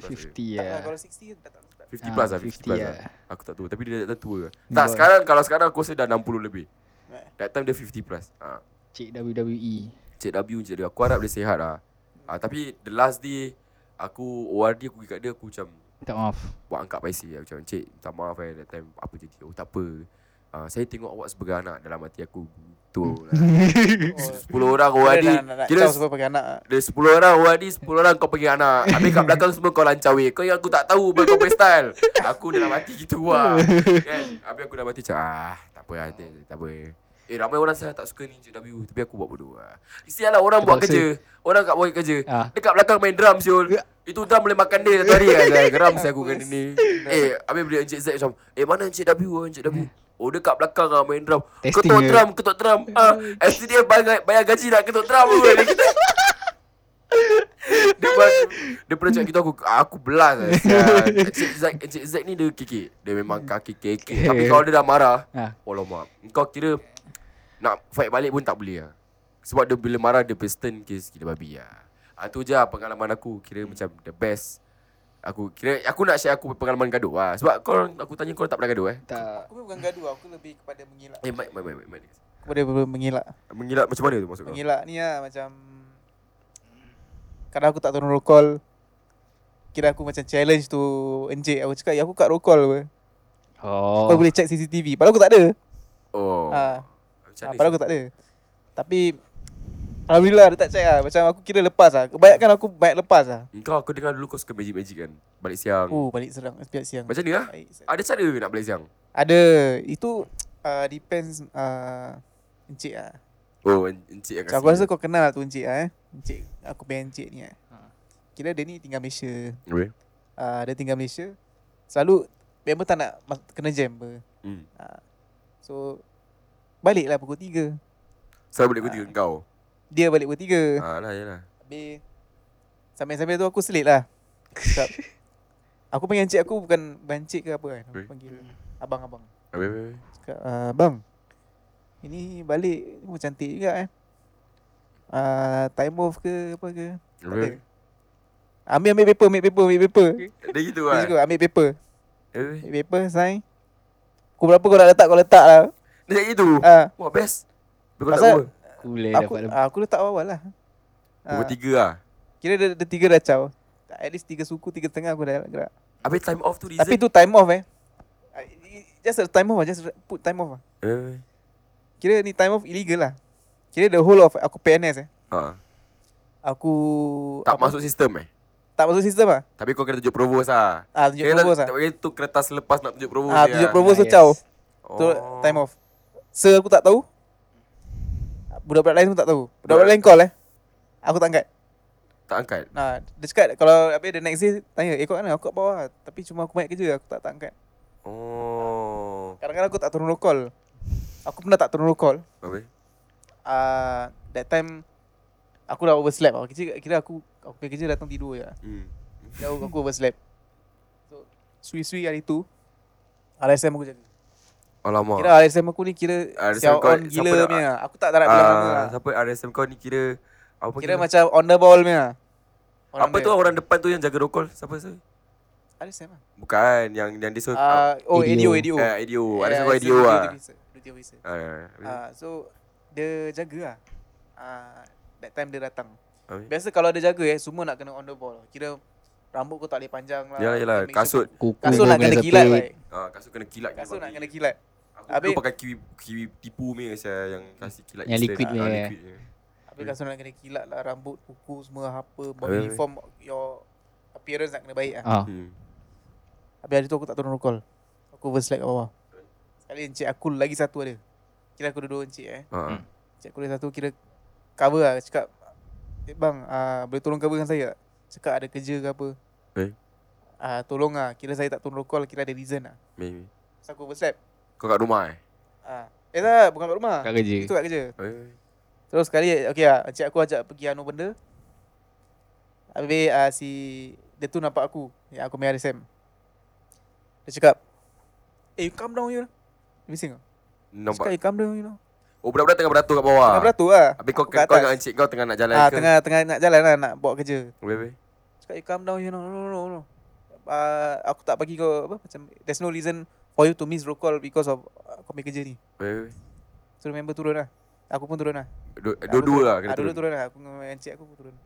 [SPEAKER 2] 50, 60 plus 50,
[SPEAKER 3] Tak
[SPEAKER 4] 50
[SPEAKER 3] lah,
[SPEAKER 4] ya.
[SPEAKER 3] kalau 60 tak tak tak.
[SPEAKER 2] 50 plus lah 50,
[SPEAKER 4] 50
[SPEAKER 2] plus
[SPEAKER 4] lah.
[SPEAKER 2] lah Aku tak tahu Tapi dia dah- dah tua Tak
[SPEAKER 4] Buat.
[SPEAKER 2] sekarang Kalau sekarang aku rasa dah 60 lebih
[SPEAKER 3] Eh.
[SPEAKER 2] That time dia 50 plus ha.
[SPEAKER 4] Cik E. WWE.
[SPEAKER 2] Cik W je dia Aku harap dia sihat lah ha, Tapi the last day Aku ORD aku pergi kat dia Aku macam
[SPEAKER 4] Minta maaf.
[SPEAKER 2] Buat angkat paisi lah. Macam Cik minta maaf eh That time apa jadi Oh tak apa ha, Saya tengok awak sebagai anak Dalam hati aku Tu lah Sepuluh orang
[SPEAKER 3] Kira
[SPEAKER 2] ORD
[SPEAKER 3] nak- lah, nak- nak
[SPEAKER 2] Oh, Kira
[SPEAKER 3] kau sebab pakai anak ah.
[SPEAKER 2] Dia sepuluh orang ORD Sepuluh orang kau pergi anak Habis kat belakang semua kau lancar weh Kau yang aku tak tahu Bukan kau punya style Aku dalam hati gitu lah kan? Habis aku dalam hati macam Ah tak apa lah tak, tak apa Eh ramai orang saya tak suka ni Cik W Tapi aku buat bodoh lah Isialah orang buat
[SPEAKER 4] Terpaksa.
[SPEAKER 2] kerja Orang kat buat kerja
[SPEAKER 4] Ah. Ya.
[SPEAKER 2] Dekat belakang main drum siul Itu drum boleh makan dia satu hari lah
[SPEAKER 4] (laughs)
[SPEAKER 2] Saya geram saya aku kan ni Eh habis bila Encik Z macam Eh mana Encik W ah, Encik W Oh dia kat belakang lah main drum
[SPEAKER 4] Hmm. Testing
[SPEAKER 2] Ketuk
[SPEAKER 4] dia.
[SPEAKER 2] drum Ketuk drum
[SPEAKER 4] (laughs)
[SPEAKER 2] ah, SDF bayar, bayar gaji nak ketuk drum pun. Dia kata- dia buat Dia pernah cakap gitu aku Aku belas lah sial. Encik Zack Encik Zack ni dia kikik Dia memang kaki kikik Tapi kalau dia dah marah
[SPEAKER 4] Ha.
[SPEAKER 2] Alamak Kau kira Nak fight balik pun tak boleh lah Sebab dia bila marah Dia piston kes gila babi lah ha, Tu je lah pengalaman aku Kira macam the best Aku kira Aku nak share aku pengalaman gaduh lah Sebab kau Aku tanya kau tak pernah gaduh eh
[SPEAKER 4] Tak.
[SPEAKER 3] Aku pun bukan gaduh, aku lebih kepada mengilak.
[SPEAKER 2] Eh mic mic mic mic, mic.
[SPEAKER 3] Aku boleh boleh mengelak
[SPEAKER 2] Mengelak macam mana tu maksud kau?
[SPEAKER 3] Mengelak ni lah macam Kadang aku tak turun roll call Kira aku macam challenge tu Encik Aku cakap ya aku kat roll call apa
[SPEAKER 4] Oh.
[SPEAKER 3] Kau boleh check CCTV Padahal aku tak ada
[SPEAKER 2] Oh.
[SPEAKER 3] ha,
[SPEAKER 2] Macam
[SPEAKER 3] ha,
[SPEAKER 2] mana
[SPEAKER 3] Padahal aku tak ada Tapi Alhamdulillah dia tak check lah Macam aku kira lepas lah Kebanyakan aku banyak lepas lah
[SPEAKER 2] si- Kau aku dengar dulu kau suka magic-magic kan? Balik siang.
[SPEAKER 3] Oh balik serang Pihak siang
[SPEAKER 2] Macam ni lah.
[SPEAKER 3] Baik, siang.
[SPEAKER 2] Ada cara nak balik siang?
[SPEAKER 3] Ada Itu uh, Depends uh, Encik lah
[SPEAKER 2] Oh, en- encik yang
[SPEAKER 3] Macam
[SPEAKER 2] kasi.
[SPEAKER 3] aku rasa kau kenal lah tu encik lah eh. Encik, aku punya encik ni eh.
[SPEAKER 4] Ha.
[SPEAKER 3] Kira dia ni tinggal Malaysia.
[SPEAKER 2] Okay.
[SPEAKER 3] Uh, dia tinggal Malaysia. Selalu member tak nak mas- kena jam apa.
[SPEAKER 2] Hmm.
[SPEAKER 3] So balik lah pukul 3.
[SPEAKER 2] Saya boleh kutiga kau.
[SPEAKER 3] Dia balik pukul 3.
[SPEAKER 2] Ah, lah, yalah.
[SPEAKER 3] Habis sampai-sampai tu aku selit lah. Cakap, aku panggil encik aku bukan bukan encik ke apa kan. Aku
[SPEAKER 2] Okay.
[SPEAKER 3] panggil abang-abang.
[SPEAKER 2] Habis, habis, habis.
[SPEAKER 3] Cakap, uh, bang. Ini balik oh, cantik juga eh. Uh, time off ke apa ke. Tak
[SPEAKER 2] Habis.
[SPEAKER 3] ada. Ambil ambil paper, ambil paper, ambil paper.
[SPEAKER 2] Dia gitu
[SPEAKER 3] Dia lah.
[SPEAKER 2] kan?
[SPEAKER 3] suka ambil paper.
[SPEAKER 2] Habis.
[SPEAKER 3] Ambil paper, sign. Kau berapa kau nak letak, kau letak lah.
[SPEAKER 2] Dia gitu.
[SPEAKER 3] Ah,
[SPEAKER 2] Wah, best. Dia kau tak
[SPEAKER 3] Pasal-
[SPEAKER 2] apa.
[SPEAKER 4] Aku boleh
[SPEAKER 3] aku,
[SPEAKER 4] dapat lebih.
[SPEAKER 3] ah, aku letak awal lah.
[SPEAKER 2] Pukul
[SPEAKER 3] Ah,
[SPEAKER 2] tiga lah.
[SPEAKER 3] kira dia, dia tiga dah caw. At least tiga suku, tiga tengah aku dah gerak.
[SPEAKER 2] Habis time off tu reason.
[SPEAKER 3] Tapi tu time off eh. Ah, i- Just a time off lah, just put time off lah.
[SPEAKER 2] Eh.
[SPEAKER 3] Kira ni time off illegal lah. Kira the whole of aku PNS eh.
[SPEAKER 2] Ha.
[SPEAKER 3] Aku
[SPEAKER 2] Tak
[SPEAKER 3] apa?
[SPEAKER 2] masuk sistem eh.
[SPEAKER 3] tak masuk sistem lah.
[SPEAKER 2] Tapi kau kena tunjuk provos lah.
[SPEAKER 3] Ah, tunjuk
[SPEAKER 2] Kira
[SPEAKER 3] provos lah.
[SPEAKER 2] Tak pakai tu kertas lepas nak tunjuk provos.
[SPEAKER 3] Ah,
[SPEAKER 2] je
[SPEAKER 3] tunjuk
[SPEAKER 2] lah.
[SPEAKER 3] provos tu
[SPEAKER 4] Yes.
[SPEAKER 3] caw.
[SPEAKER 2] Oh.
[SPEAKER 3] Tu time off. Sir aku tak tahu. Budak-budak lain pun tak tahu. Budak-budak lain call eh. Aku tak angkat.
[SPEAKER 2] Tak angkat.
[SPEAKER 3] Nah, dia cakap kalau apa the next day tanya, "Eh kau kat mana?" Aku kat bawah. lah. Tapi cuma aku banyak kerja, aku tak tak angkat.
[SPEAKER 2] Oh.
[SPEAKER 3] Kadang-kadang aku tak turun roll call. Aku pernah tak turun roll call.
[SPEAKER 2] Habis.
[SPEAKER 3] Ah, that time aku dah overslept. Aku kira, kira aku aku punya kerja datang tidur je.
[SPEAKER 2] Hmm.
[SPEAKER 3] Kira aku, aku overslept. So, sui-sui hari tu RSM aku jaga.
[SPEAKER 2] Alamak.
[SPEAKER 3] Kira RSM aku ni kira
[SPEAKER 2] RSM
[SPEAKER 3] siao
[SPEAKER 2] kau-
[SPEAKER 3] on
[SPEAKER 2] siapa
[SPEAKER 3] gila
[SPEAKER 2] nak-
[SPEAKER 3] punya. Aku tak tak nak bilang nama
[SPEAKER 2] Ah,
[SPEAKER 3] lah.
[SPEAKER 2] siapa RSM kau ni kira apa
[SPEAKER 3] Kira macam on the ball punya. Orang
[SPEAKER 2] apa
[SPEAKER 3] dia.
[SPEAKER 2] tu orang depan tu yang jaga rokol siapa tu?
[SPEAKER 3] RSM lah.
[SPEAKER 2] Bukan yang yang dia suruh uh,
[SPEAKER 3] Ah, oh,
[SPEAKER 4] ADO.
[SPEAKER 3] ADO, ADO.
[SPEAKER 2] uh, ADO.
[SPEAKER 3] Eh,
[SPEAKER 2] RSM kau
[SPEAKER 3] duty
[SPEAKER 2] ADO lah.
[SPEAKER 3] officer, Duty officer.
[SPEAKER 2] Ah, habis-
[SPEAKER 3] Ah, so dia jaga lah. Ah, that time dia datang.
[SPEAKER 2] habis.
[SPEAKER 3] Biasa kalau dia jaga eh semua nak kena on the ball. Kira rambut kau tak boleh panjang lah.
[SPEAKER 2] Yalah yalah
[SPEAKER 3] Kena make
[SPEAKER 2] kasut
[SPEAKER 3] sure-
[SPEAKER 4] Kuku
[SPEAKER 3] Kasut
[SPEAKER 4] kau
[SPEAKER 3] nak
[SPEAKER 4] punya
[SPEAKER 3] kena kilat
[SPEAKER 4] sepit.
[SPEAKER 3] baik.
[SPEAKER 2] ah kasut kena kilat
[SPEAKER 3] Kasut nak kena
[SPEAKER 2] bagi.
[SPEAKER 3] kilat.
[SPEAKER 2] Aku
[SPEAKER 3] Habis-
[SPEAKER 2] dulu pakai kiwi kiwi tipu ni saya yang kasih kilat
[SPEAKER 4] Yang
[SPEAKER 2] instant.
[SPEAKER 4] liquid
[SPEAKER 2] Ah,
[SPEAKER 4] ni, eh.
[SPEAKER 2] liquid ni.
[SPEAKER 3] Habis kasut nak kena kilat lah rambut, kuku semua apa,
[SPEAKER 2] Habis-
[SPEAKER 3] body form your appearance nak kena baik lah.
[SPEAKER 4] Ah.
[SPEAKER 2] Hmm.
[SPEAKER 3] Habis hari tu aku tak turun roll call. Aku overslide kat bawah. Sekali encik aku lagi satu ada. Kira aku dua-dua encik eh.
[SPEAKER 2] Ah.
[SPEAKER 4] Hmm.
[SPEAKER 3] Cik kuliah satu kira cover lah cakap eh, bang uh, boleh tolong cover dengan saya tak? Cakap ada kerja ke apa.
[SPEAKER 2] Eh?
[SPEAKER 3] Ah uh, tolong lah kira saya tak turun roll call kira ada reason lah.
[SPEAKER 2] Maybe.
[SPEAKER 3] Pasal aku overstep.
[SPEAKER 2] Kau kat rumah eh?
[SPEAKER 3] Ah. Uh. Eh tak bukan kat rumah.
[SPEAKER 4] Kat kerja.
[SPEAKER 3] Itu kat kerja.
[SPEAKER 2] Eh.
[SPEAKER 3] Terus sekali okey lah encik aku ajak pergi anu benda. Habis uh, si dia tu nampak aku yang aku main RSM. Dia cakap Eh you calm down you know. Dia Bising tau. Dia Cakap
[SPEAKER 2] Nampak.
[SPEAKER 3] you calm down you know.
[SPEAKER 2] Oh budak-budak tengah beratur kat bawah.
[SPEAKER 3] Tengah beratur lah.
[SPEAKER 2] Habis kau
[SPEAKER 3] Aku
[SPEAKER 2] kau
[SPEAKER 3] kat
[SPEAKER 2] kau
[SPEAKER 3] atas.
[SPEAKER 2] dengan encik kau tengah nak jalan
[SPEAKER 3] Ah,
[SPEAKER 2] ke?
[SPEAKER 3] tengah tengah nak jalan lah nak buat kerja.
[SPEAKER 2] Habis, habis.
[SPEAKER 3] Cakap you calm down you know no no no no. Uh, aku tak bagi kau apa macam there's no reason for you to miss roll call because of uh, kau punya kerja ni.
[SPEAKER 2] Habis, habis.
[SPEAKER 3] So remember turun lah. Aku pun turun lah.
[SPEAKER 2] Du- Dua-dua
[SPEAKER 3] Aku turun.
[SPEAKER 2] lah kena
[SPEAKER 3] Ah, Dua-dua
[SPEAKER 2] turun.
[SPEAKER 3] turun lah. Aku dengan encik aku pun turun.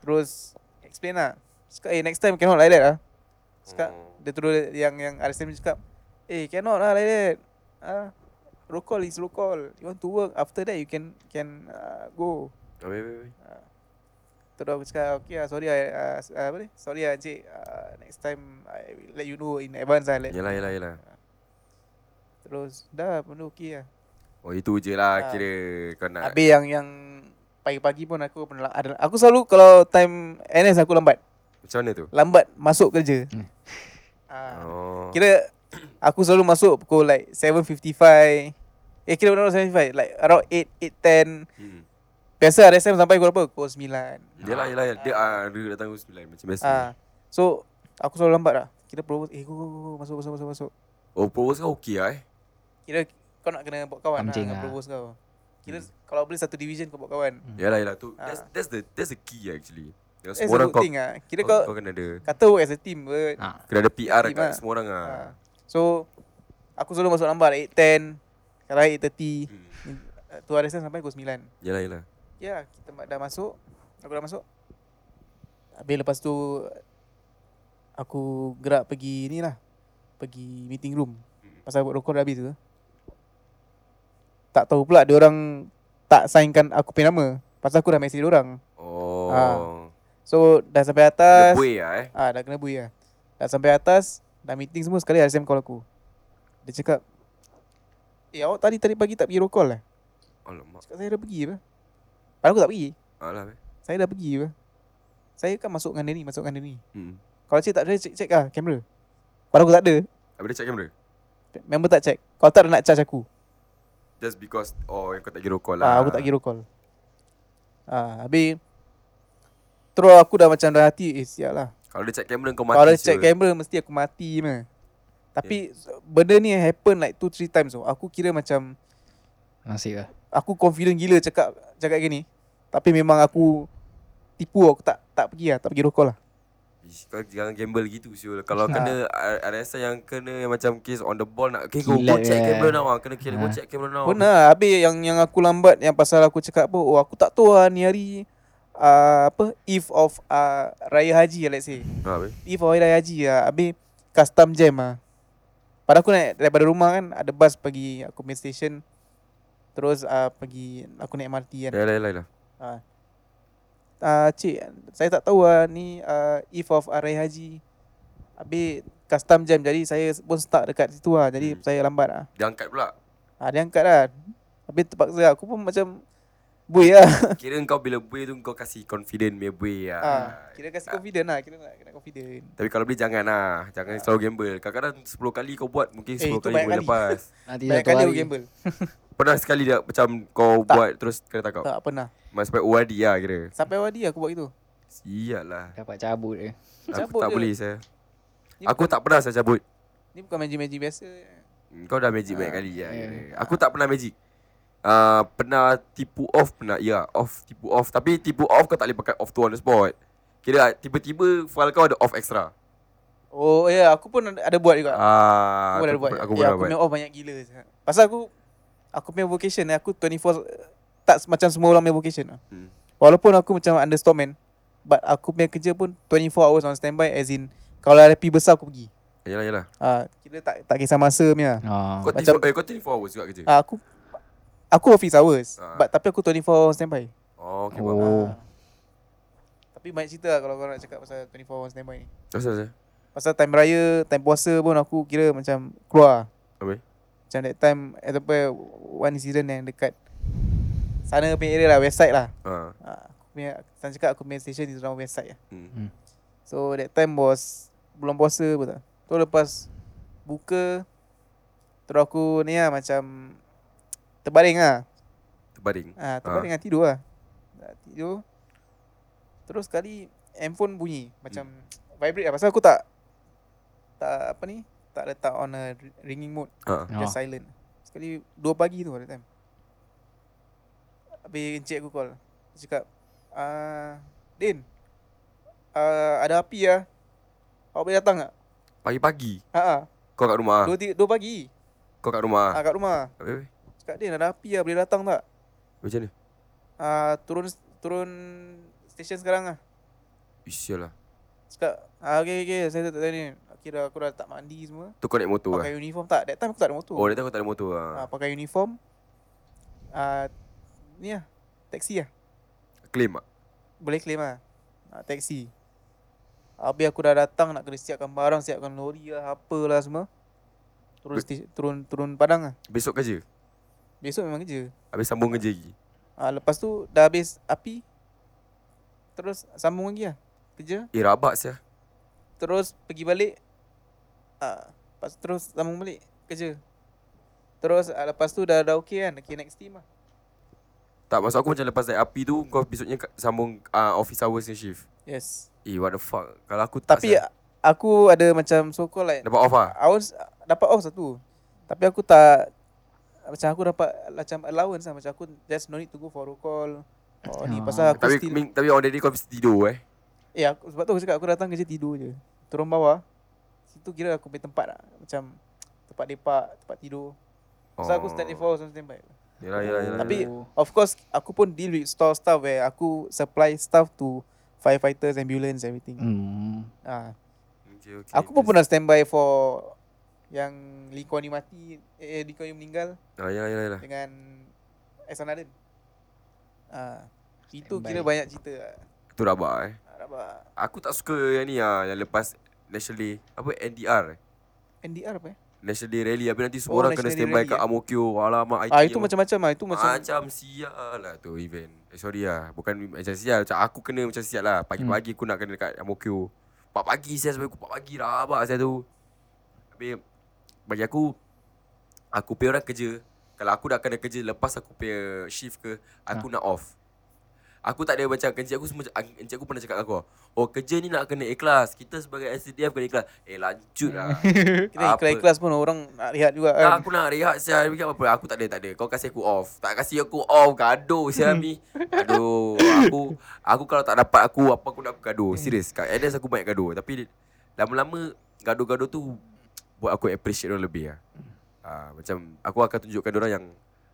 [SPEAKER 3] Terus explain lah. Cakap eh next time cannot like that lah. Cakap
[SPEAKER 2] Oh.
[SPEAKER 3] dia turun yang yang RSM cakap eh cannot lah like that. Ah, roll call is roll call. You want to work after that you can can uh, go.
[SPEAKER 2] Habis, habis, habis.
[SPEAKER 3] Terus aku cakap Okay lah sorry lah uh, uh, Apa ni Sorry lah encik uh, Next time I will let you know in advance lah let.
[SPEAKER 2] Yalah, yalah, yalah.
[SPEAKER 3] Terus Dah benda okey lah
[SPEAKER 2] Oh itu je lah
[SPEAKER 3] Ah.
[SPEAKER 2] kira kau nak.
[SPEAKER 3] Habis yang yang Pagi-pagi pun aku pernah ada, Aku selalu kalau time NS aku lambat
[SPEAKER 2] Macam mana tu?
[SPEAKER 3] Lambat masuk kerja
[SPEAKER 4] Hmm.
[SPEAKER 3] Ah,
[SPEAKER 2] Oh.
[SPEAKER 3] Kira Aku selalu masuk pukul like 7.55 Eh kira benda 7.55 Like around 8, 8.10
[SPEAKER 2] Hmm.
[SPEAKER 3] Biasa RSM sampai pukul berapa? Pukul 9
[SPEAKER 2] Yalah yalah dia ah dia datang pukul 9 macam biasa.
[SPEAKER 3] Ah, So Aku selalu lambat lah Kira propose Eh go go go go, Masuk masuk masuk masuk
[SPEAKER 2] Oh propose kau okey lah eh.
[SPEAKER 3] Kira kau nak kena buat kawan lah
[SPEAKER 4] Pancing
[SPEAKER 3] dengan
[SPEAKER 4] lah.
[SPEAKER 3] propose kau. Kira kalau boleh satu division kau buat kawan.
[SPEAKER 2] Yalah yalah lah, ya tu that's,
[SPEAKER 3] Ah.
[SPEAKER 2] that's the that's the key lah, actually. Yang
[SPEAKER 3] That's
[SPEAKER 2] semua
[SPEAKER 3] a
[SPEAKER 2] orang
[SPEAKER 3] good
[SPEAKER 2] kau, Oh,
[SPEAKER 3] thing ah. Kira
[SPEAKER 2] kau,
[SPEAKER 3] kau
[SPEAKER 2] kau kena ada
[SPEAKER 3] kata work as a team but,
[SPEAKER 4] Ah.
[SPEAKER 2] kena ada PR
[SPEAKER 3] Team
[SPEAKER 2] kat
[SPEAKER 3] lah.
[SPEAKER 2] semua orang ah.
[SPEAKER 3] So aku selalu masuk lambat 8.10 Kalau 8.30
[SPEAKER 2] Hmm. lah,
[SPEAKER 3] uh, Tu RSM sampai pukul 9
[SPEAKER 2] Yalah yalah.
[SPEAKER 3] Ya, kita ma- dah masuk. Aku dah masuk. Habis lepas tu aku gerak pergi ni lah. Pergi meeting room. Pasal rokok dah habis tu. Tak tahu pula dia orang tak signkan aku punya nama. Pasal aku dah message dia orang.
[SPEAKER 2] Oh.
[SPEAKER 3] Ah, So dah sampai atas.
[SPEAKER 2] Lebih lah eh.
[SPEAKER 3] Ah, dah kena bui lah. Dah sampai atas, dah meeting semua sekali RSM call aku. Dia cakap, "Eh, awak tadi tadi pagi tak pergi roll call lah?"
[SPEAKER 2] Alamak.
[SPEAKER 3] Cakap saya dah pergi apa? Padahal aku tak pergi.
[SPEAKER 2] Alah. Eh.
[SPEAKER 3] Saya dah pergi apa Saya kan masuk dengan dia ni Masuk dengan dia ni
[SPEAKER 2] Hmm.
[SPEAKER 3] Kalau cik tak ada Cek, cek lah kamera Padahal aku tak ada
[SPEAKER 2] Habis dia check kamera.
[SPEAKER 3] Member tak check Kalau tak dia nak charge aku
[SPEAKER 2] Just because oh kau tak kira call
[SPEAKER 3] ah,
[SPEAKER 2] lah.
[SPEAKER 3] Aku tak kira call ah, Habis Terus aku dah macam dah hati Eh siap lah
[SPEAKER 2] Kalau dia check kamera kau mati.
[SPEAKER 3] Kalau dia check
[SPEAKER 2] siul.
[SPEAKER 3] kamera Mesti aku mati mah. Tapi Benda ni happen like 2-3 times so. Aku kira macam
[SPEAKER 4] Nasib lah
[SPEAKER 3] Aku confident gila cakap Cakap gini Tapi memang aku Tipu aku tak tak pergi lah Tak pergi roll call lah
[SPEAKER 2] Ish, Kau jangan gamble gitu siul. Kalau
[SPEAKER 3] Ah.
[SPEAKER 2] kena R- RSA yang kena yang macam case on the ball nak okay, go, go
[SPEAKER 4] Kilat
[SPEAKER 2] check
[SPEAKER 4] eh.
[SPEAKER 2] kamera now. ah. Kena kira go
[SPEAKER 4] Ah.
[SPEAKER 2] check kamera now.
[SPEAKER 3] Pernah habis yang yang aku lambat yang pasal aku cakap apa oh aku tak tahu lah ni hari uh, apa eve of uh, raya haji lah, let's say.
[SPEAKER 2] Ha, weh.
[SPEAKER 3] Eve of raya haji lah. Habis custom jam ah. Padahal aku naik daripada rumah kan ada bus pergi aku main station terus uh, pergi aku naik MRT kan.
[SPEAKER 2] Yalah yalah yalah.
[SPEAKER 3] Ah cik saya tak tahu lah ni uh, eve of raya haji. Habis custom jam jadi saya pun stuck dekat situ lah. Jadi
[SPEAKER 2] Hmm.
[SPEAKER 3] saya lambat ah.
[SPEAKER 2] Dia angkat
[SPEAKER 3] (laughs)
[SPEAKER 2] pula.
[SPEAKER 3] Ah dia angkat lah. Habis terpaksa aku pun macam Bui lah
[SPEAKER 2] Kira kau bila buih tu kau kasi confident punya buih lah.
[SPEAKER 3] Ah, kira kasi
[SPEAKER 2] Tak.
[SPEAKER 3] confident lah, kira nak kena confident.
[SPEAKER 2] Tapi kalau boleh jangan lah. Jangan selalu gamble. Kadang-kadang 10 kali kau buat mungkin 10
[SPEAKER 3] Ah. Eh, itu
[SPEAKER 2] kali
[SPEAKER 3] banyak
[SPEAKER 2] boleh
[SPEAKER 3] kali.
[SPEAKER 2] lepas.
[SPEAKER 4] Nanti
[SPEAKER 3] Banyak
[SPEAKER 4] satu
[SPEAKER 3] kali
[SPEAKER 4] hari
[SPEAKER 3] aku gamble.
[SPEAKER 2] Pernah sekali tak macam kau
[SPEAKER 3] Tak.
[SPEAKER 2] buat terus kena tangkap.
[SPEAKER 3] Tak pernah.
[SPEAKER 2] Mas sampai ORD lah kira.
[SPEAKER 3] Sampai wadi aku buat gitu.
[SPEAKER 2] Sialah.
[SPEAKER 4] Dapat cabut je
[SPEAKER 2] Aku
[SPEAKER 3] Cabut
[SPEAKER 2] tak
[SPEAKER 3] je.
[SPEAKER 2] boleh saya.
[SPEAKER 3] Ni
[SPEAKER 2] Aku
[SPEAKER 3] bukan,
[SPEAKER 2] tak pernah saya cabut.
[SPEAKER 3] ni bukan magic-magic biasa.
[SPEAKER 2] Kau dah magic banyak
[SPEAKER 4] Ah,
[SPEAKER 2] kali
[SPEAKER 3] ya.
[SPEAKER 2] lah
[SPEAKER 4] yeah.
[SPEAKER 2] kira. Aku tak pernah magic. Uh, pernah tipu off pernah Ya off Tipu off Tapi tipu off kau tak boleh pakai off tu on the spot Kira tiba-tiba file kau ada off extra
[SPEAKER 3] Oh ya, yeah, aku pun ada, ada buat juga.
[SPEAKER 2] Ah,
[SPEAKER 3] aku pun ada buat.
[SPEAKER 2] Aku
[SPEAKER 3] ya,
[SPEAKER 2] pernah
[SPEAKER 3] aku
[SPEAKER 2] buat
[SPEAKER 3] punya off banyak gila. sangat. Pasal aku aku punya vocation eh, aku 24 tak se- macam semua orang punya vocation. lah.
[SPEAKER 2] Hmm.
[SPEAKER 3] Walaupun aku macam under storeman, but aku punya kerja pun 24 hours on standby as in kalau ada P besar aku pergi.
[SPEAKER 2] Yalah yalah
[SPEAKER 3] Ah, kira tak tak kisah masa punya.
[SPEAKER 4] ah.
[SPEAKER 2] Kau
[SPEAKER 3] Macam-
[SPEAKER 2] tipu, eh, kau 24 hours juga kerja
[SPEAKER 3] Ah, aku aku office hours,
[SPEAKER 2] Ah.
[SPEAKER 3] but tapi aku 24 hours standby.
[SPEAKER 2] Oh okay faham.
[SPEAKER 4] Oh
[SPEAKER 3] Ah. Tapi banyak cerita lah kalau korang nak cakap pasal 24 hours standby ni.
[SPEAKER 2] Asal asal
[SPEAKER 3] Pasal time raya, time puasa pun aku kira macam keluar.
[SPEAKER 2] Habis?
[SPEAKER 3] Macam that time, example one incident yang dekat sana punya area lah, west side lah.
[SPEAKER 2] Ha.
[SPEAKER 3] Ah, Aku punya, saya cakap aku punya station is around west side lah.
[SPEAKER 2] Hmm.
[SPEAKER 3] So that time was bulan puasa pun tak. Tu lepas buka, terus aku ni lah macam terbaring lah.
[SPEAKER 2] Terbaring.
[SPEAKER 3] Ah, terbaring dengan tidur lah. Dah tidur. Terus sekali handphone bunyi macam vibrate lah pasal aku tak tak apa ni? Tak letak on a ri- ringing mode,
[SPEAKER 2] Ha.
[SPEAKER 4] Ah.
[SPEAKER 3] just silent. Sekali 2 pagi tu ada time. Habis encik aku call. Dia cakap, "Ah, Din. Ah, ada api ah. Awak boleh datang tak?"
[SPEAKER 2] Pagi-pagi
[SPEAKER 3] Ha ah.
[SPEAKER 2] kau kat rumah. ah?
[SPEAKER 3] 2 3 2 pagi.
[SPEAKER 2] Kau kat rumah.
[SPEAKER 3] Ah, kat rumah.
[SPEAKER 2] Habis
[SPEAKER 3] Cakap, "Din, ada api ah, boleh datang tak?"
[SPEAKER 2] macam mana?
[SPEAKER 3] Ah, turun turun stesen sekarang ah.
[SPEAKER 2] Isyal lah.
[SPEAKER 3] Cakap ah, okay, okay, saya tak tahu ni Kira aku dah tak mandi semua
[SPEAKER 2] Tu kau naik motor lah.
[SPEAKER 3] Pakai uniform tak That time aku tak ada motor
[SPEAKER 2] Oh, dia tahu kau tak ada motor
[SPEAKER 3] ah,
[SPEAKER 2] lah.
[SPEAKER 3] Pakai uniform ah, Ni lah Taxi lah
[SPEAKER 2] Claim ah. tak?
[SPEAKER 3] Boleh claim lah ah, Taxi Habis aku dah datang Nak kena siapkan barang Siapkan lori lah Apalah semua Turun,
[SPEAKER 2] Be-
[SPEAKER 3] sti- turun turun padang lah
[SPEAKER 2] Besok kerja.
[SPEAKER 3] Besok memang kerja
[SPEAKER 2] Habis sambung kerja lagi.
[SPEAKER 3] ah, Lepas tu Dah habis api Terus sambung lagi lah Kerja
[SPEAKER 2] Eh, rabak siah.
[SPEAKER 3] Terus pergi balik ah, Lepas tu terus sambung balik kerja Terus ah, lepas tu dah dah okey kan Okay next team lah
[SPEAKER 2] Tak, maksud aku macam lepas naik api tu, kau besoknya kat- sambung ah, office hours ni shift.
[SPEAKER 3] Yes
[SPEAKER 2] Eh, what the fuck? Kalau aku tak
[SPEAKER 3] Tapi
[SPEAKER 2] sial.
[SPEAKER 3] ah, a- aku ada macam so called like
[SPEAKER 2] dapat off lah.
[SPEAKER 3] Hours dapat off satu Tapi aku tak Macam aku dapat macam allowance lah Macam aku just no need to go for roll call Oh ni
[SPEAKER 4] Ah.
[SPEAKER 3] pasal aku
[SPEAKER 2] Tapi,
[SPEAKER 3] still
[SPEAKER 2] min, tapi on that day kau mesti tidur eh.
[SPEAKER 3] Eh aku, sebab tu aku cakap aku datang kerja tidur je Turun bawah Situ kira aku punya tempat lah Macam tempat depak, tempat tidur So
[SPEAKER 2] Oh.
[SPEAKER 3] aku standby for hours, I'm standby.
[SPEAKER 2] Yalah, yalah, yalah.
[SPEAKER 3] Tapi of course aku pun deal with store staff where aku supply staff to firefighters, ambulance, everything.
[SPEAKER 4] Hmm.
[SPEAKER 3] Ah,
[SPEAKER 2] okay, okay.
[SPEAKER 3] aku pun pernah standby for yang Lee Kuan Yew mati, eh Lee Kuan Yew meninggal
[SPEAKER 2] Ah, yalah, yalah, yalah.
[SPEAKER 3] dengan Ehsan Adin. Ah, itu
[SPEAKER 4] Standby.
[SPEAKER 3] kira banyak cerita. lah.
[SPEAKER 2] Itu rabak eh.
[SPEAKER 3] Ah, rabak.
[SPEAKER 2] Aku tak suka yang ni ah yang lepas National Day. Apa NDR eh?
[SPEAKER 3] NDR apa eh?
[SPEAKER 2] National Day rally Habis nanti semua
[SPEAKER 3] Oh,
[SPEAKER 2] orang kena
[SPEAKER 3] National Day
[SPEAKER 2] standby
[SPEAKER 3] rally,
[SPEAKER 2] kat
[SPEAKER 3] eh?
[SPEAKER 2] Amokyo Alamak IT
[SPEAKER 3] Ah itu
[SPEAKER 2] Amokyo.
[SPEAKER 3] macam-macam ah, itu macam
[SPEAKER 2] Macam, macam sial lah tu event eh, Sorry lah Bukan macam sial Macam aku kena macam sial lah Pagi-pagi aku nak kena dekat Amokyo 4 pagi sial Sampai aku 4 pagi dah Abang saya tu Habis Bagi aku Aku punya orang kerja Kalau aku dah kena kerja Lepas aku punya shift ke Aku nak off Aku tak ada macam Encik aku semua Encik aku pernah cakap dengan aku Oh kerja ni nak kena ikhlas Kita sebagai SDF kena ikhlas Eh lanjut lah
[SPEAKER 3] kira
[SPEAKER 2] Apa-
[SPEAKER 3] ikhlas pun orang nak lihat juga
[SPEAKER 2] tak,
[SPEAKER 3] kan.
[SPEAKER 2] aku nak rehat sial. Fikir apa-apa. Aku tak ada, tak ada. Kau kasih aku off. Tak kasih aku off. Gaduh sial ni. Aduh. Aku aku kalau tak dapat aku, apa aku nak aku gaduh. Serius. Kat NS aku banyak gaduh. Tapi lama-lama gaduh-gaduh tu buat aku appreciate orang lebih lah. Ah, macam aku akan tunjukkan orang yang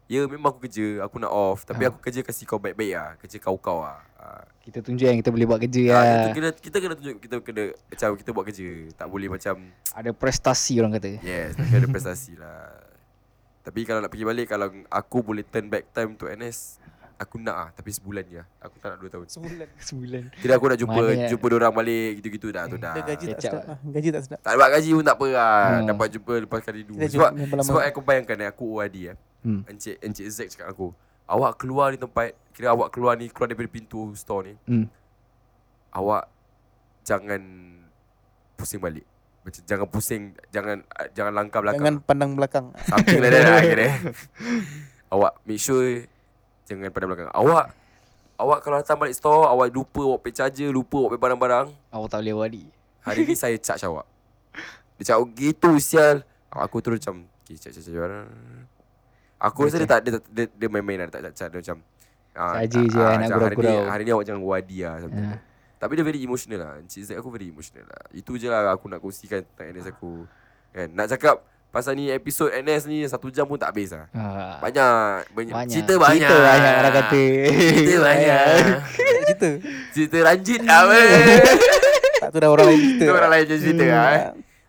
[SPEAKER 2] Ya memang aku kerja Aku nak off Tapi
[SPEAKER 4] Ah.
[SPEAKER 2] aku kerja kasih kau baik-baik lah Kerja kau-kau lah ah.
[SPEAKER 4] Kita tunjuk yang kita boleh buat
[SPEAKER 3] Ya,
[SPEAKER 4] kerja
[SPEAKER 2] Ah,
[SPEAKER 4] lah.
[SPEAKER 2] itu kena, Kita kena tunjuk Kita kena Macam kita buat kerja Tak boleh macam
[SPEAKER 4] Ada prestasi orang kata.
[SPEAKER 2] Yes, tapi ada prestasi lah. Tapi kalau nak pergi balik, kalau aku boleh turn back time to NS, aku nak ah, tapi sebulan je. lah. Aku tak nak dua tahun.
[SPEAKER 3] Sebulan.
[SPEAKER 4] Sebulan.
[SPEAKER 2] Tidak aku nak jumpa
[SPEAKER 4] Mana ya?
[SPEAKER 2] jumpa orang balik gitu-gitu dah tu dah.
[SPEAKER 3] Eh, Dia gaji tak
[SPEAKER 4] Kecap
[SPEAKER 3] sedap lah. Gaji tak sedap.
[SPEAKER 2] Tak dapat gaji pun tak apa lah.
[SPEAKER 4] Hmm.
[SPEAKER 2] Dapat jumpa lepas kali dulu.
[SPEAKER 3] Kita
[SPEAKER 2] Sebab
[SPEAKER 3] jumpa lama-lama.
[SPEAKER 2] sebab aku bayangkan eh, aku OID eh.
[SPEAKER 4] Hmm.
[SPEAKER 2] Encik Encik Zack cakap aku, awak keluar di tempat, kira awak keluar ni keluar daripada pintu store ni,
[SPEAKER 4] Hmm.
[SPEAKER 2] awak jangan pusing balik. Macam jangan pusing, jangan ah, jangan langkah belakang.
[SPEAKER 3] Jangan pandang belakang. Ah,
[SPEAKER 2] Something like that lah kira. (laughs) Awak make sure jangan pada belakang. Awak awak kalau datang balik store, awak lupa awak pay charger, lupa awak pay barang-barang.
[SPEAKER 4] Awak tak boleh wali.
[SPEAKER 2] Hari ni saya charge awak. Dia cakap "Oh, gitu sial. Aku terus macam okay, charge charge barang. Aku rasa dia tak dia, tak- dia, dia main-main lah, dia tak tak charge dia macam ah,
[SPEAKER 4] Saja
[SPEAKER 2] ah,
[SPEAKER 4] je, nak
[SPEAKER 2] macam hari ni,
[SPEAKER 4] gurau-gurau.
[SPEAKER 2] hari ni awak jangan wadi lah something.
[SPEAKER 4] Ah.
[SPEAKER 2] Tapi dia very emotional lah Encik Z aku very emotional lah Itu je lah aku nak kongsikan tentang NS aku kan? Nak cakap pasal ni episod NS ni Satu jam pun tak habis lah
[SPEAKER 4] Ah.
[SPEAKER 2] Banyak, banyak.
[SPEAKER 4] Banyak.
[SPEAKER 2] Cerita banyak
[SPEAKER 4] Cerita banyak orang kata.
[SPEAKER 2] Cerita
[SPEAKER 4] (laughs)
[SPEAKER 2] banyak
[SPEAKER 3] Cerita.
[SPEAKER 2] Cerita ranjit apa
[SPEAKER 3] Tak tu dah orang lain cerita.
[SPEAKER 2] Itu orang lain je cerita
[SPEAKER 3] Hmm,
[SPEAKER 2] lah eh.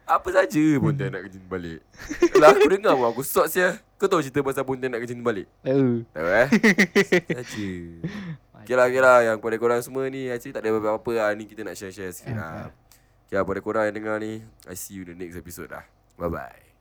[SPEAKER 2] Apa saja Pontian nak kerja balik Kalau aku dengar pun aku sot sia Kau tahu cerita pasal Pontian nak kerja balik
[SPEAKER 4] Tahu.
[SPEAKER 2] Tahu eh Saja Okay lah, okay lah Yang pada korang semua ni Actually tak ada apa-apa lah Ni kita nak share-share sikit lah Okay lah pada korang yang dengar ni I see you in the next episode lah Bye-bye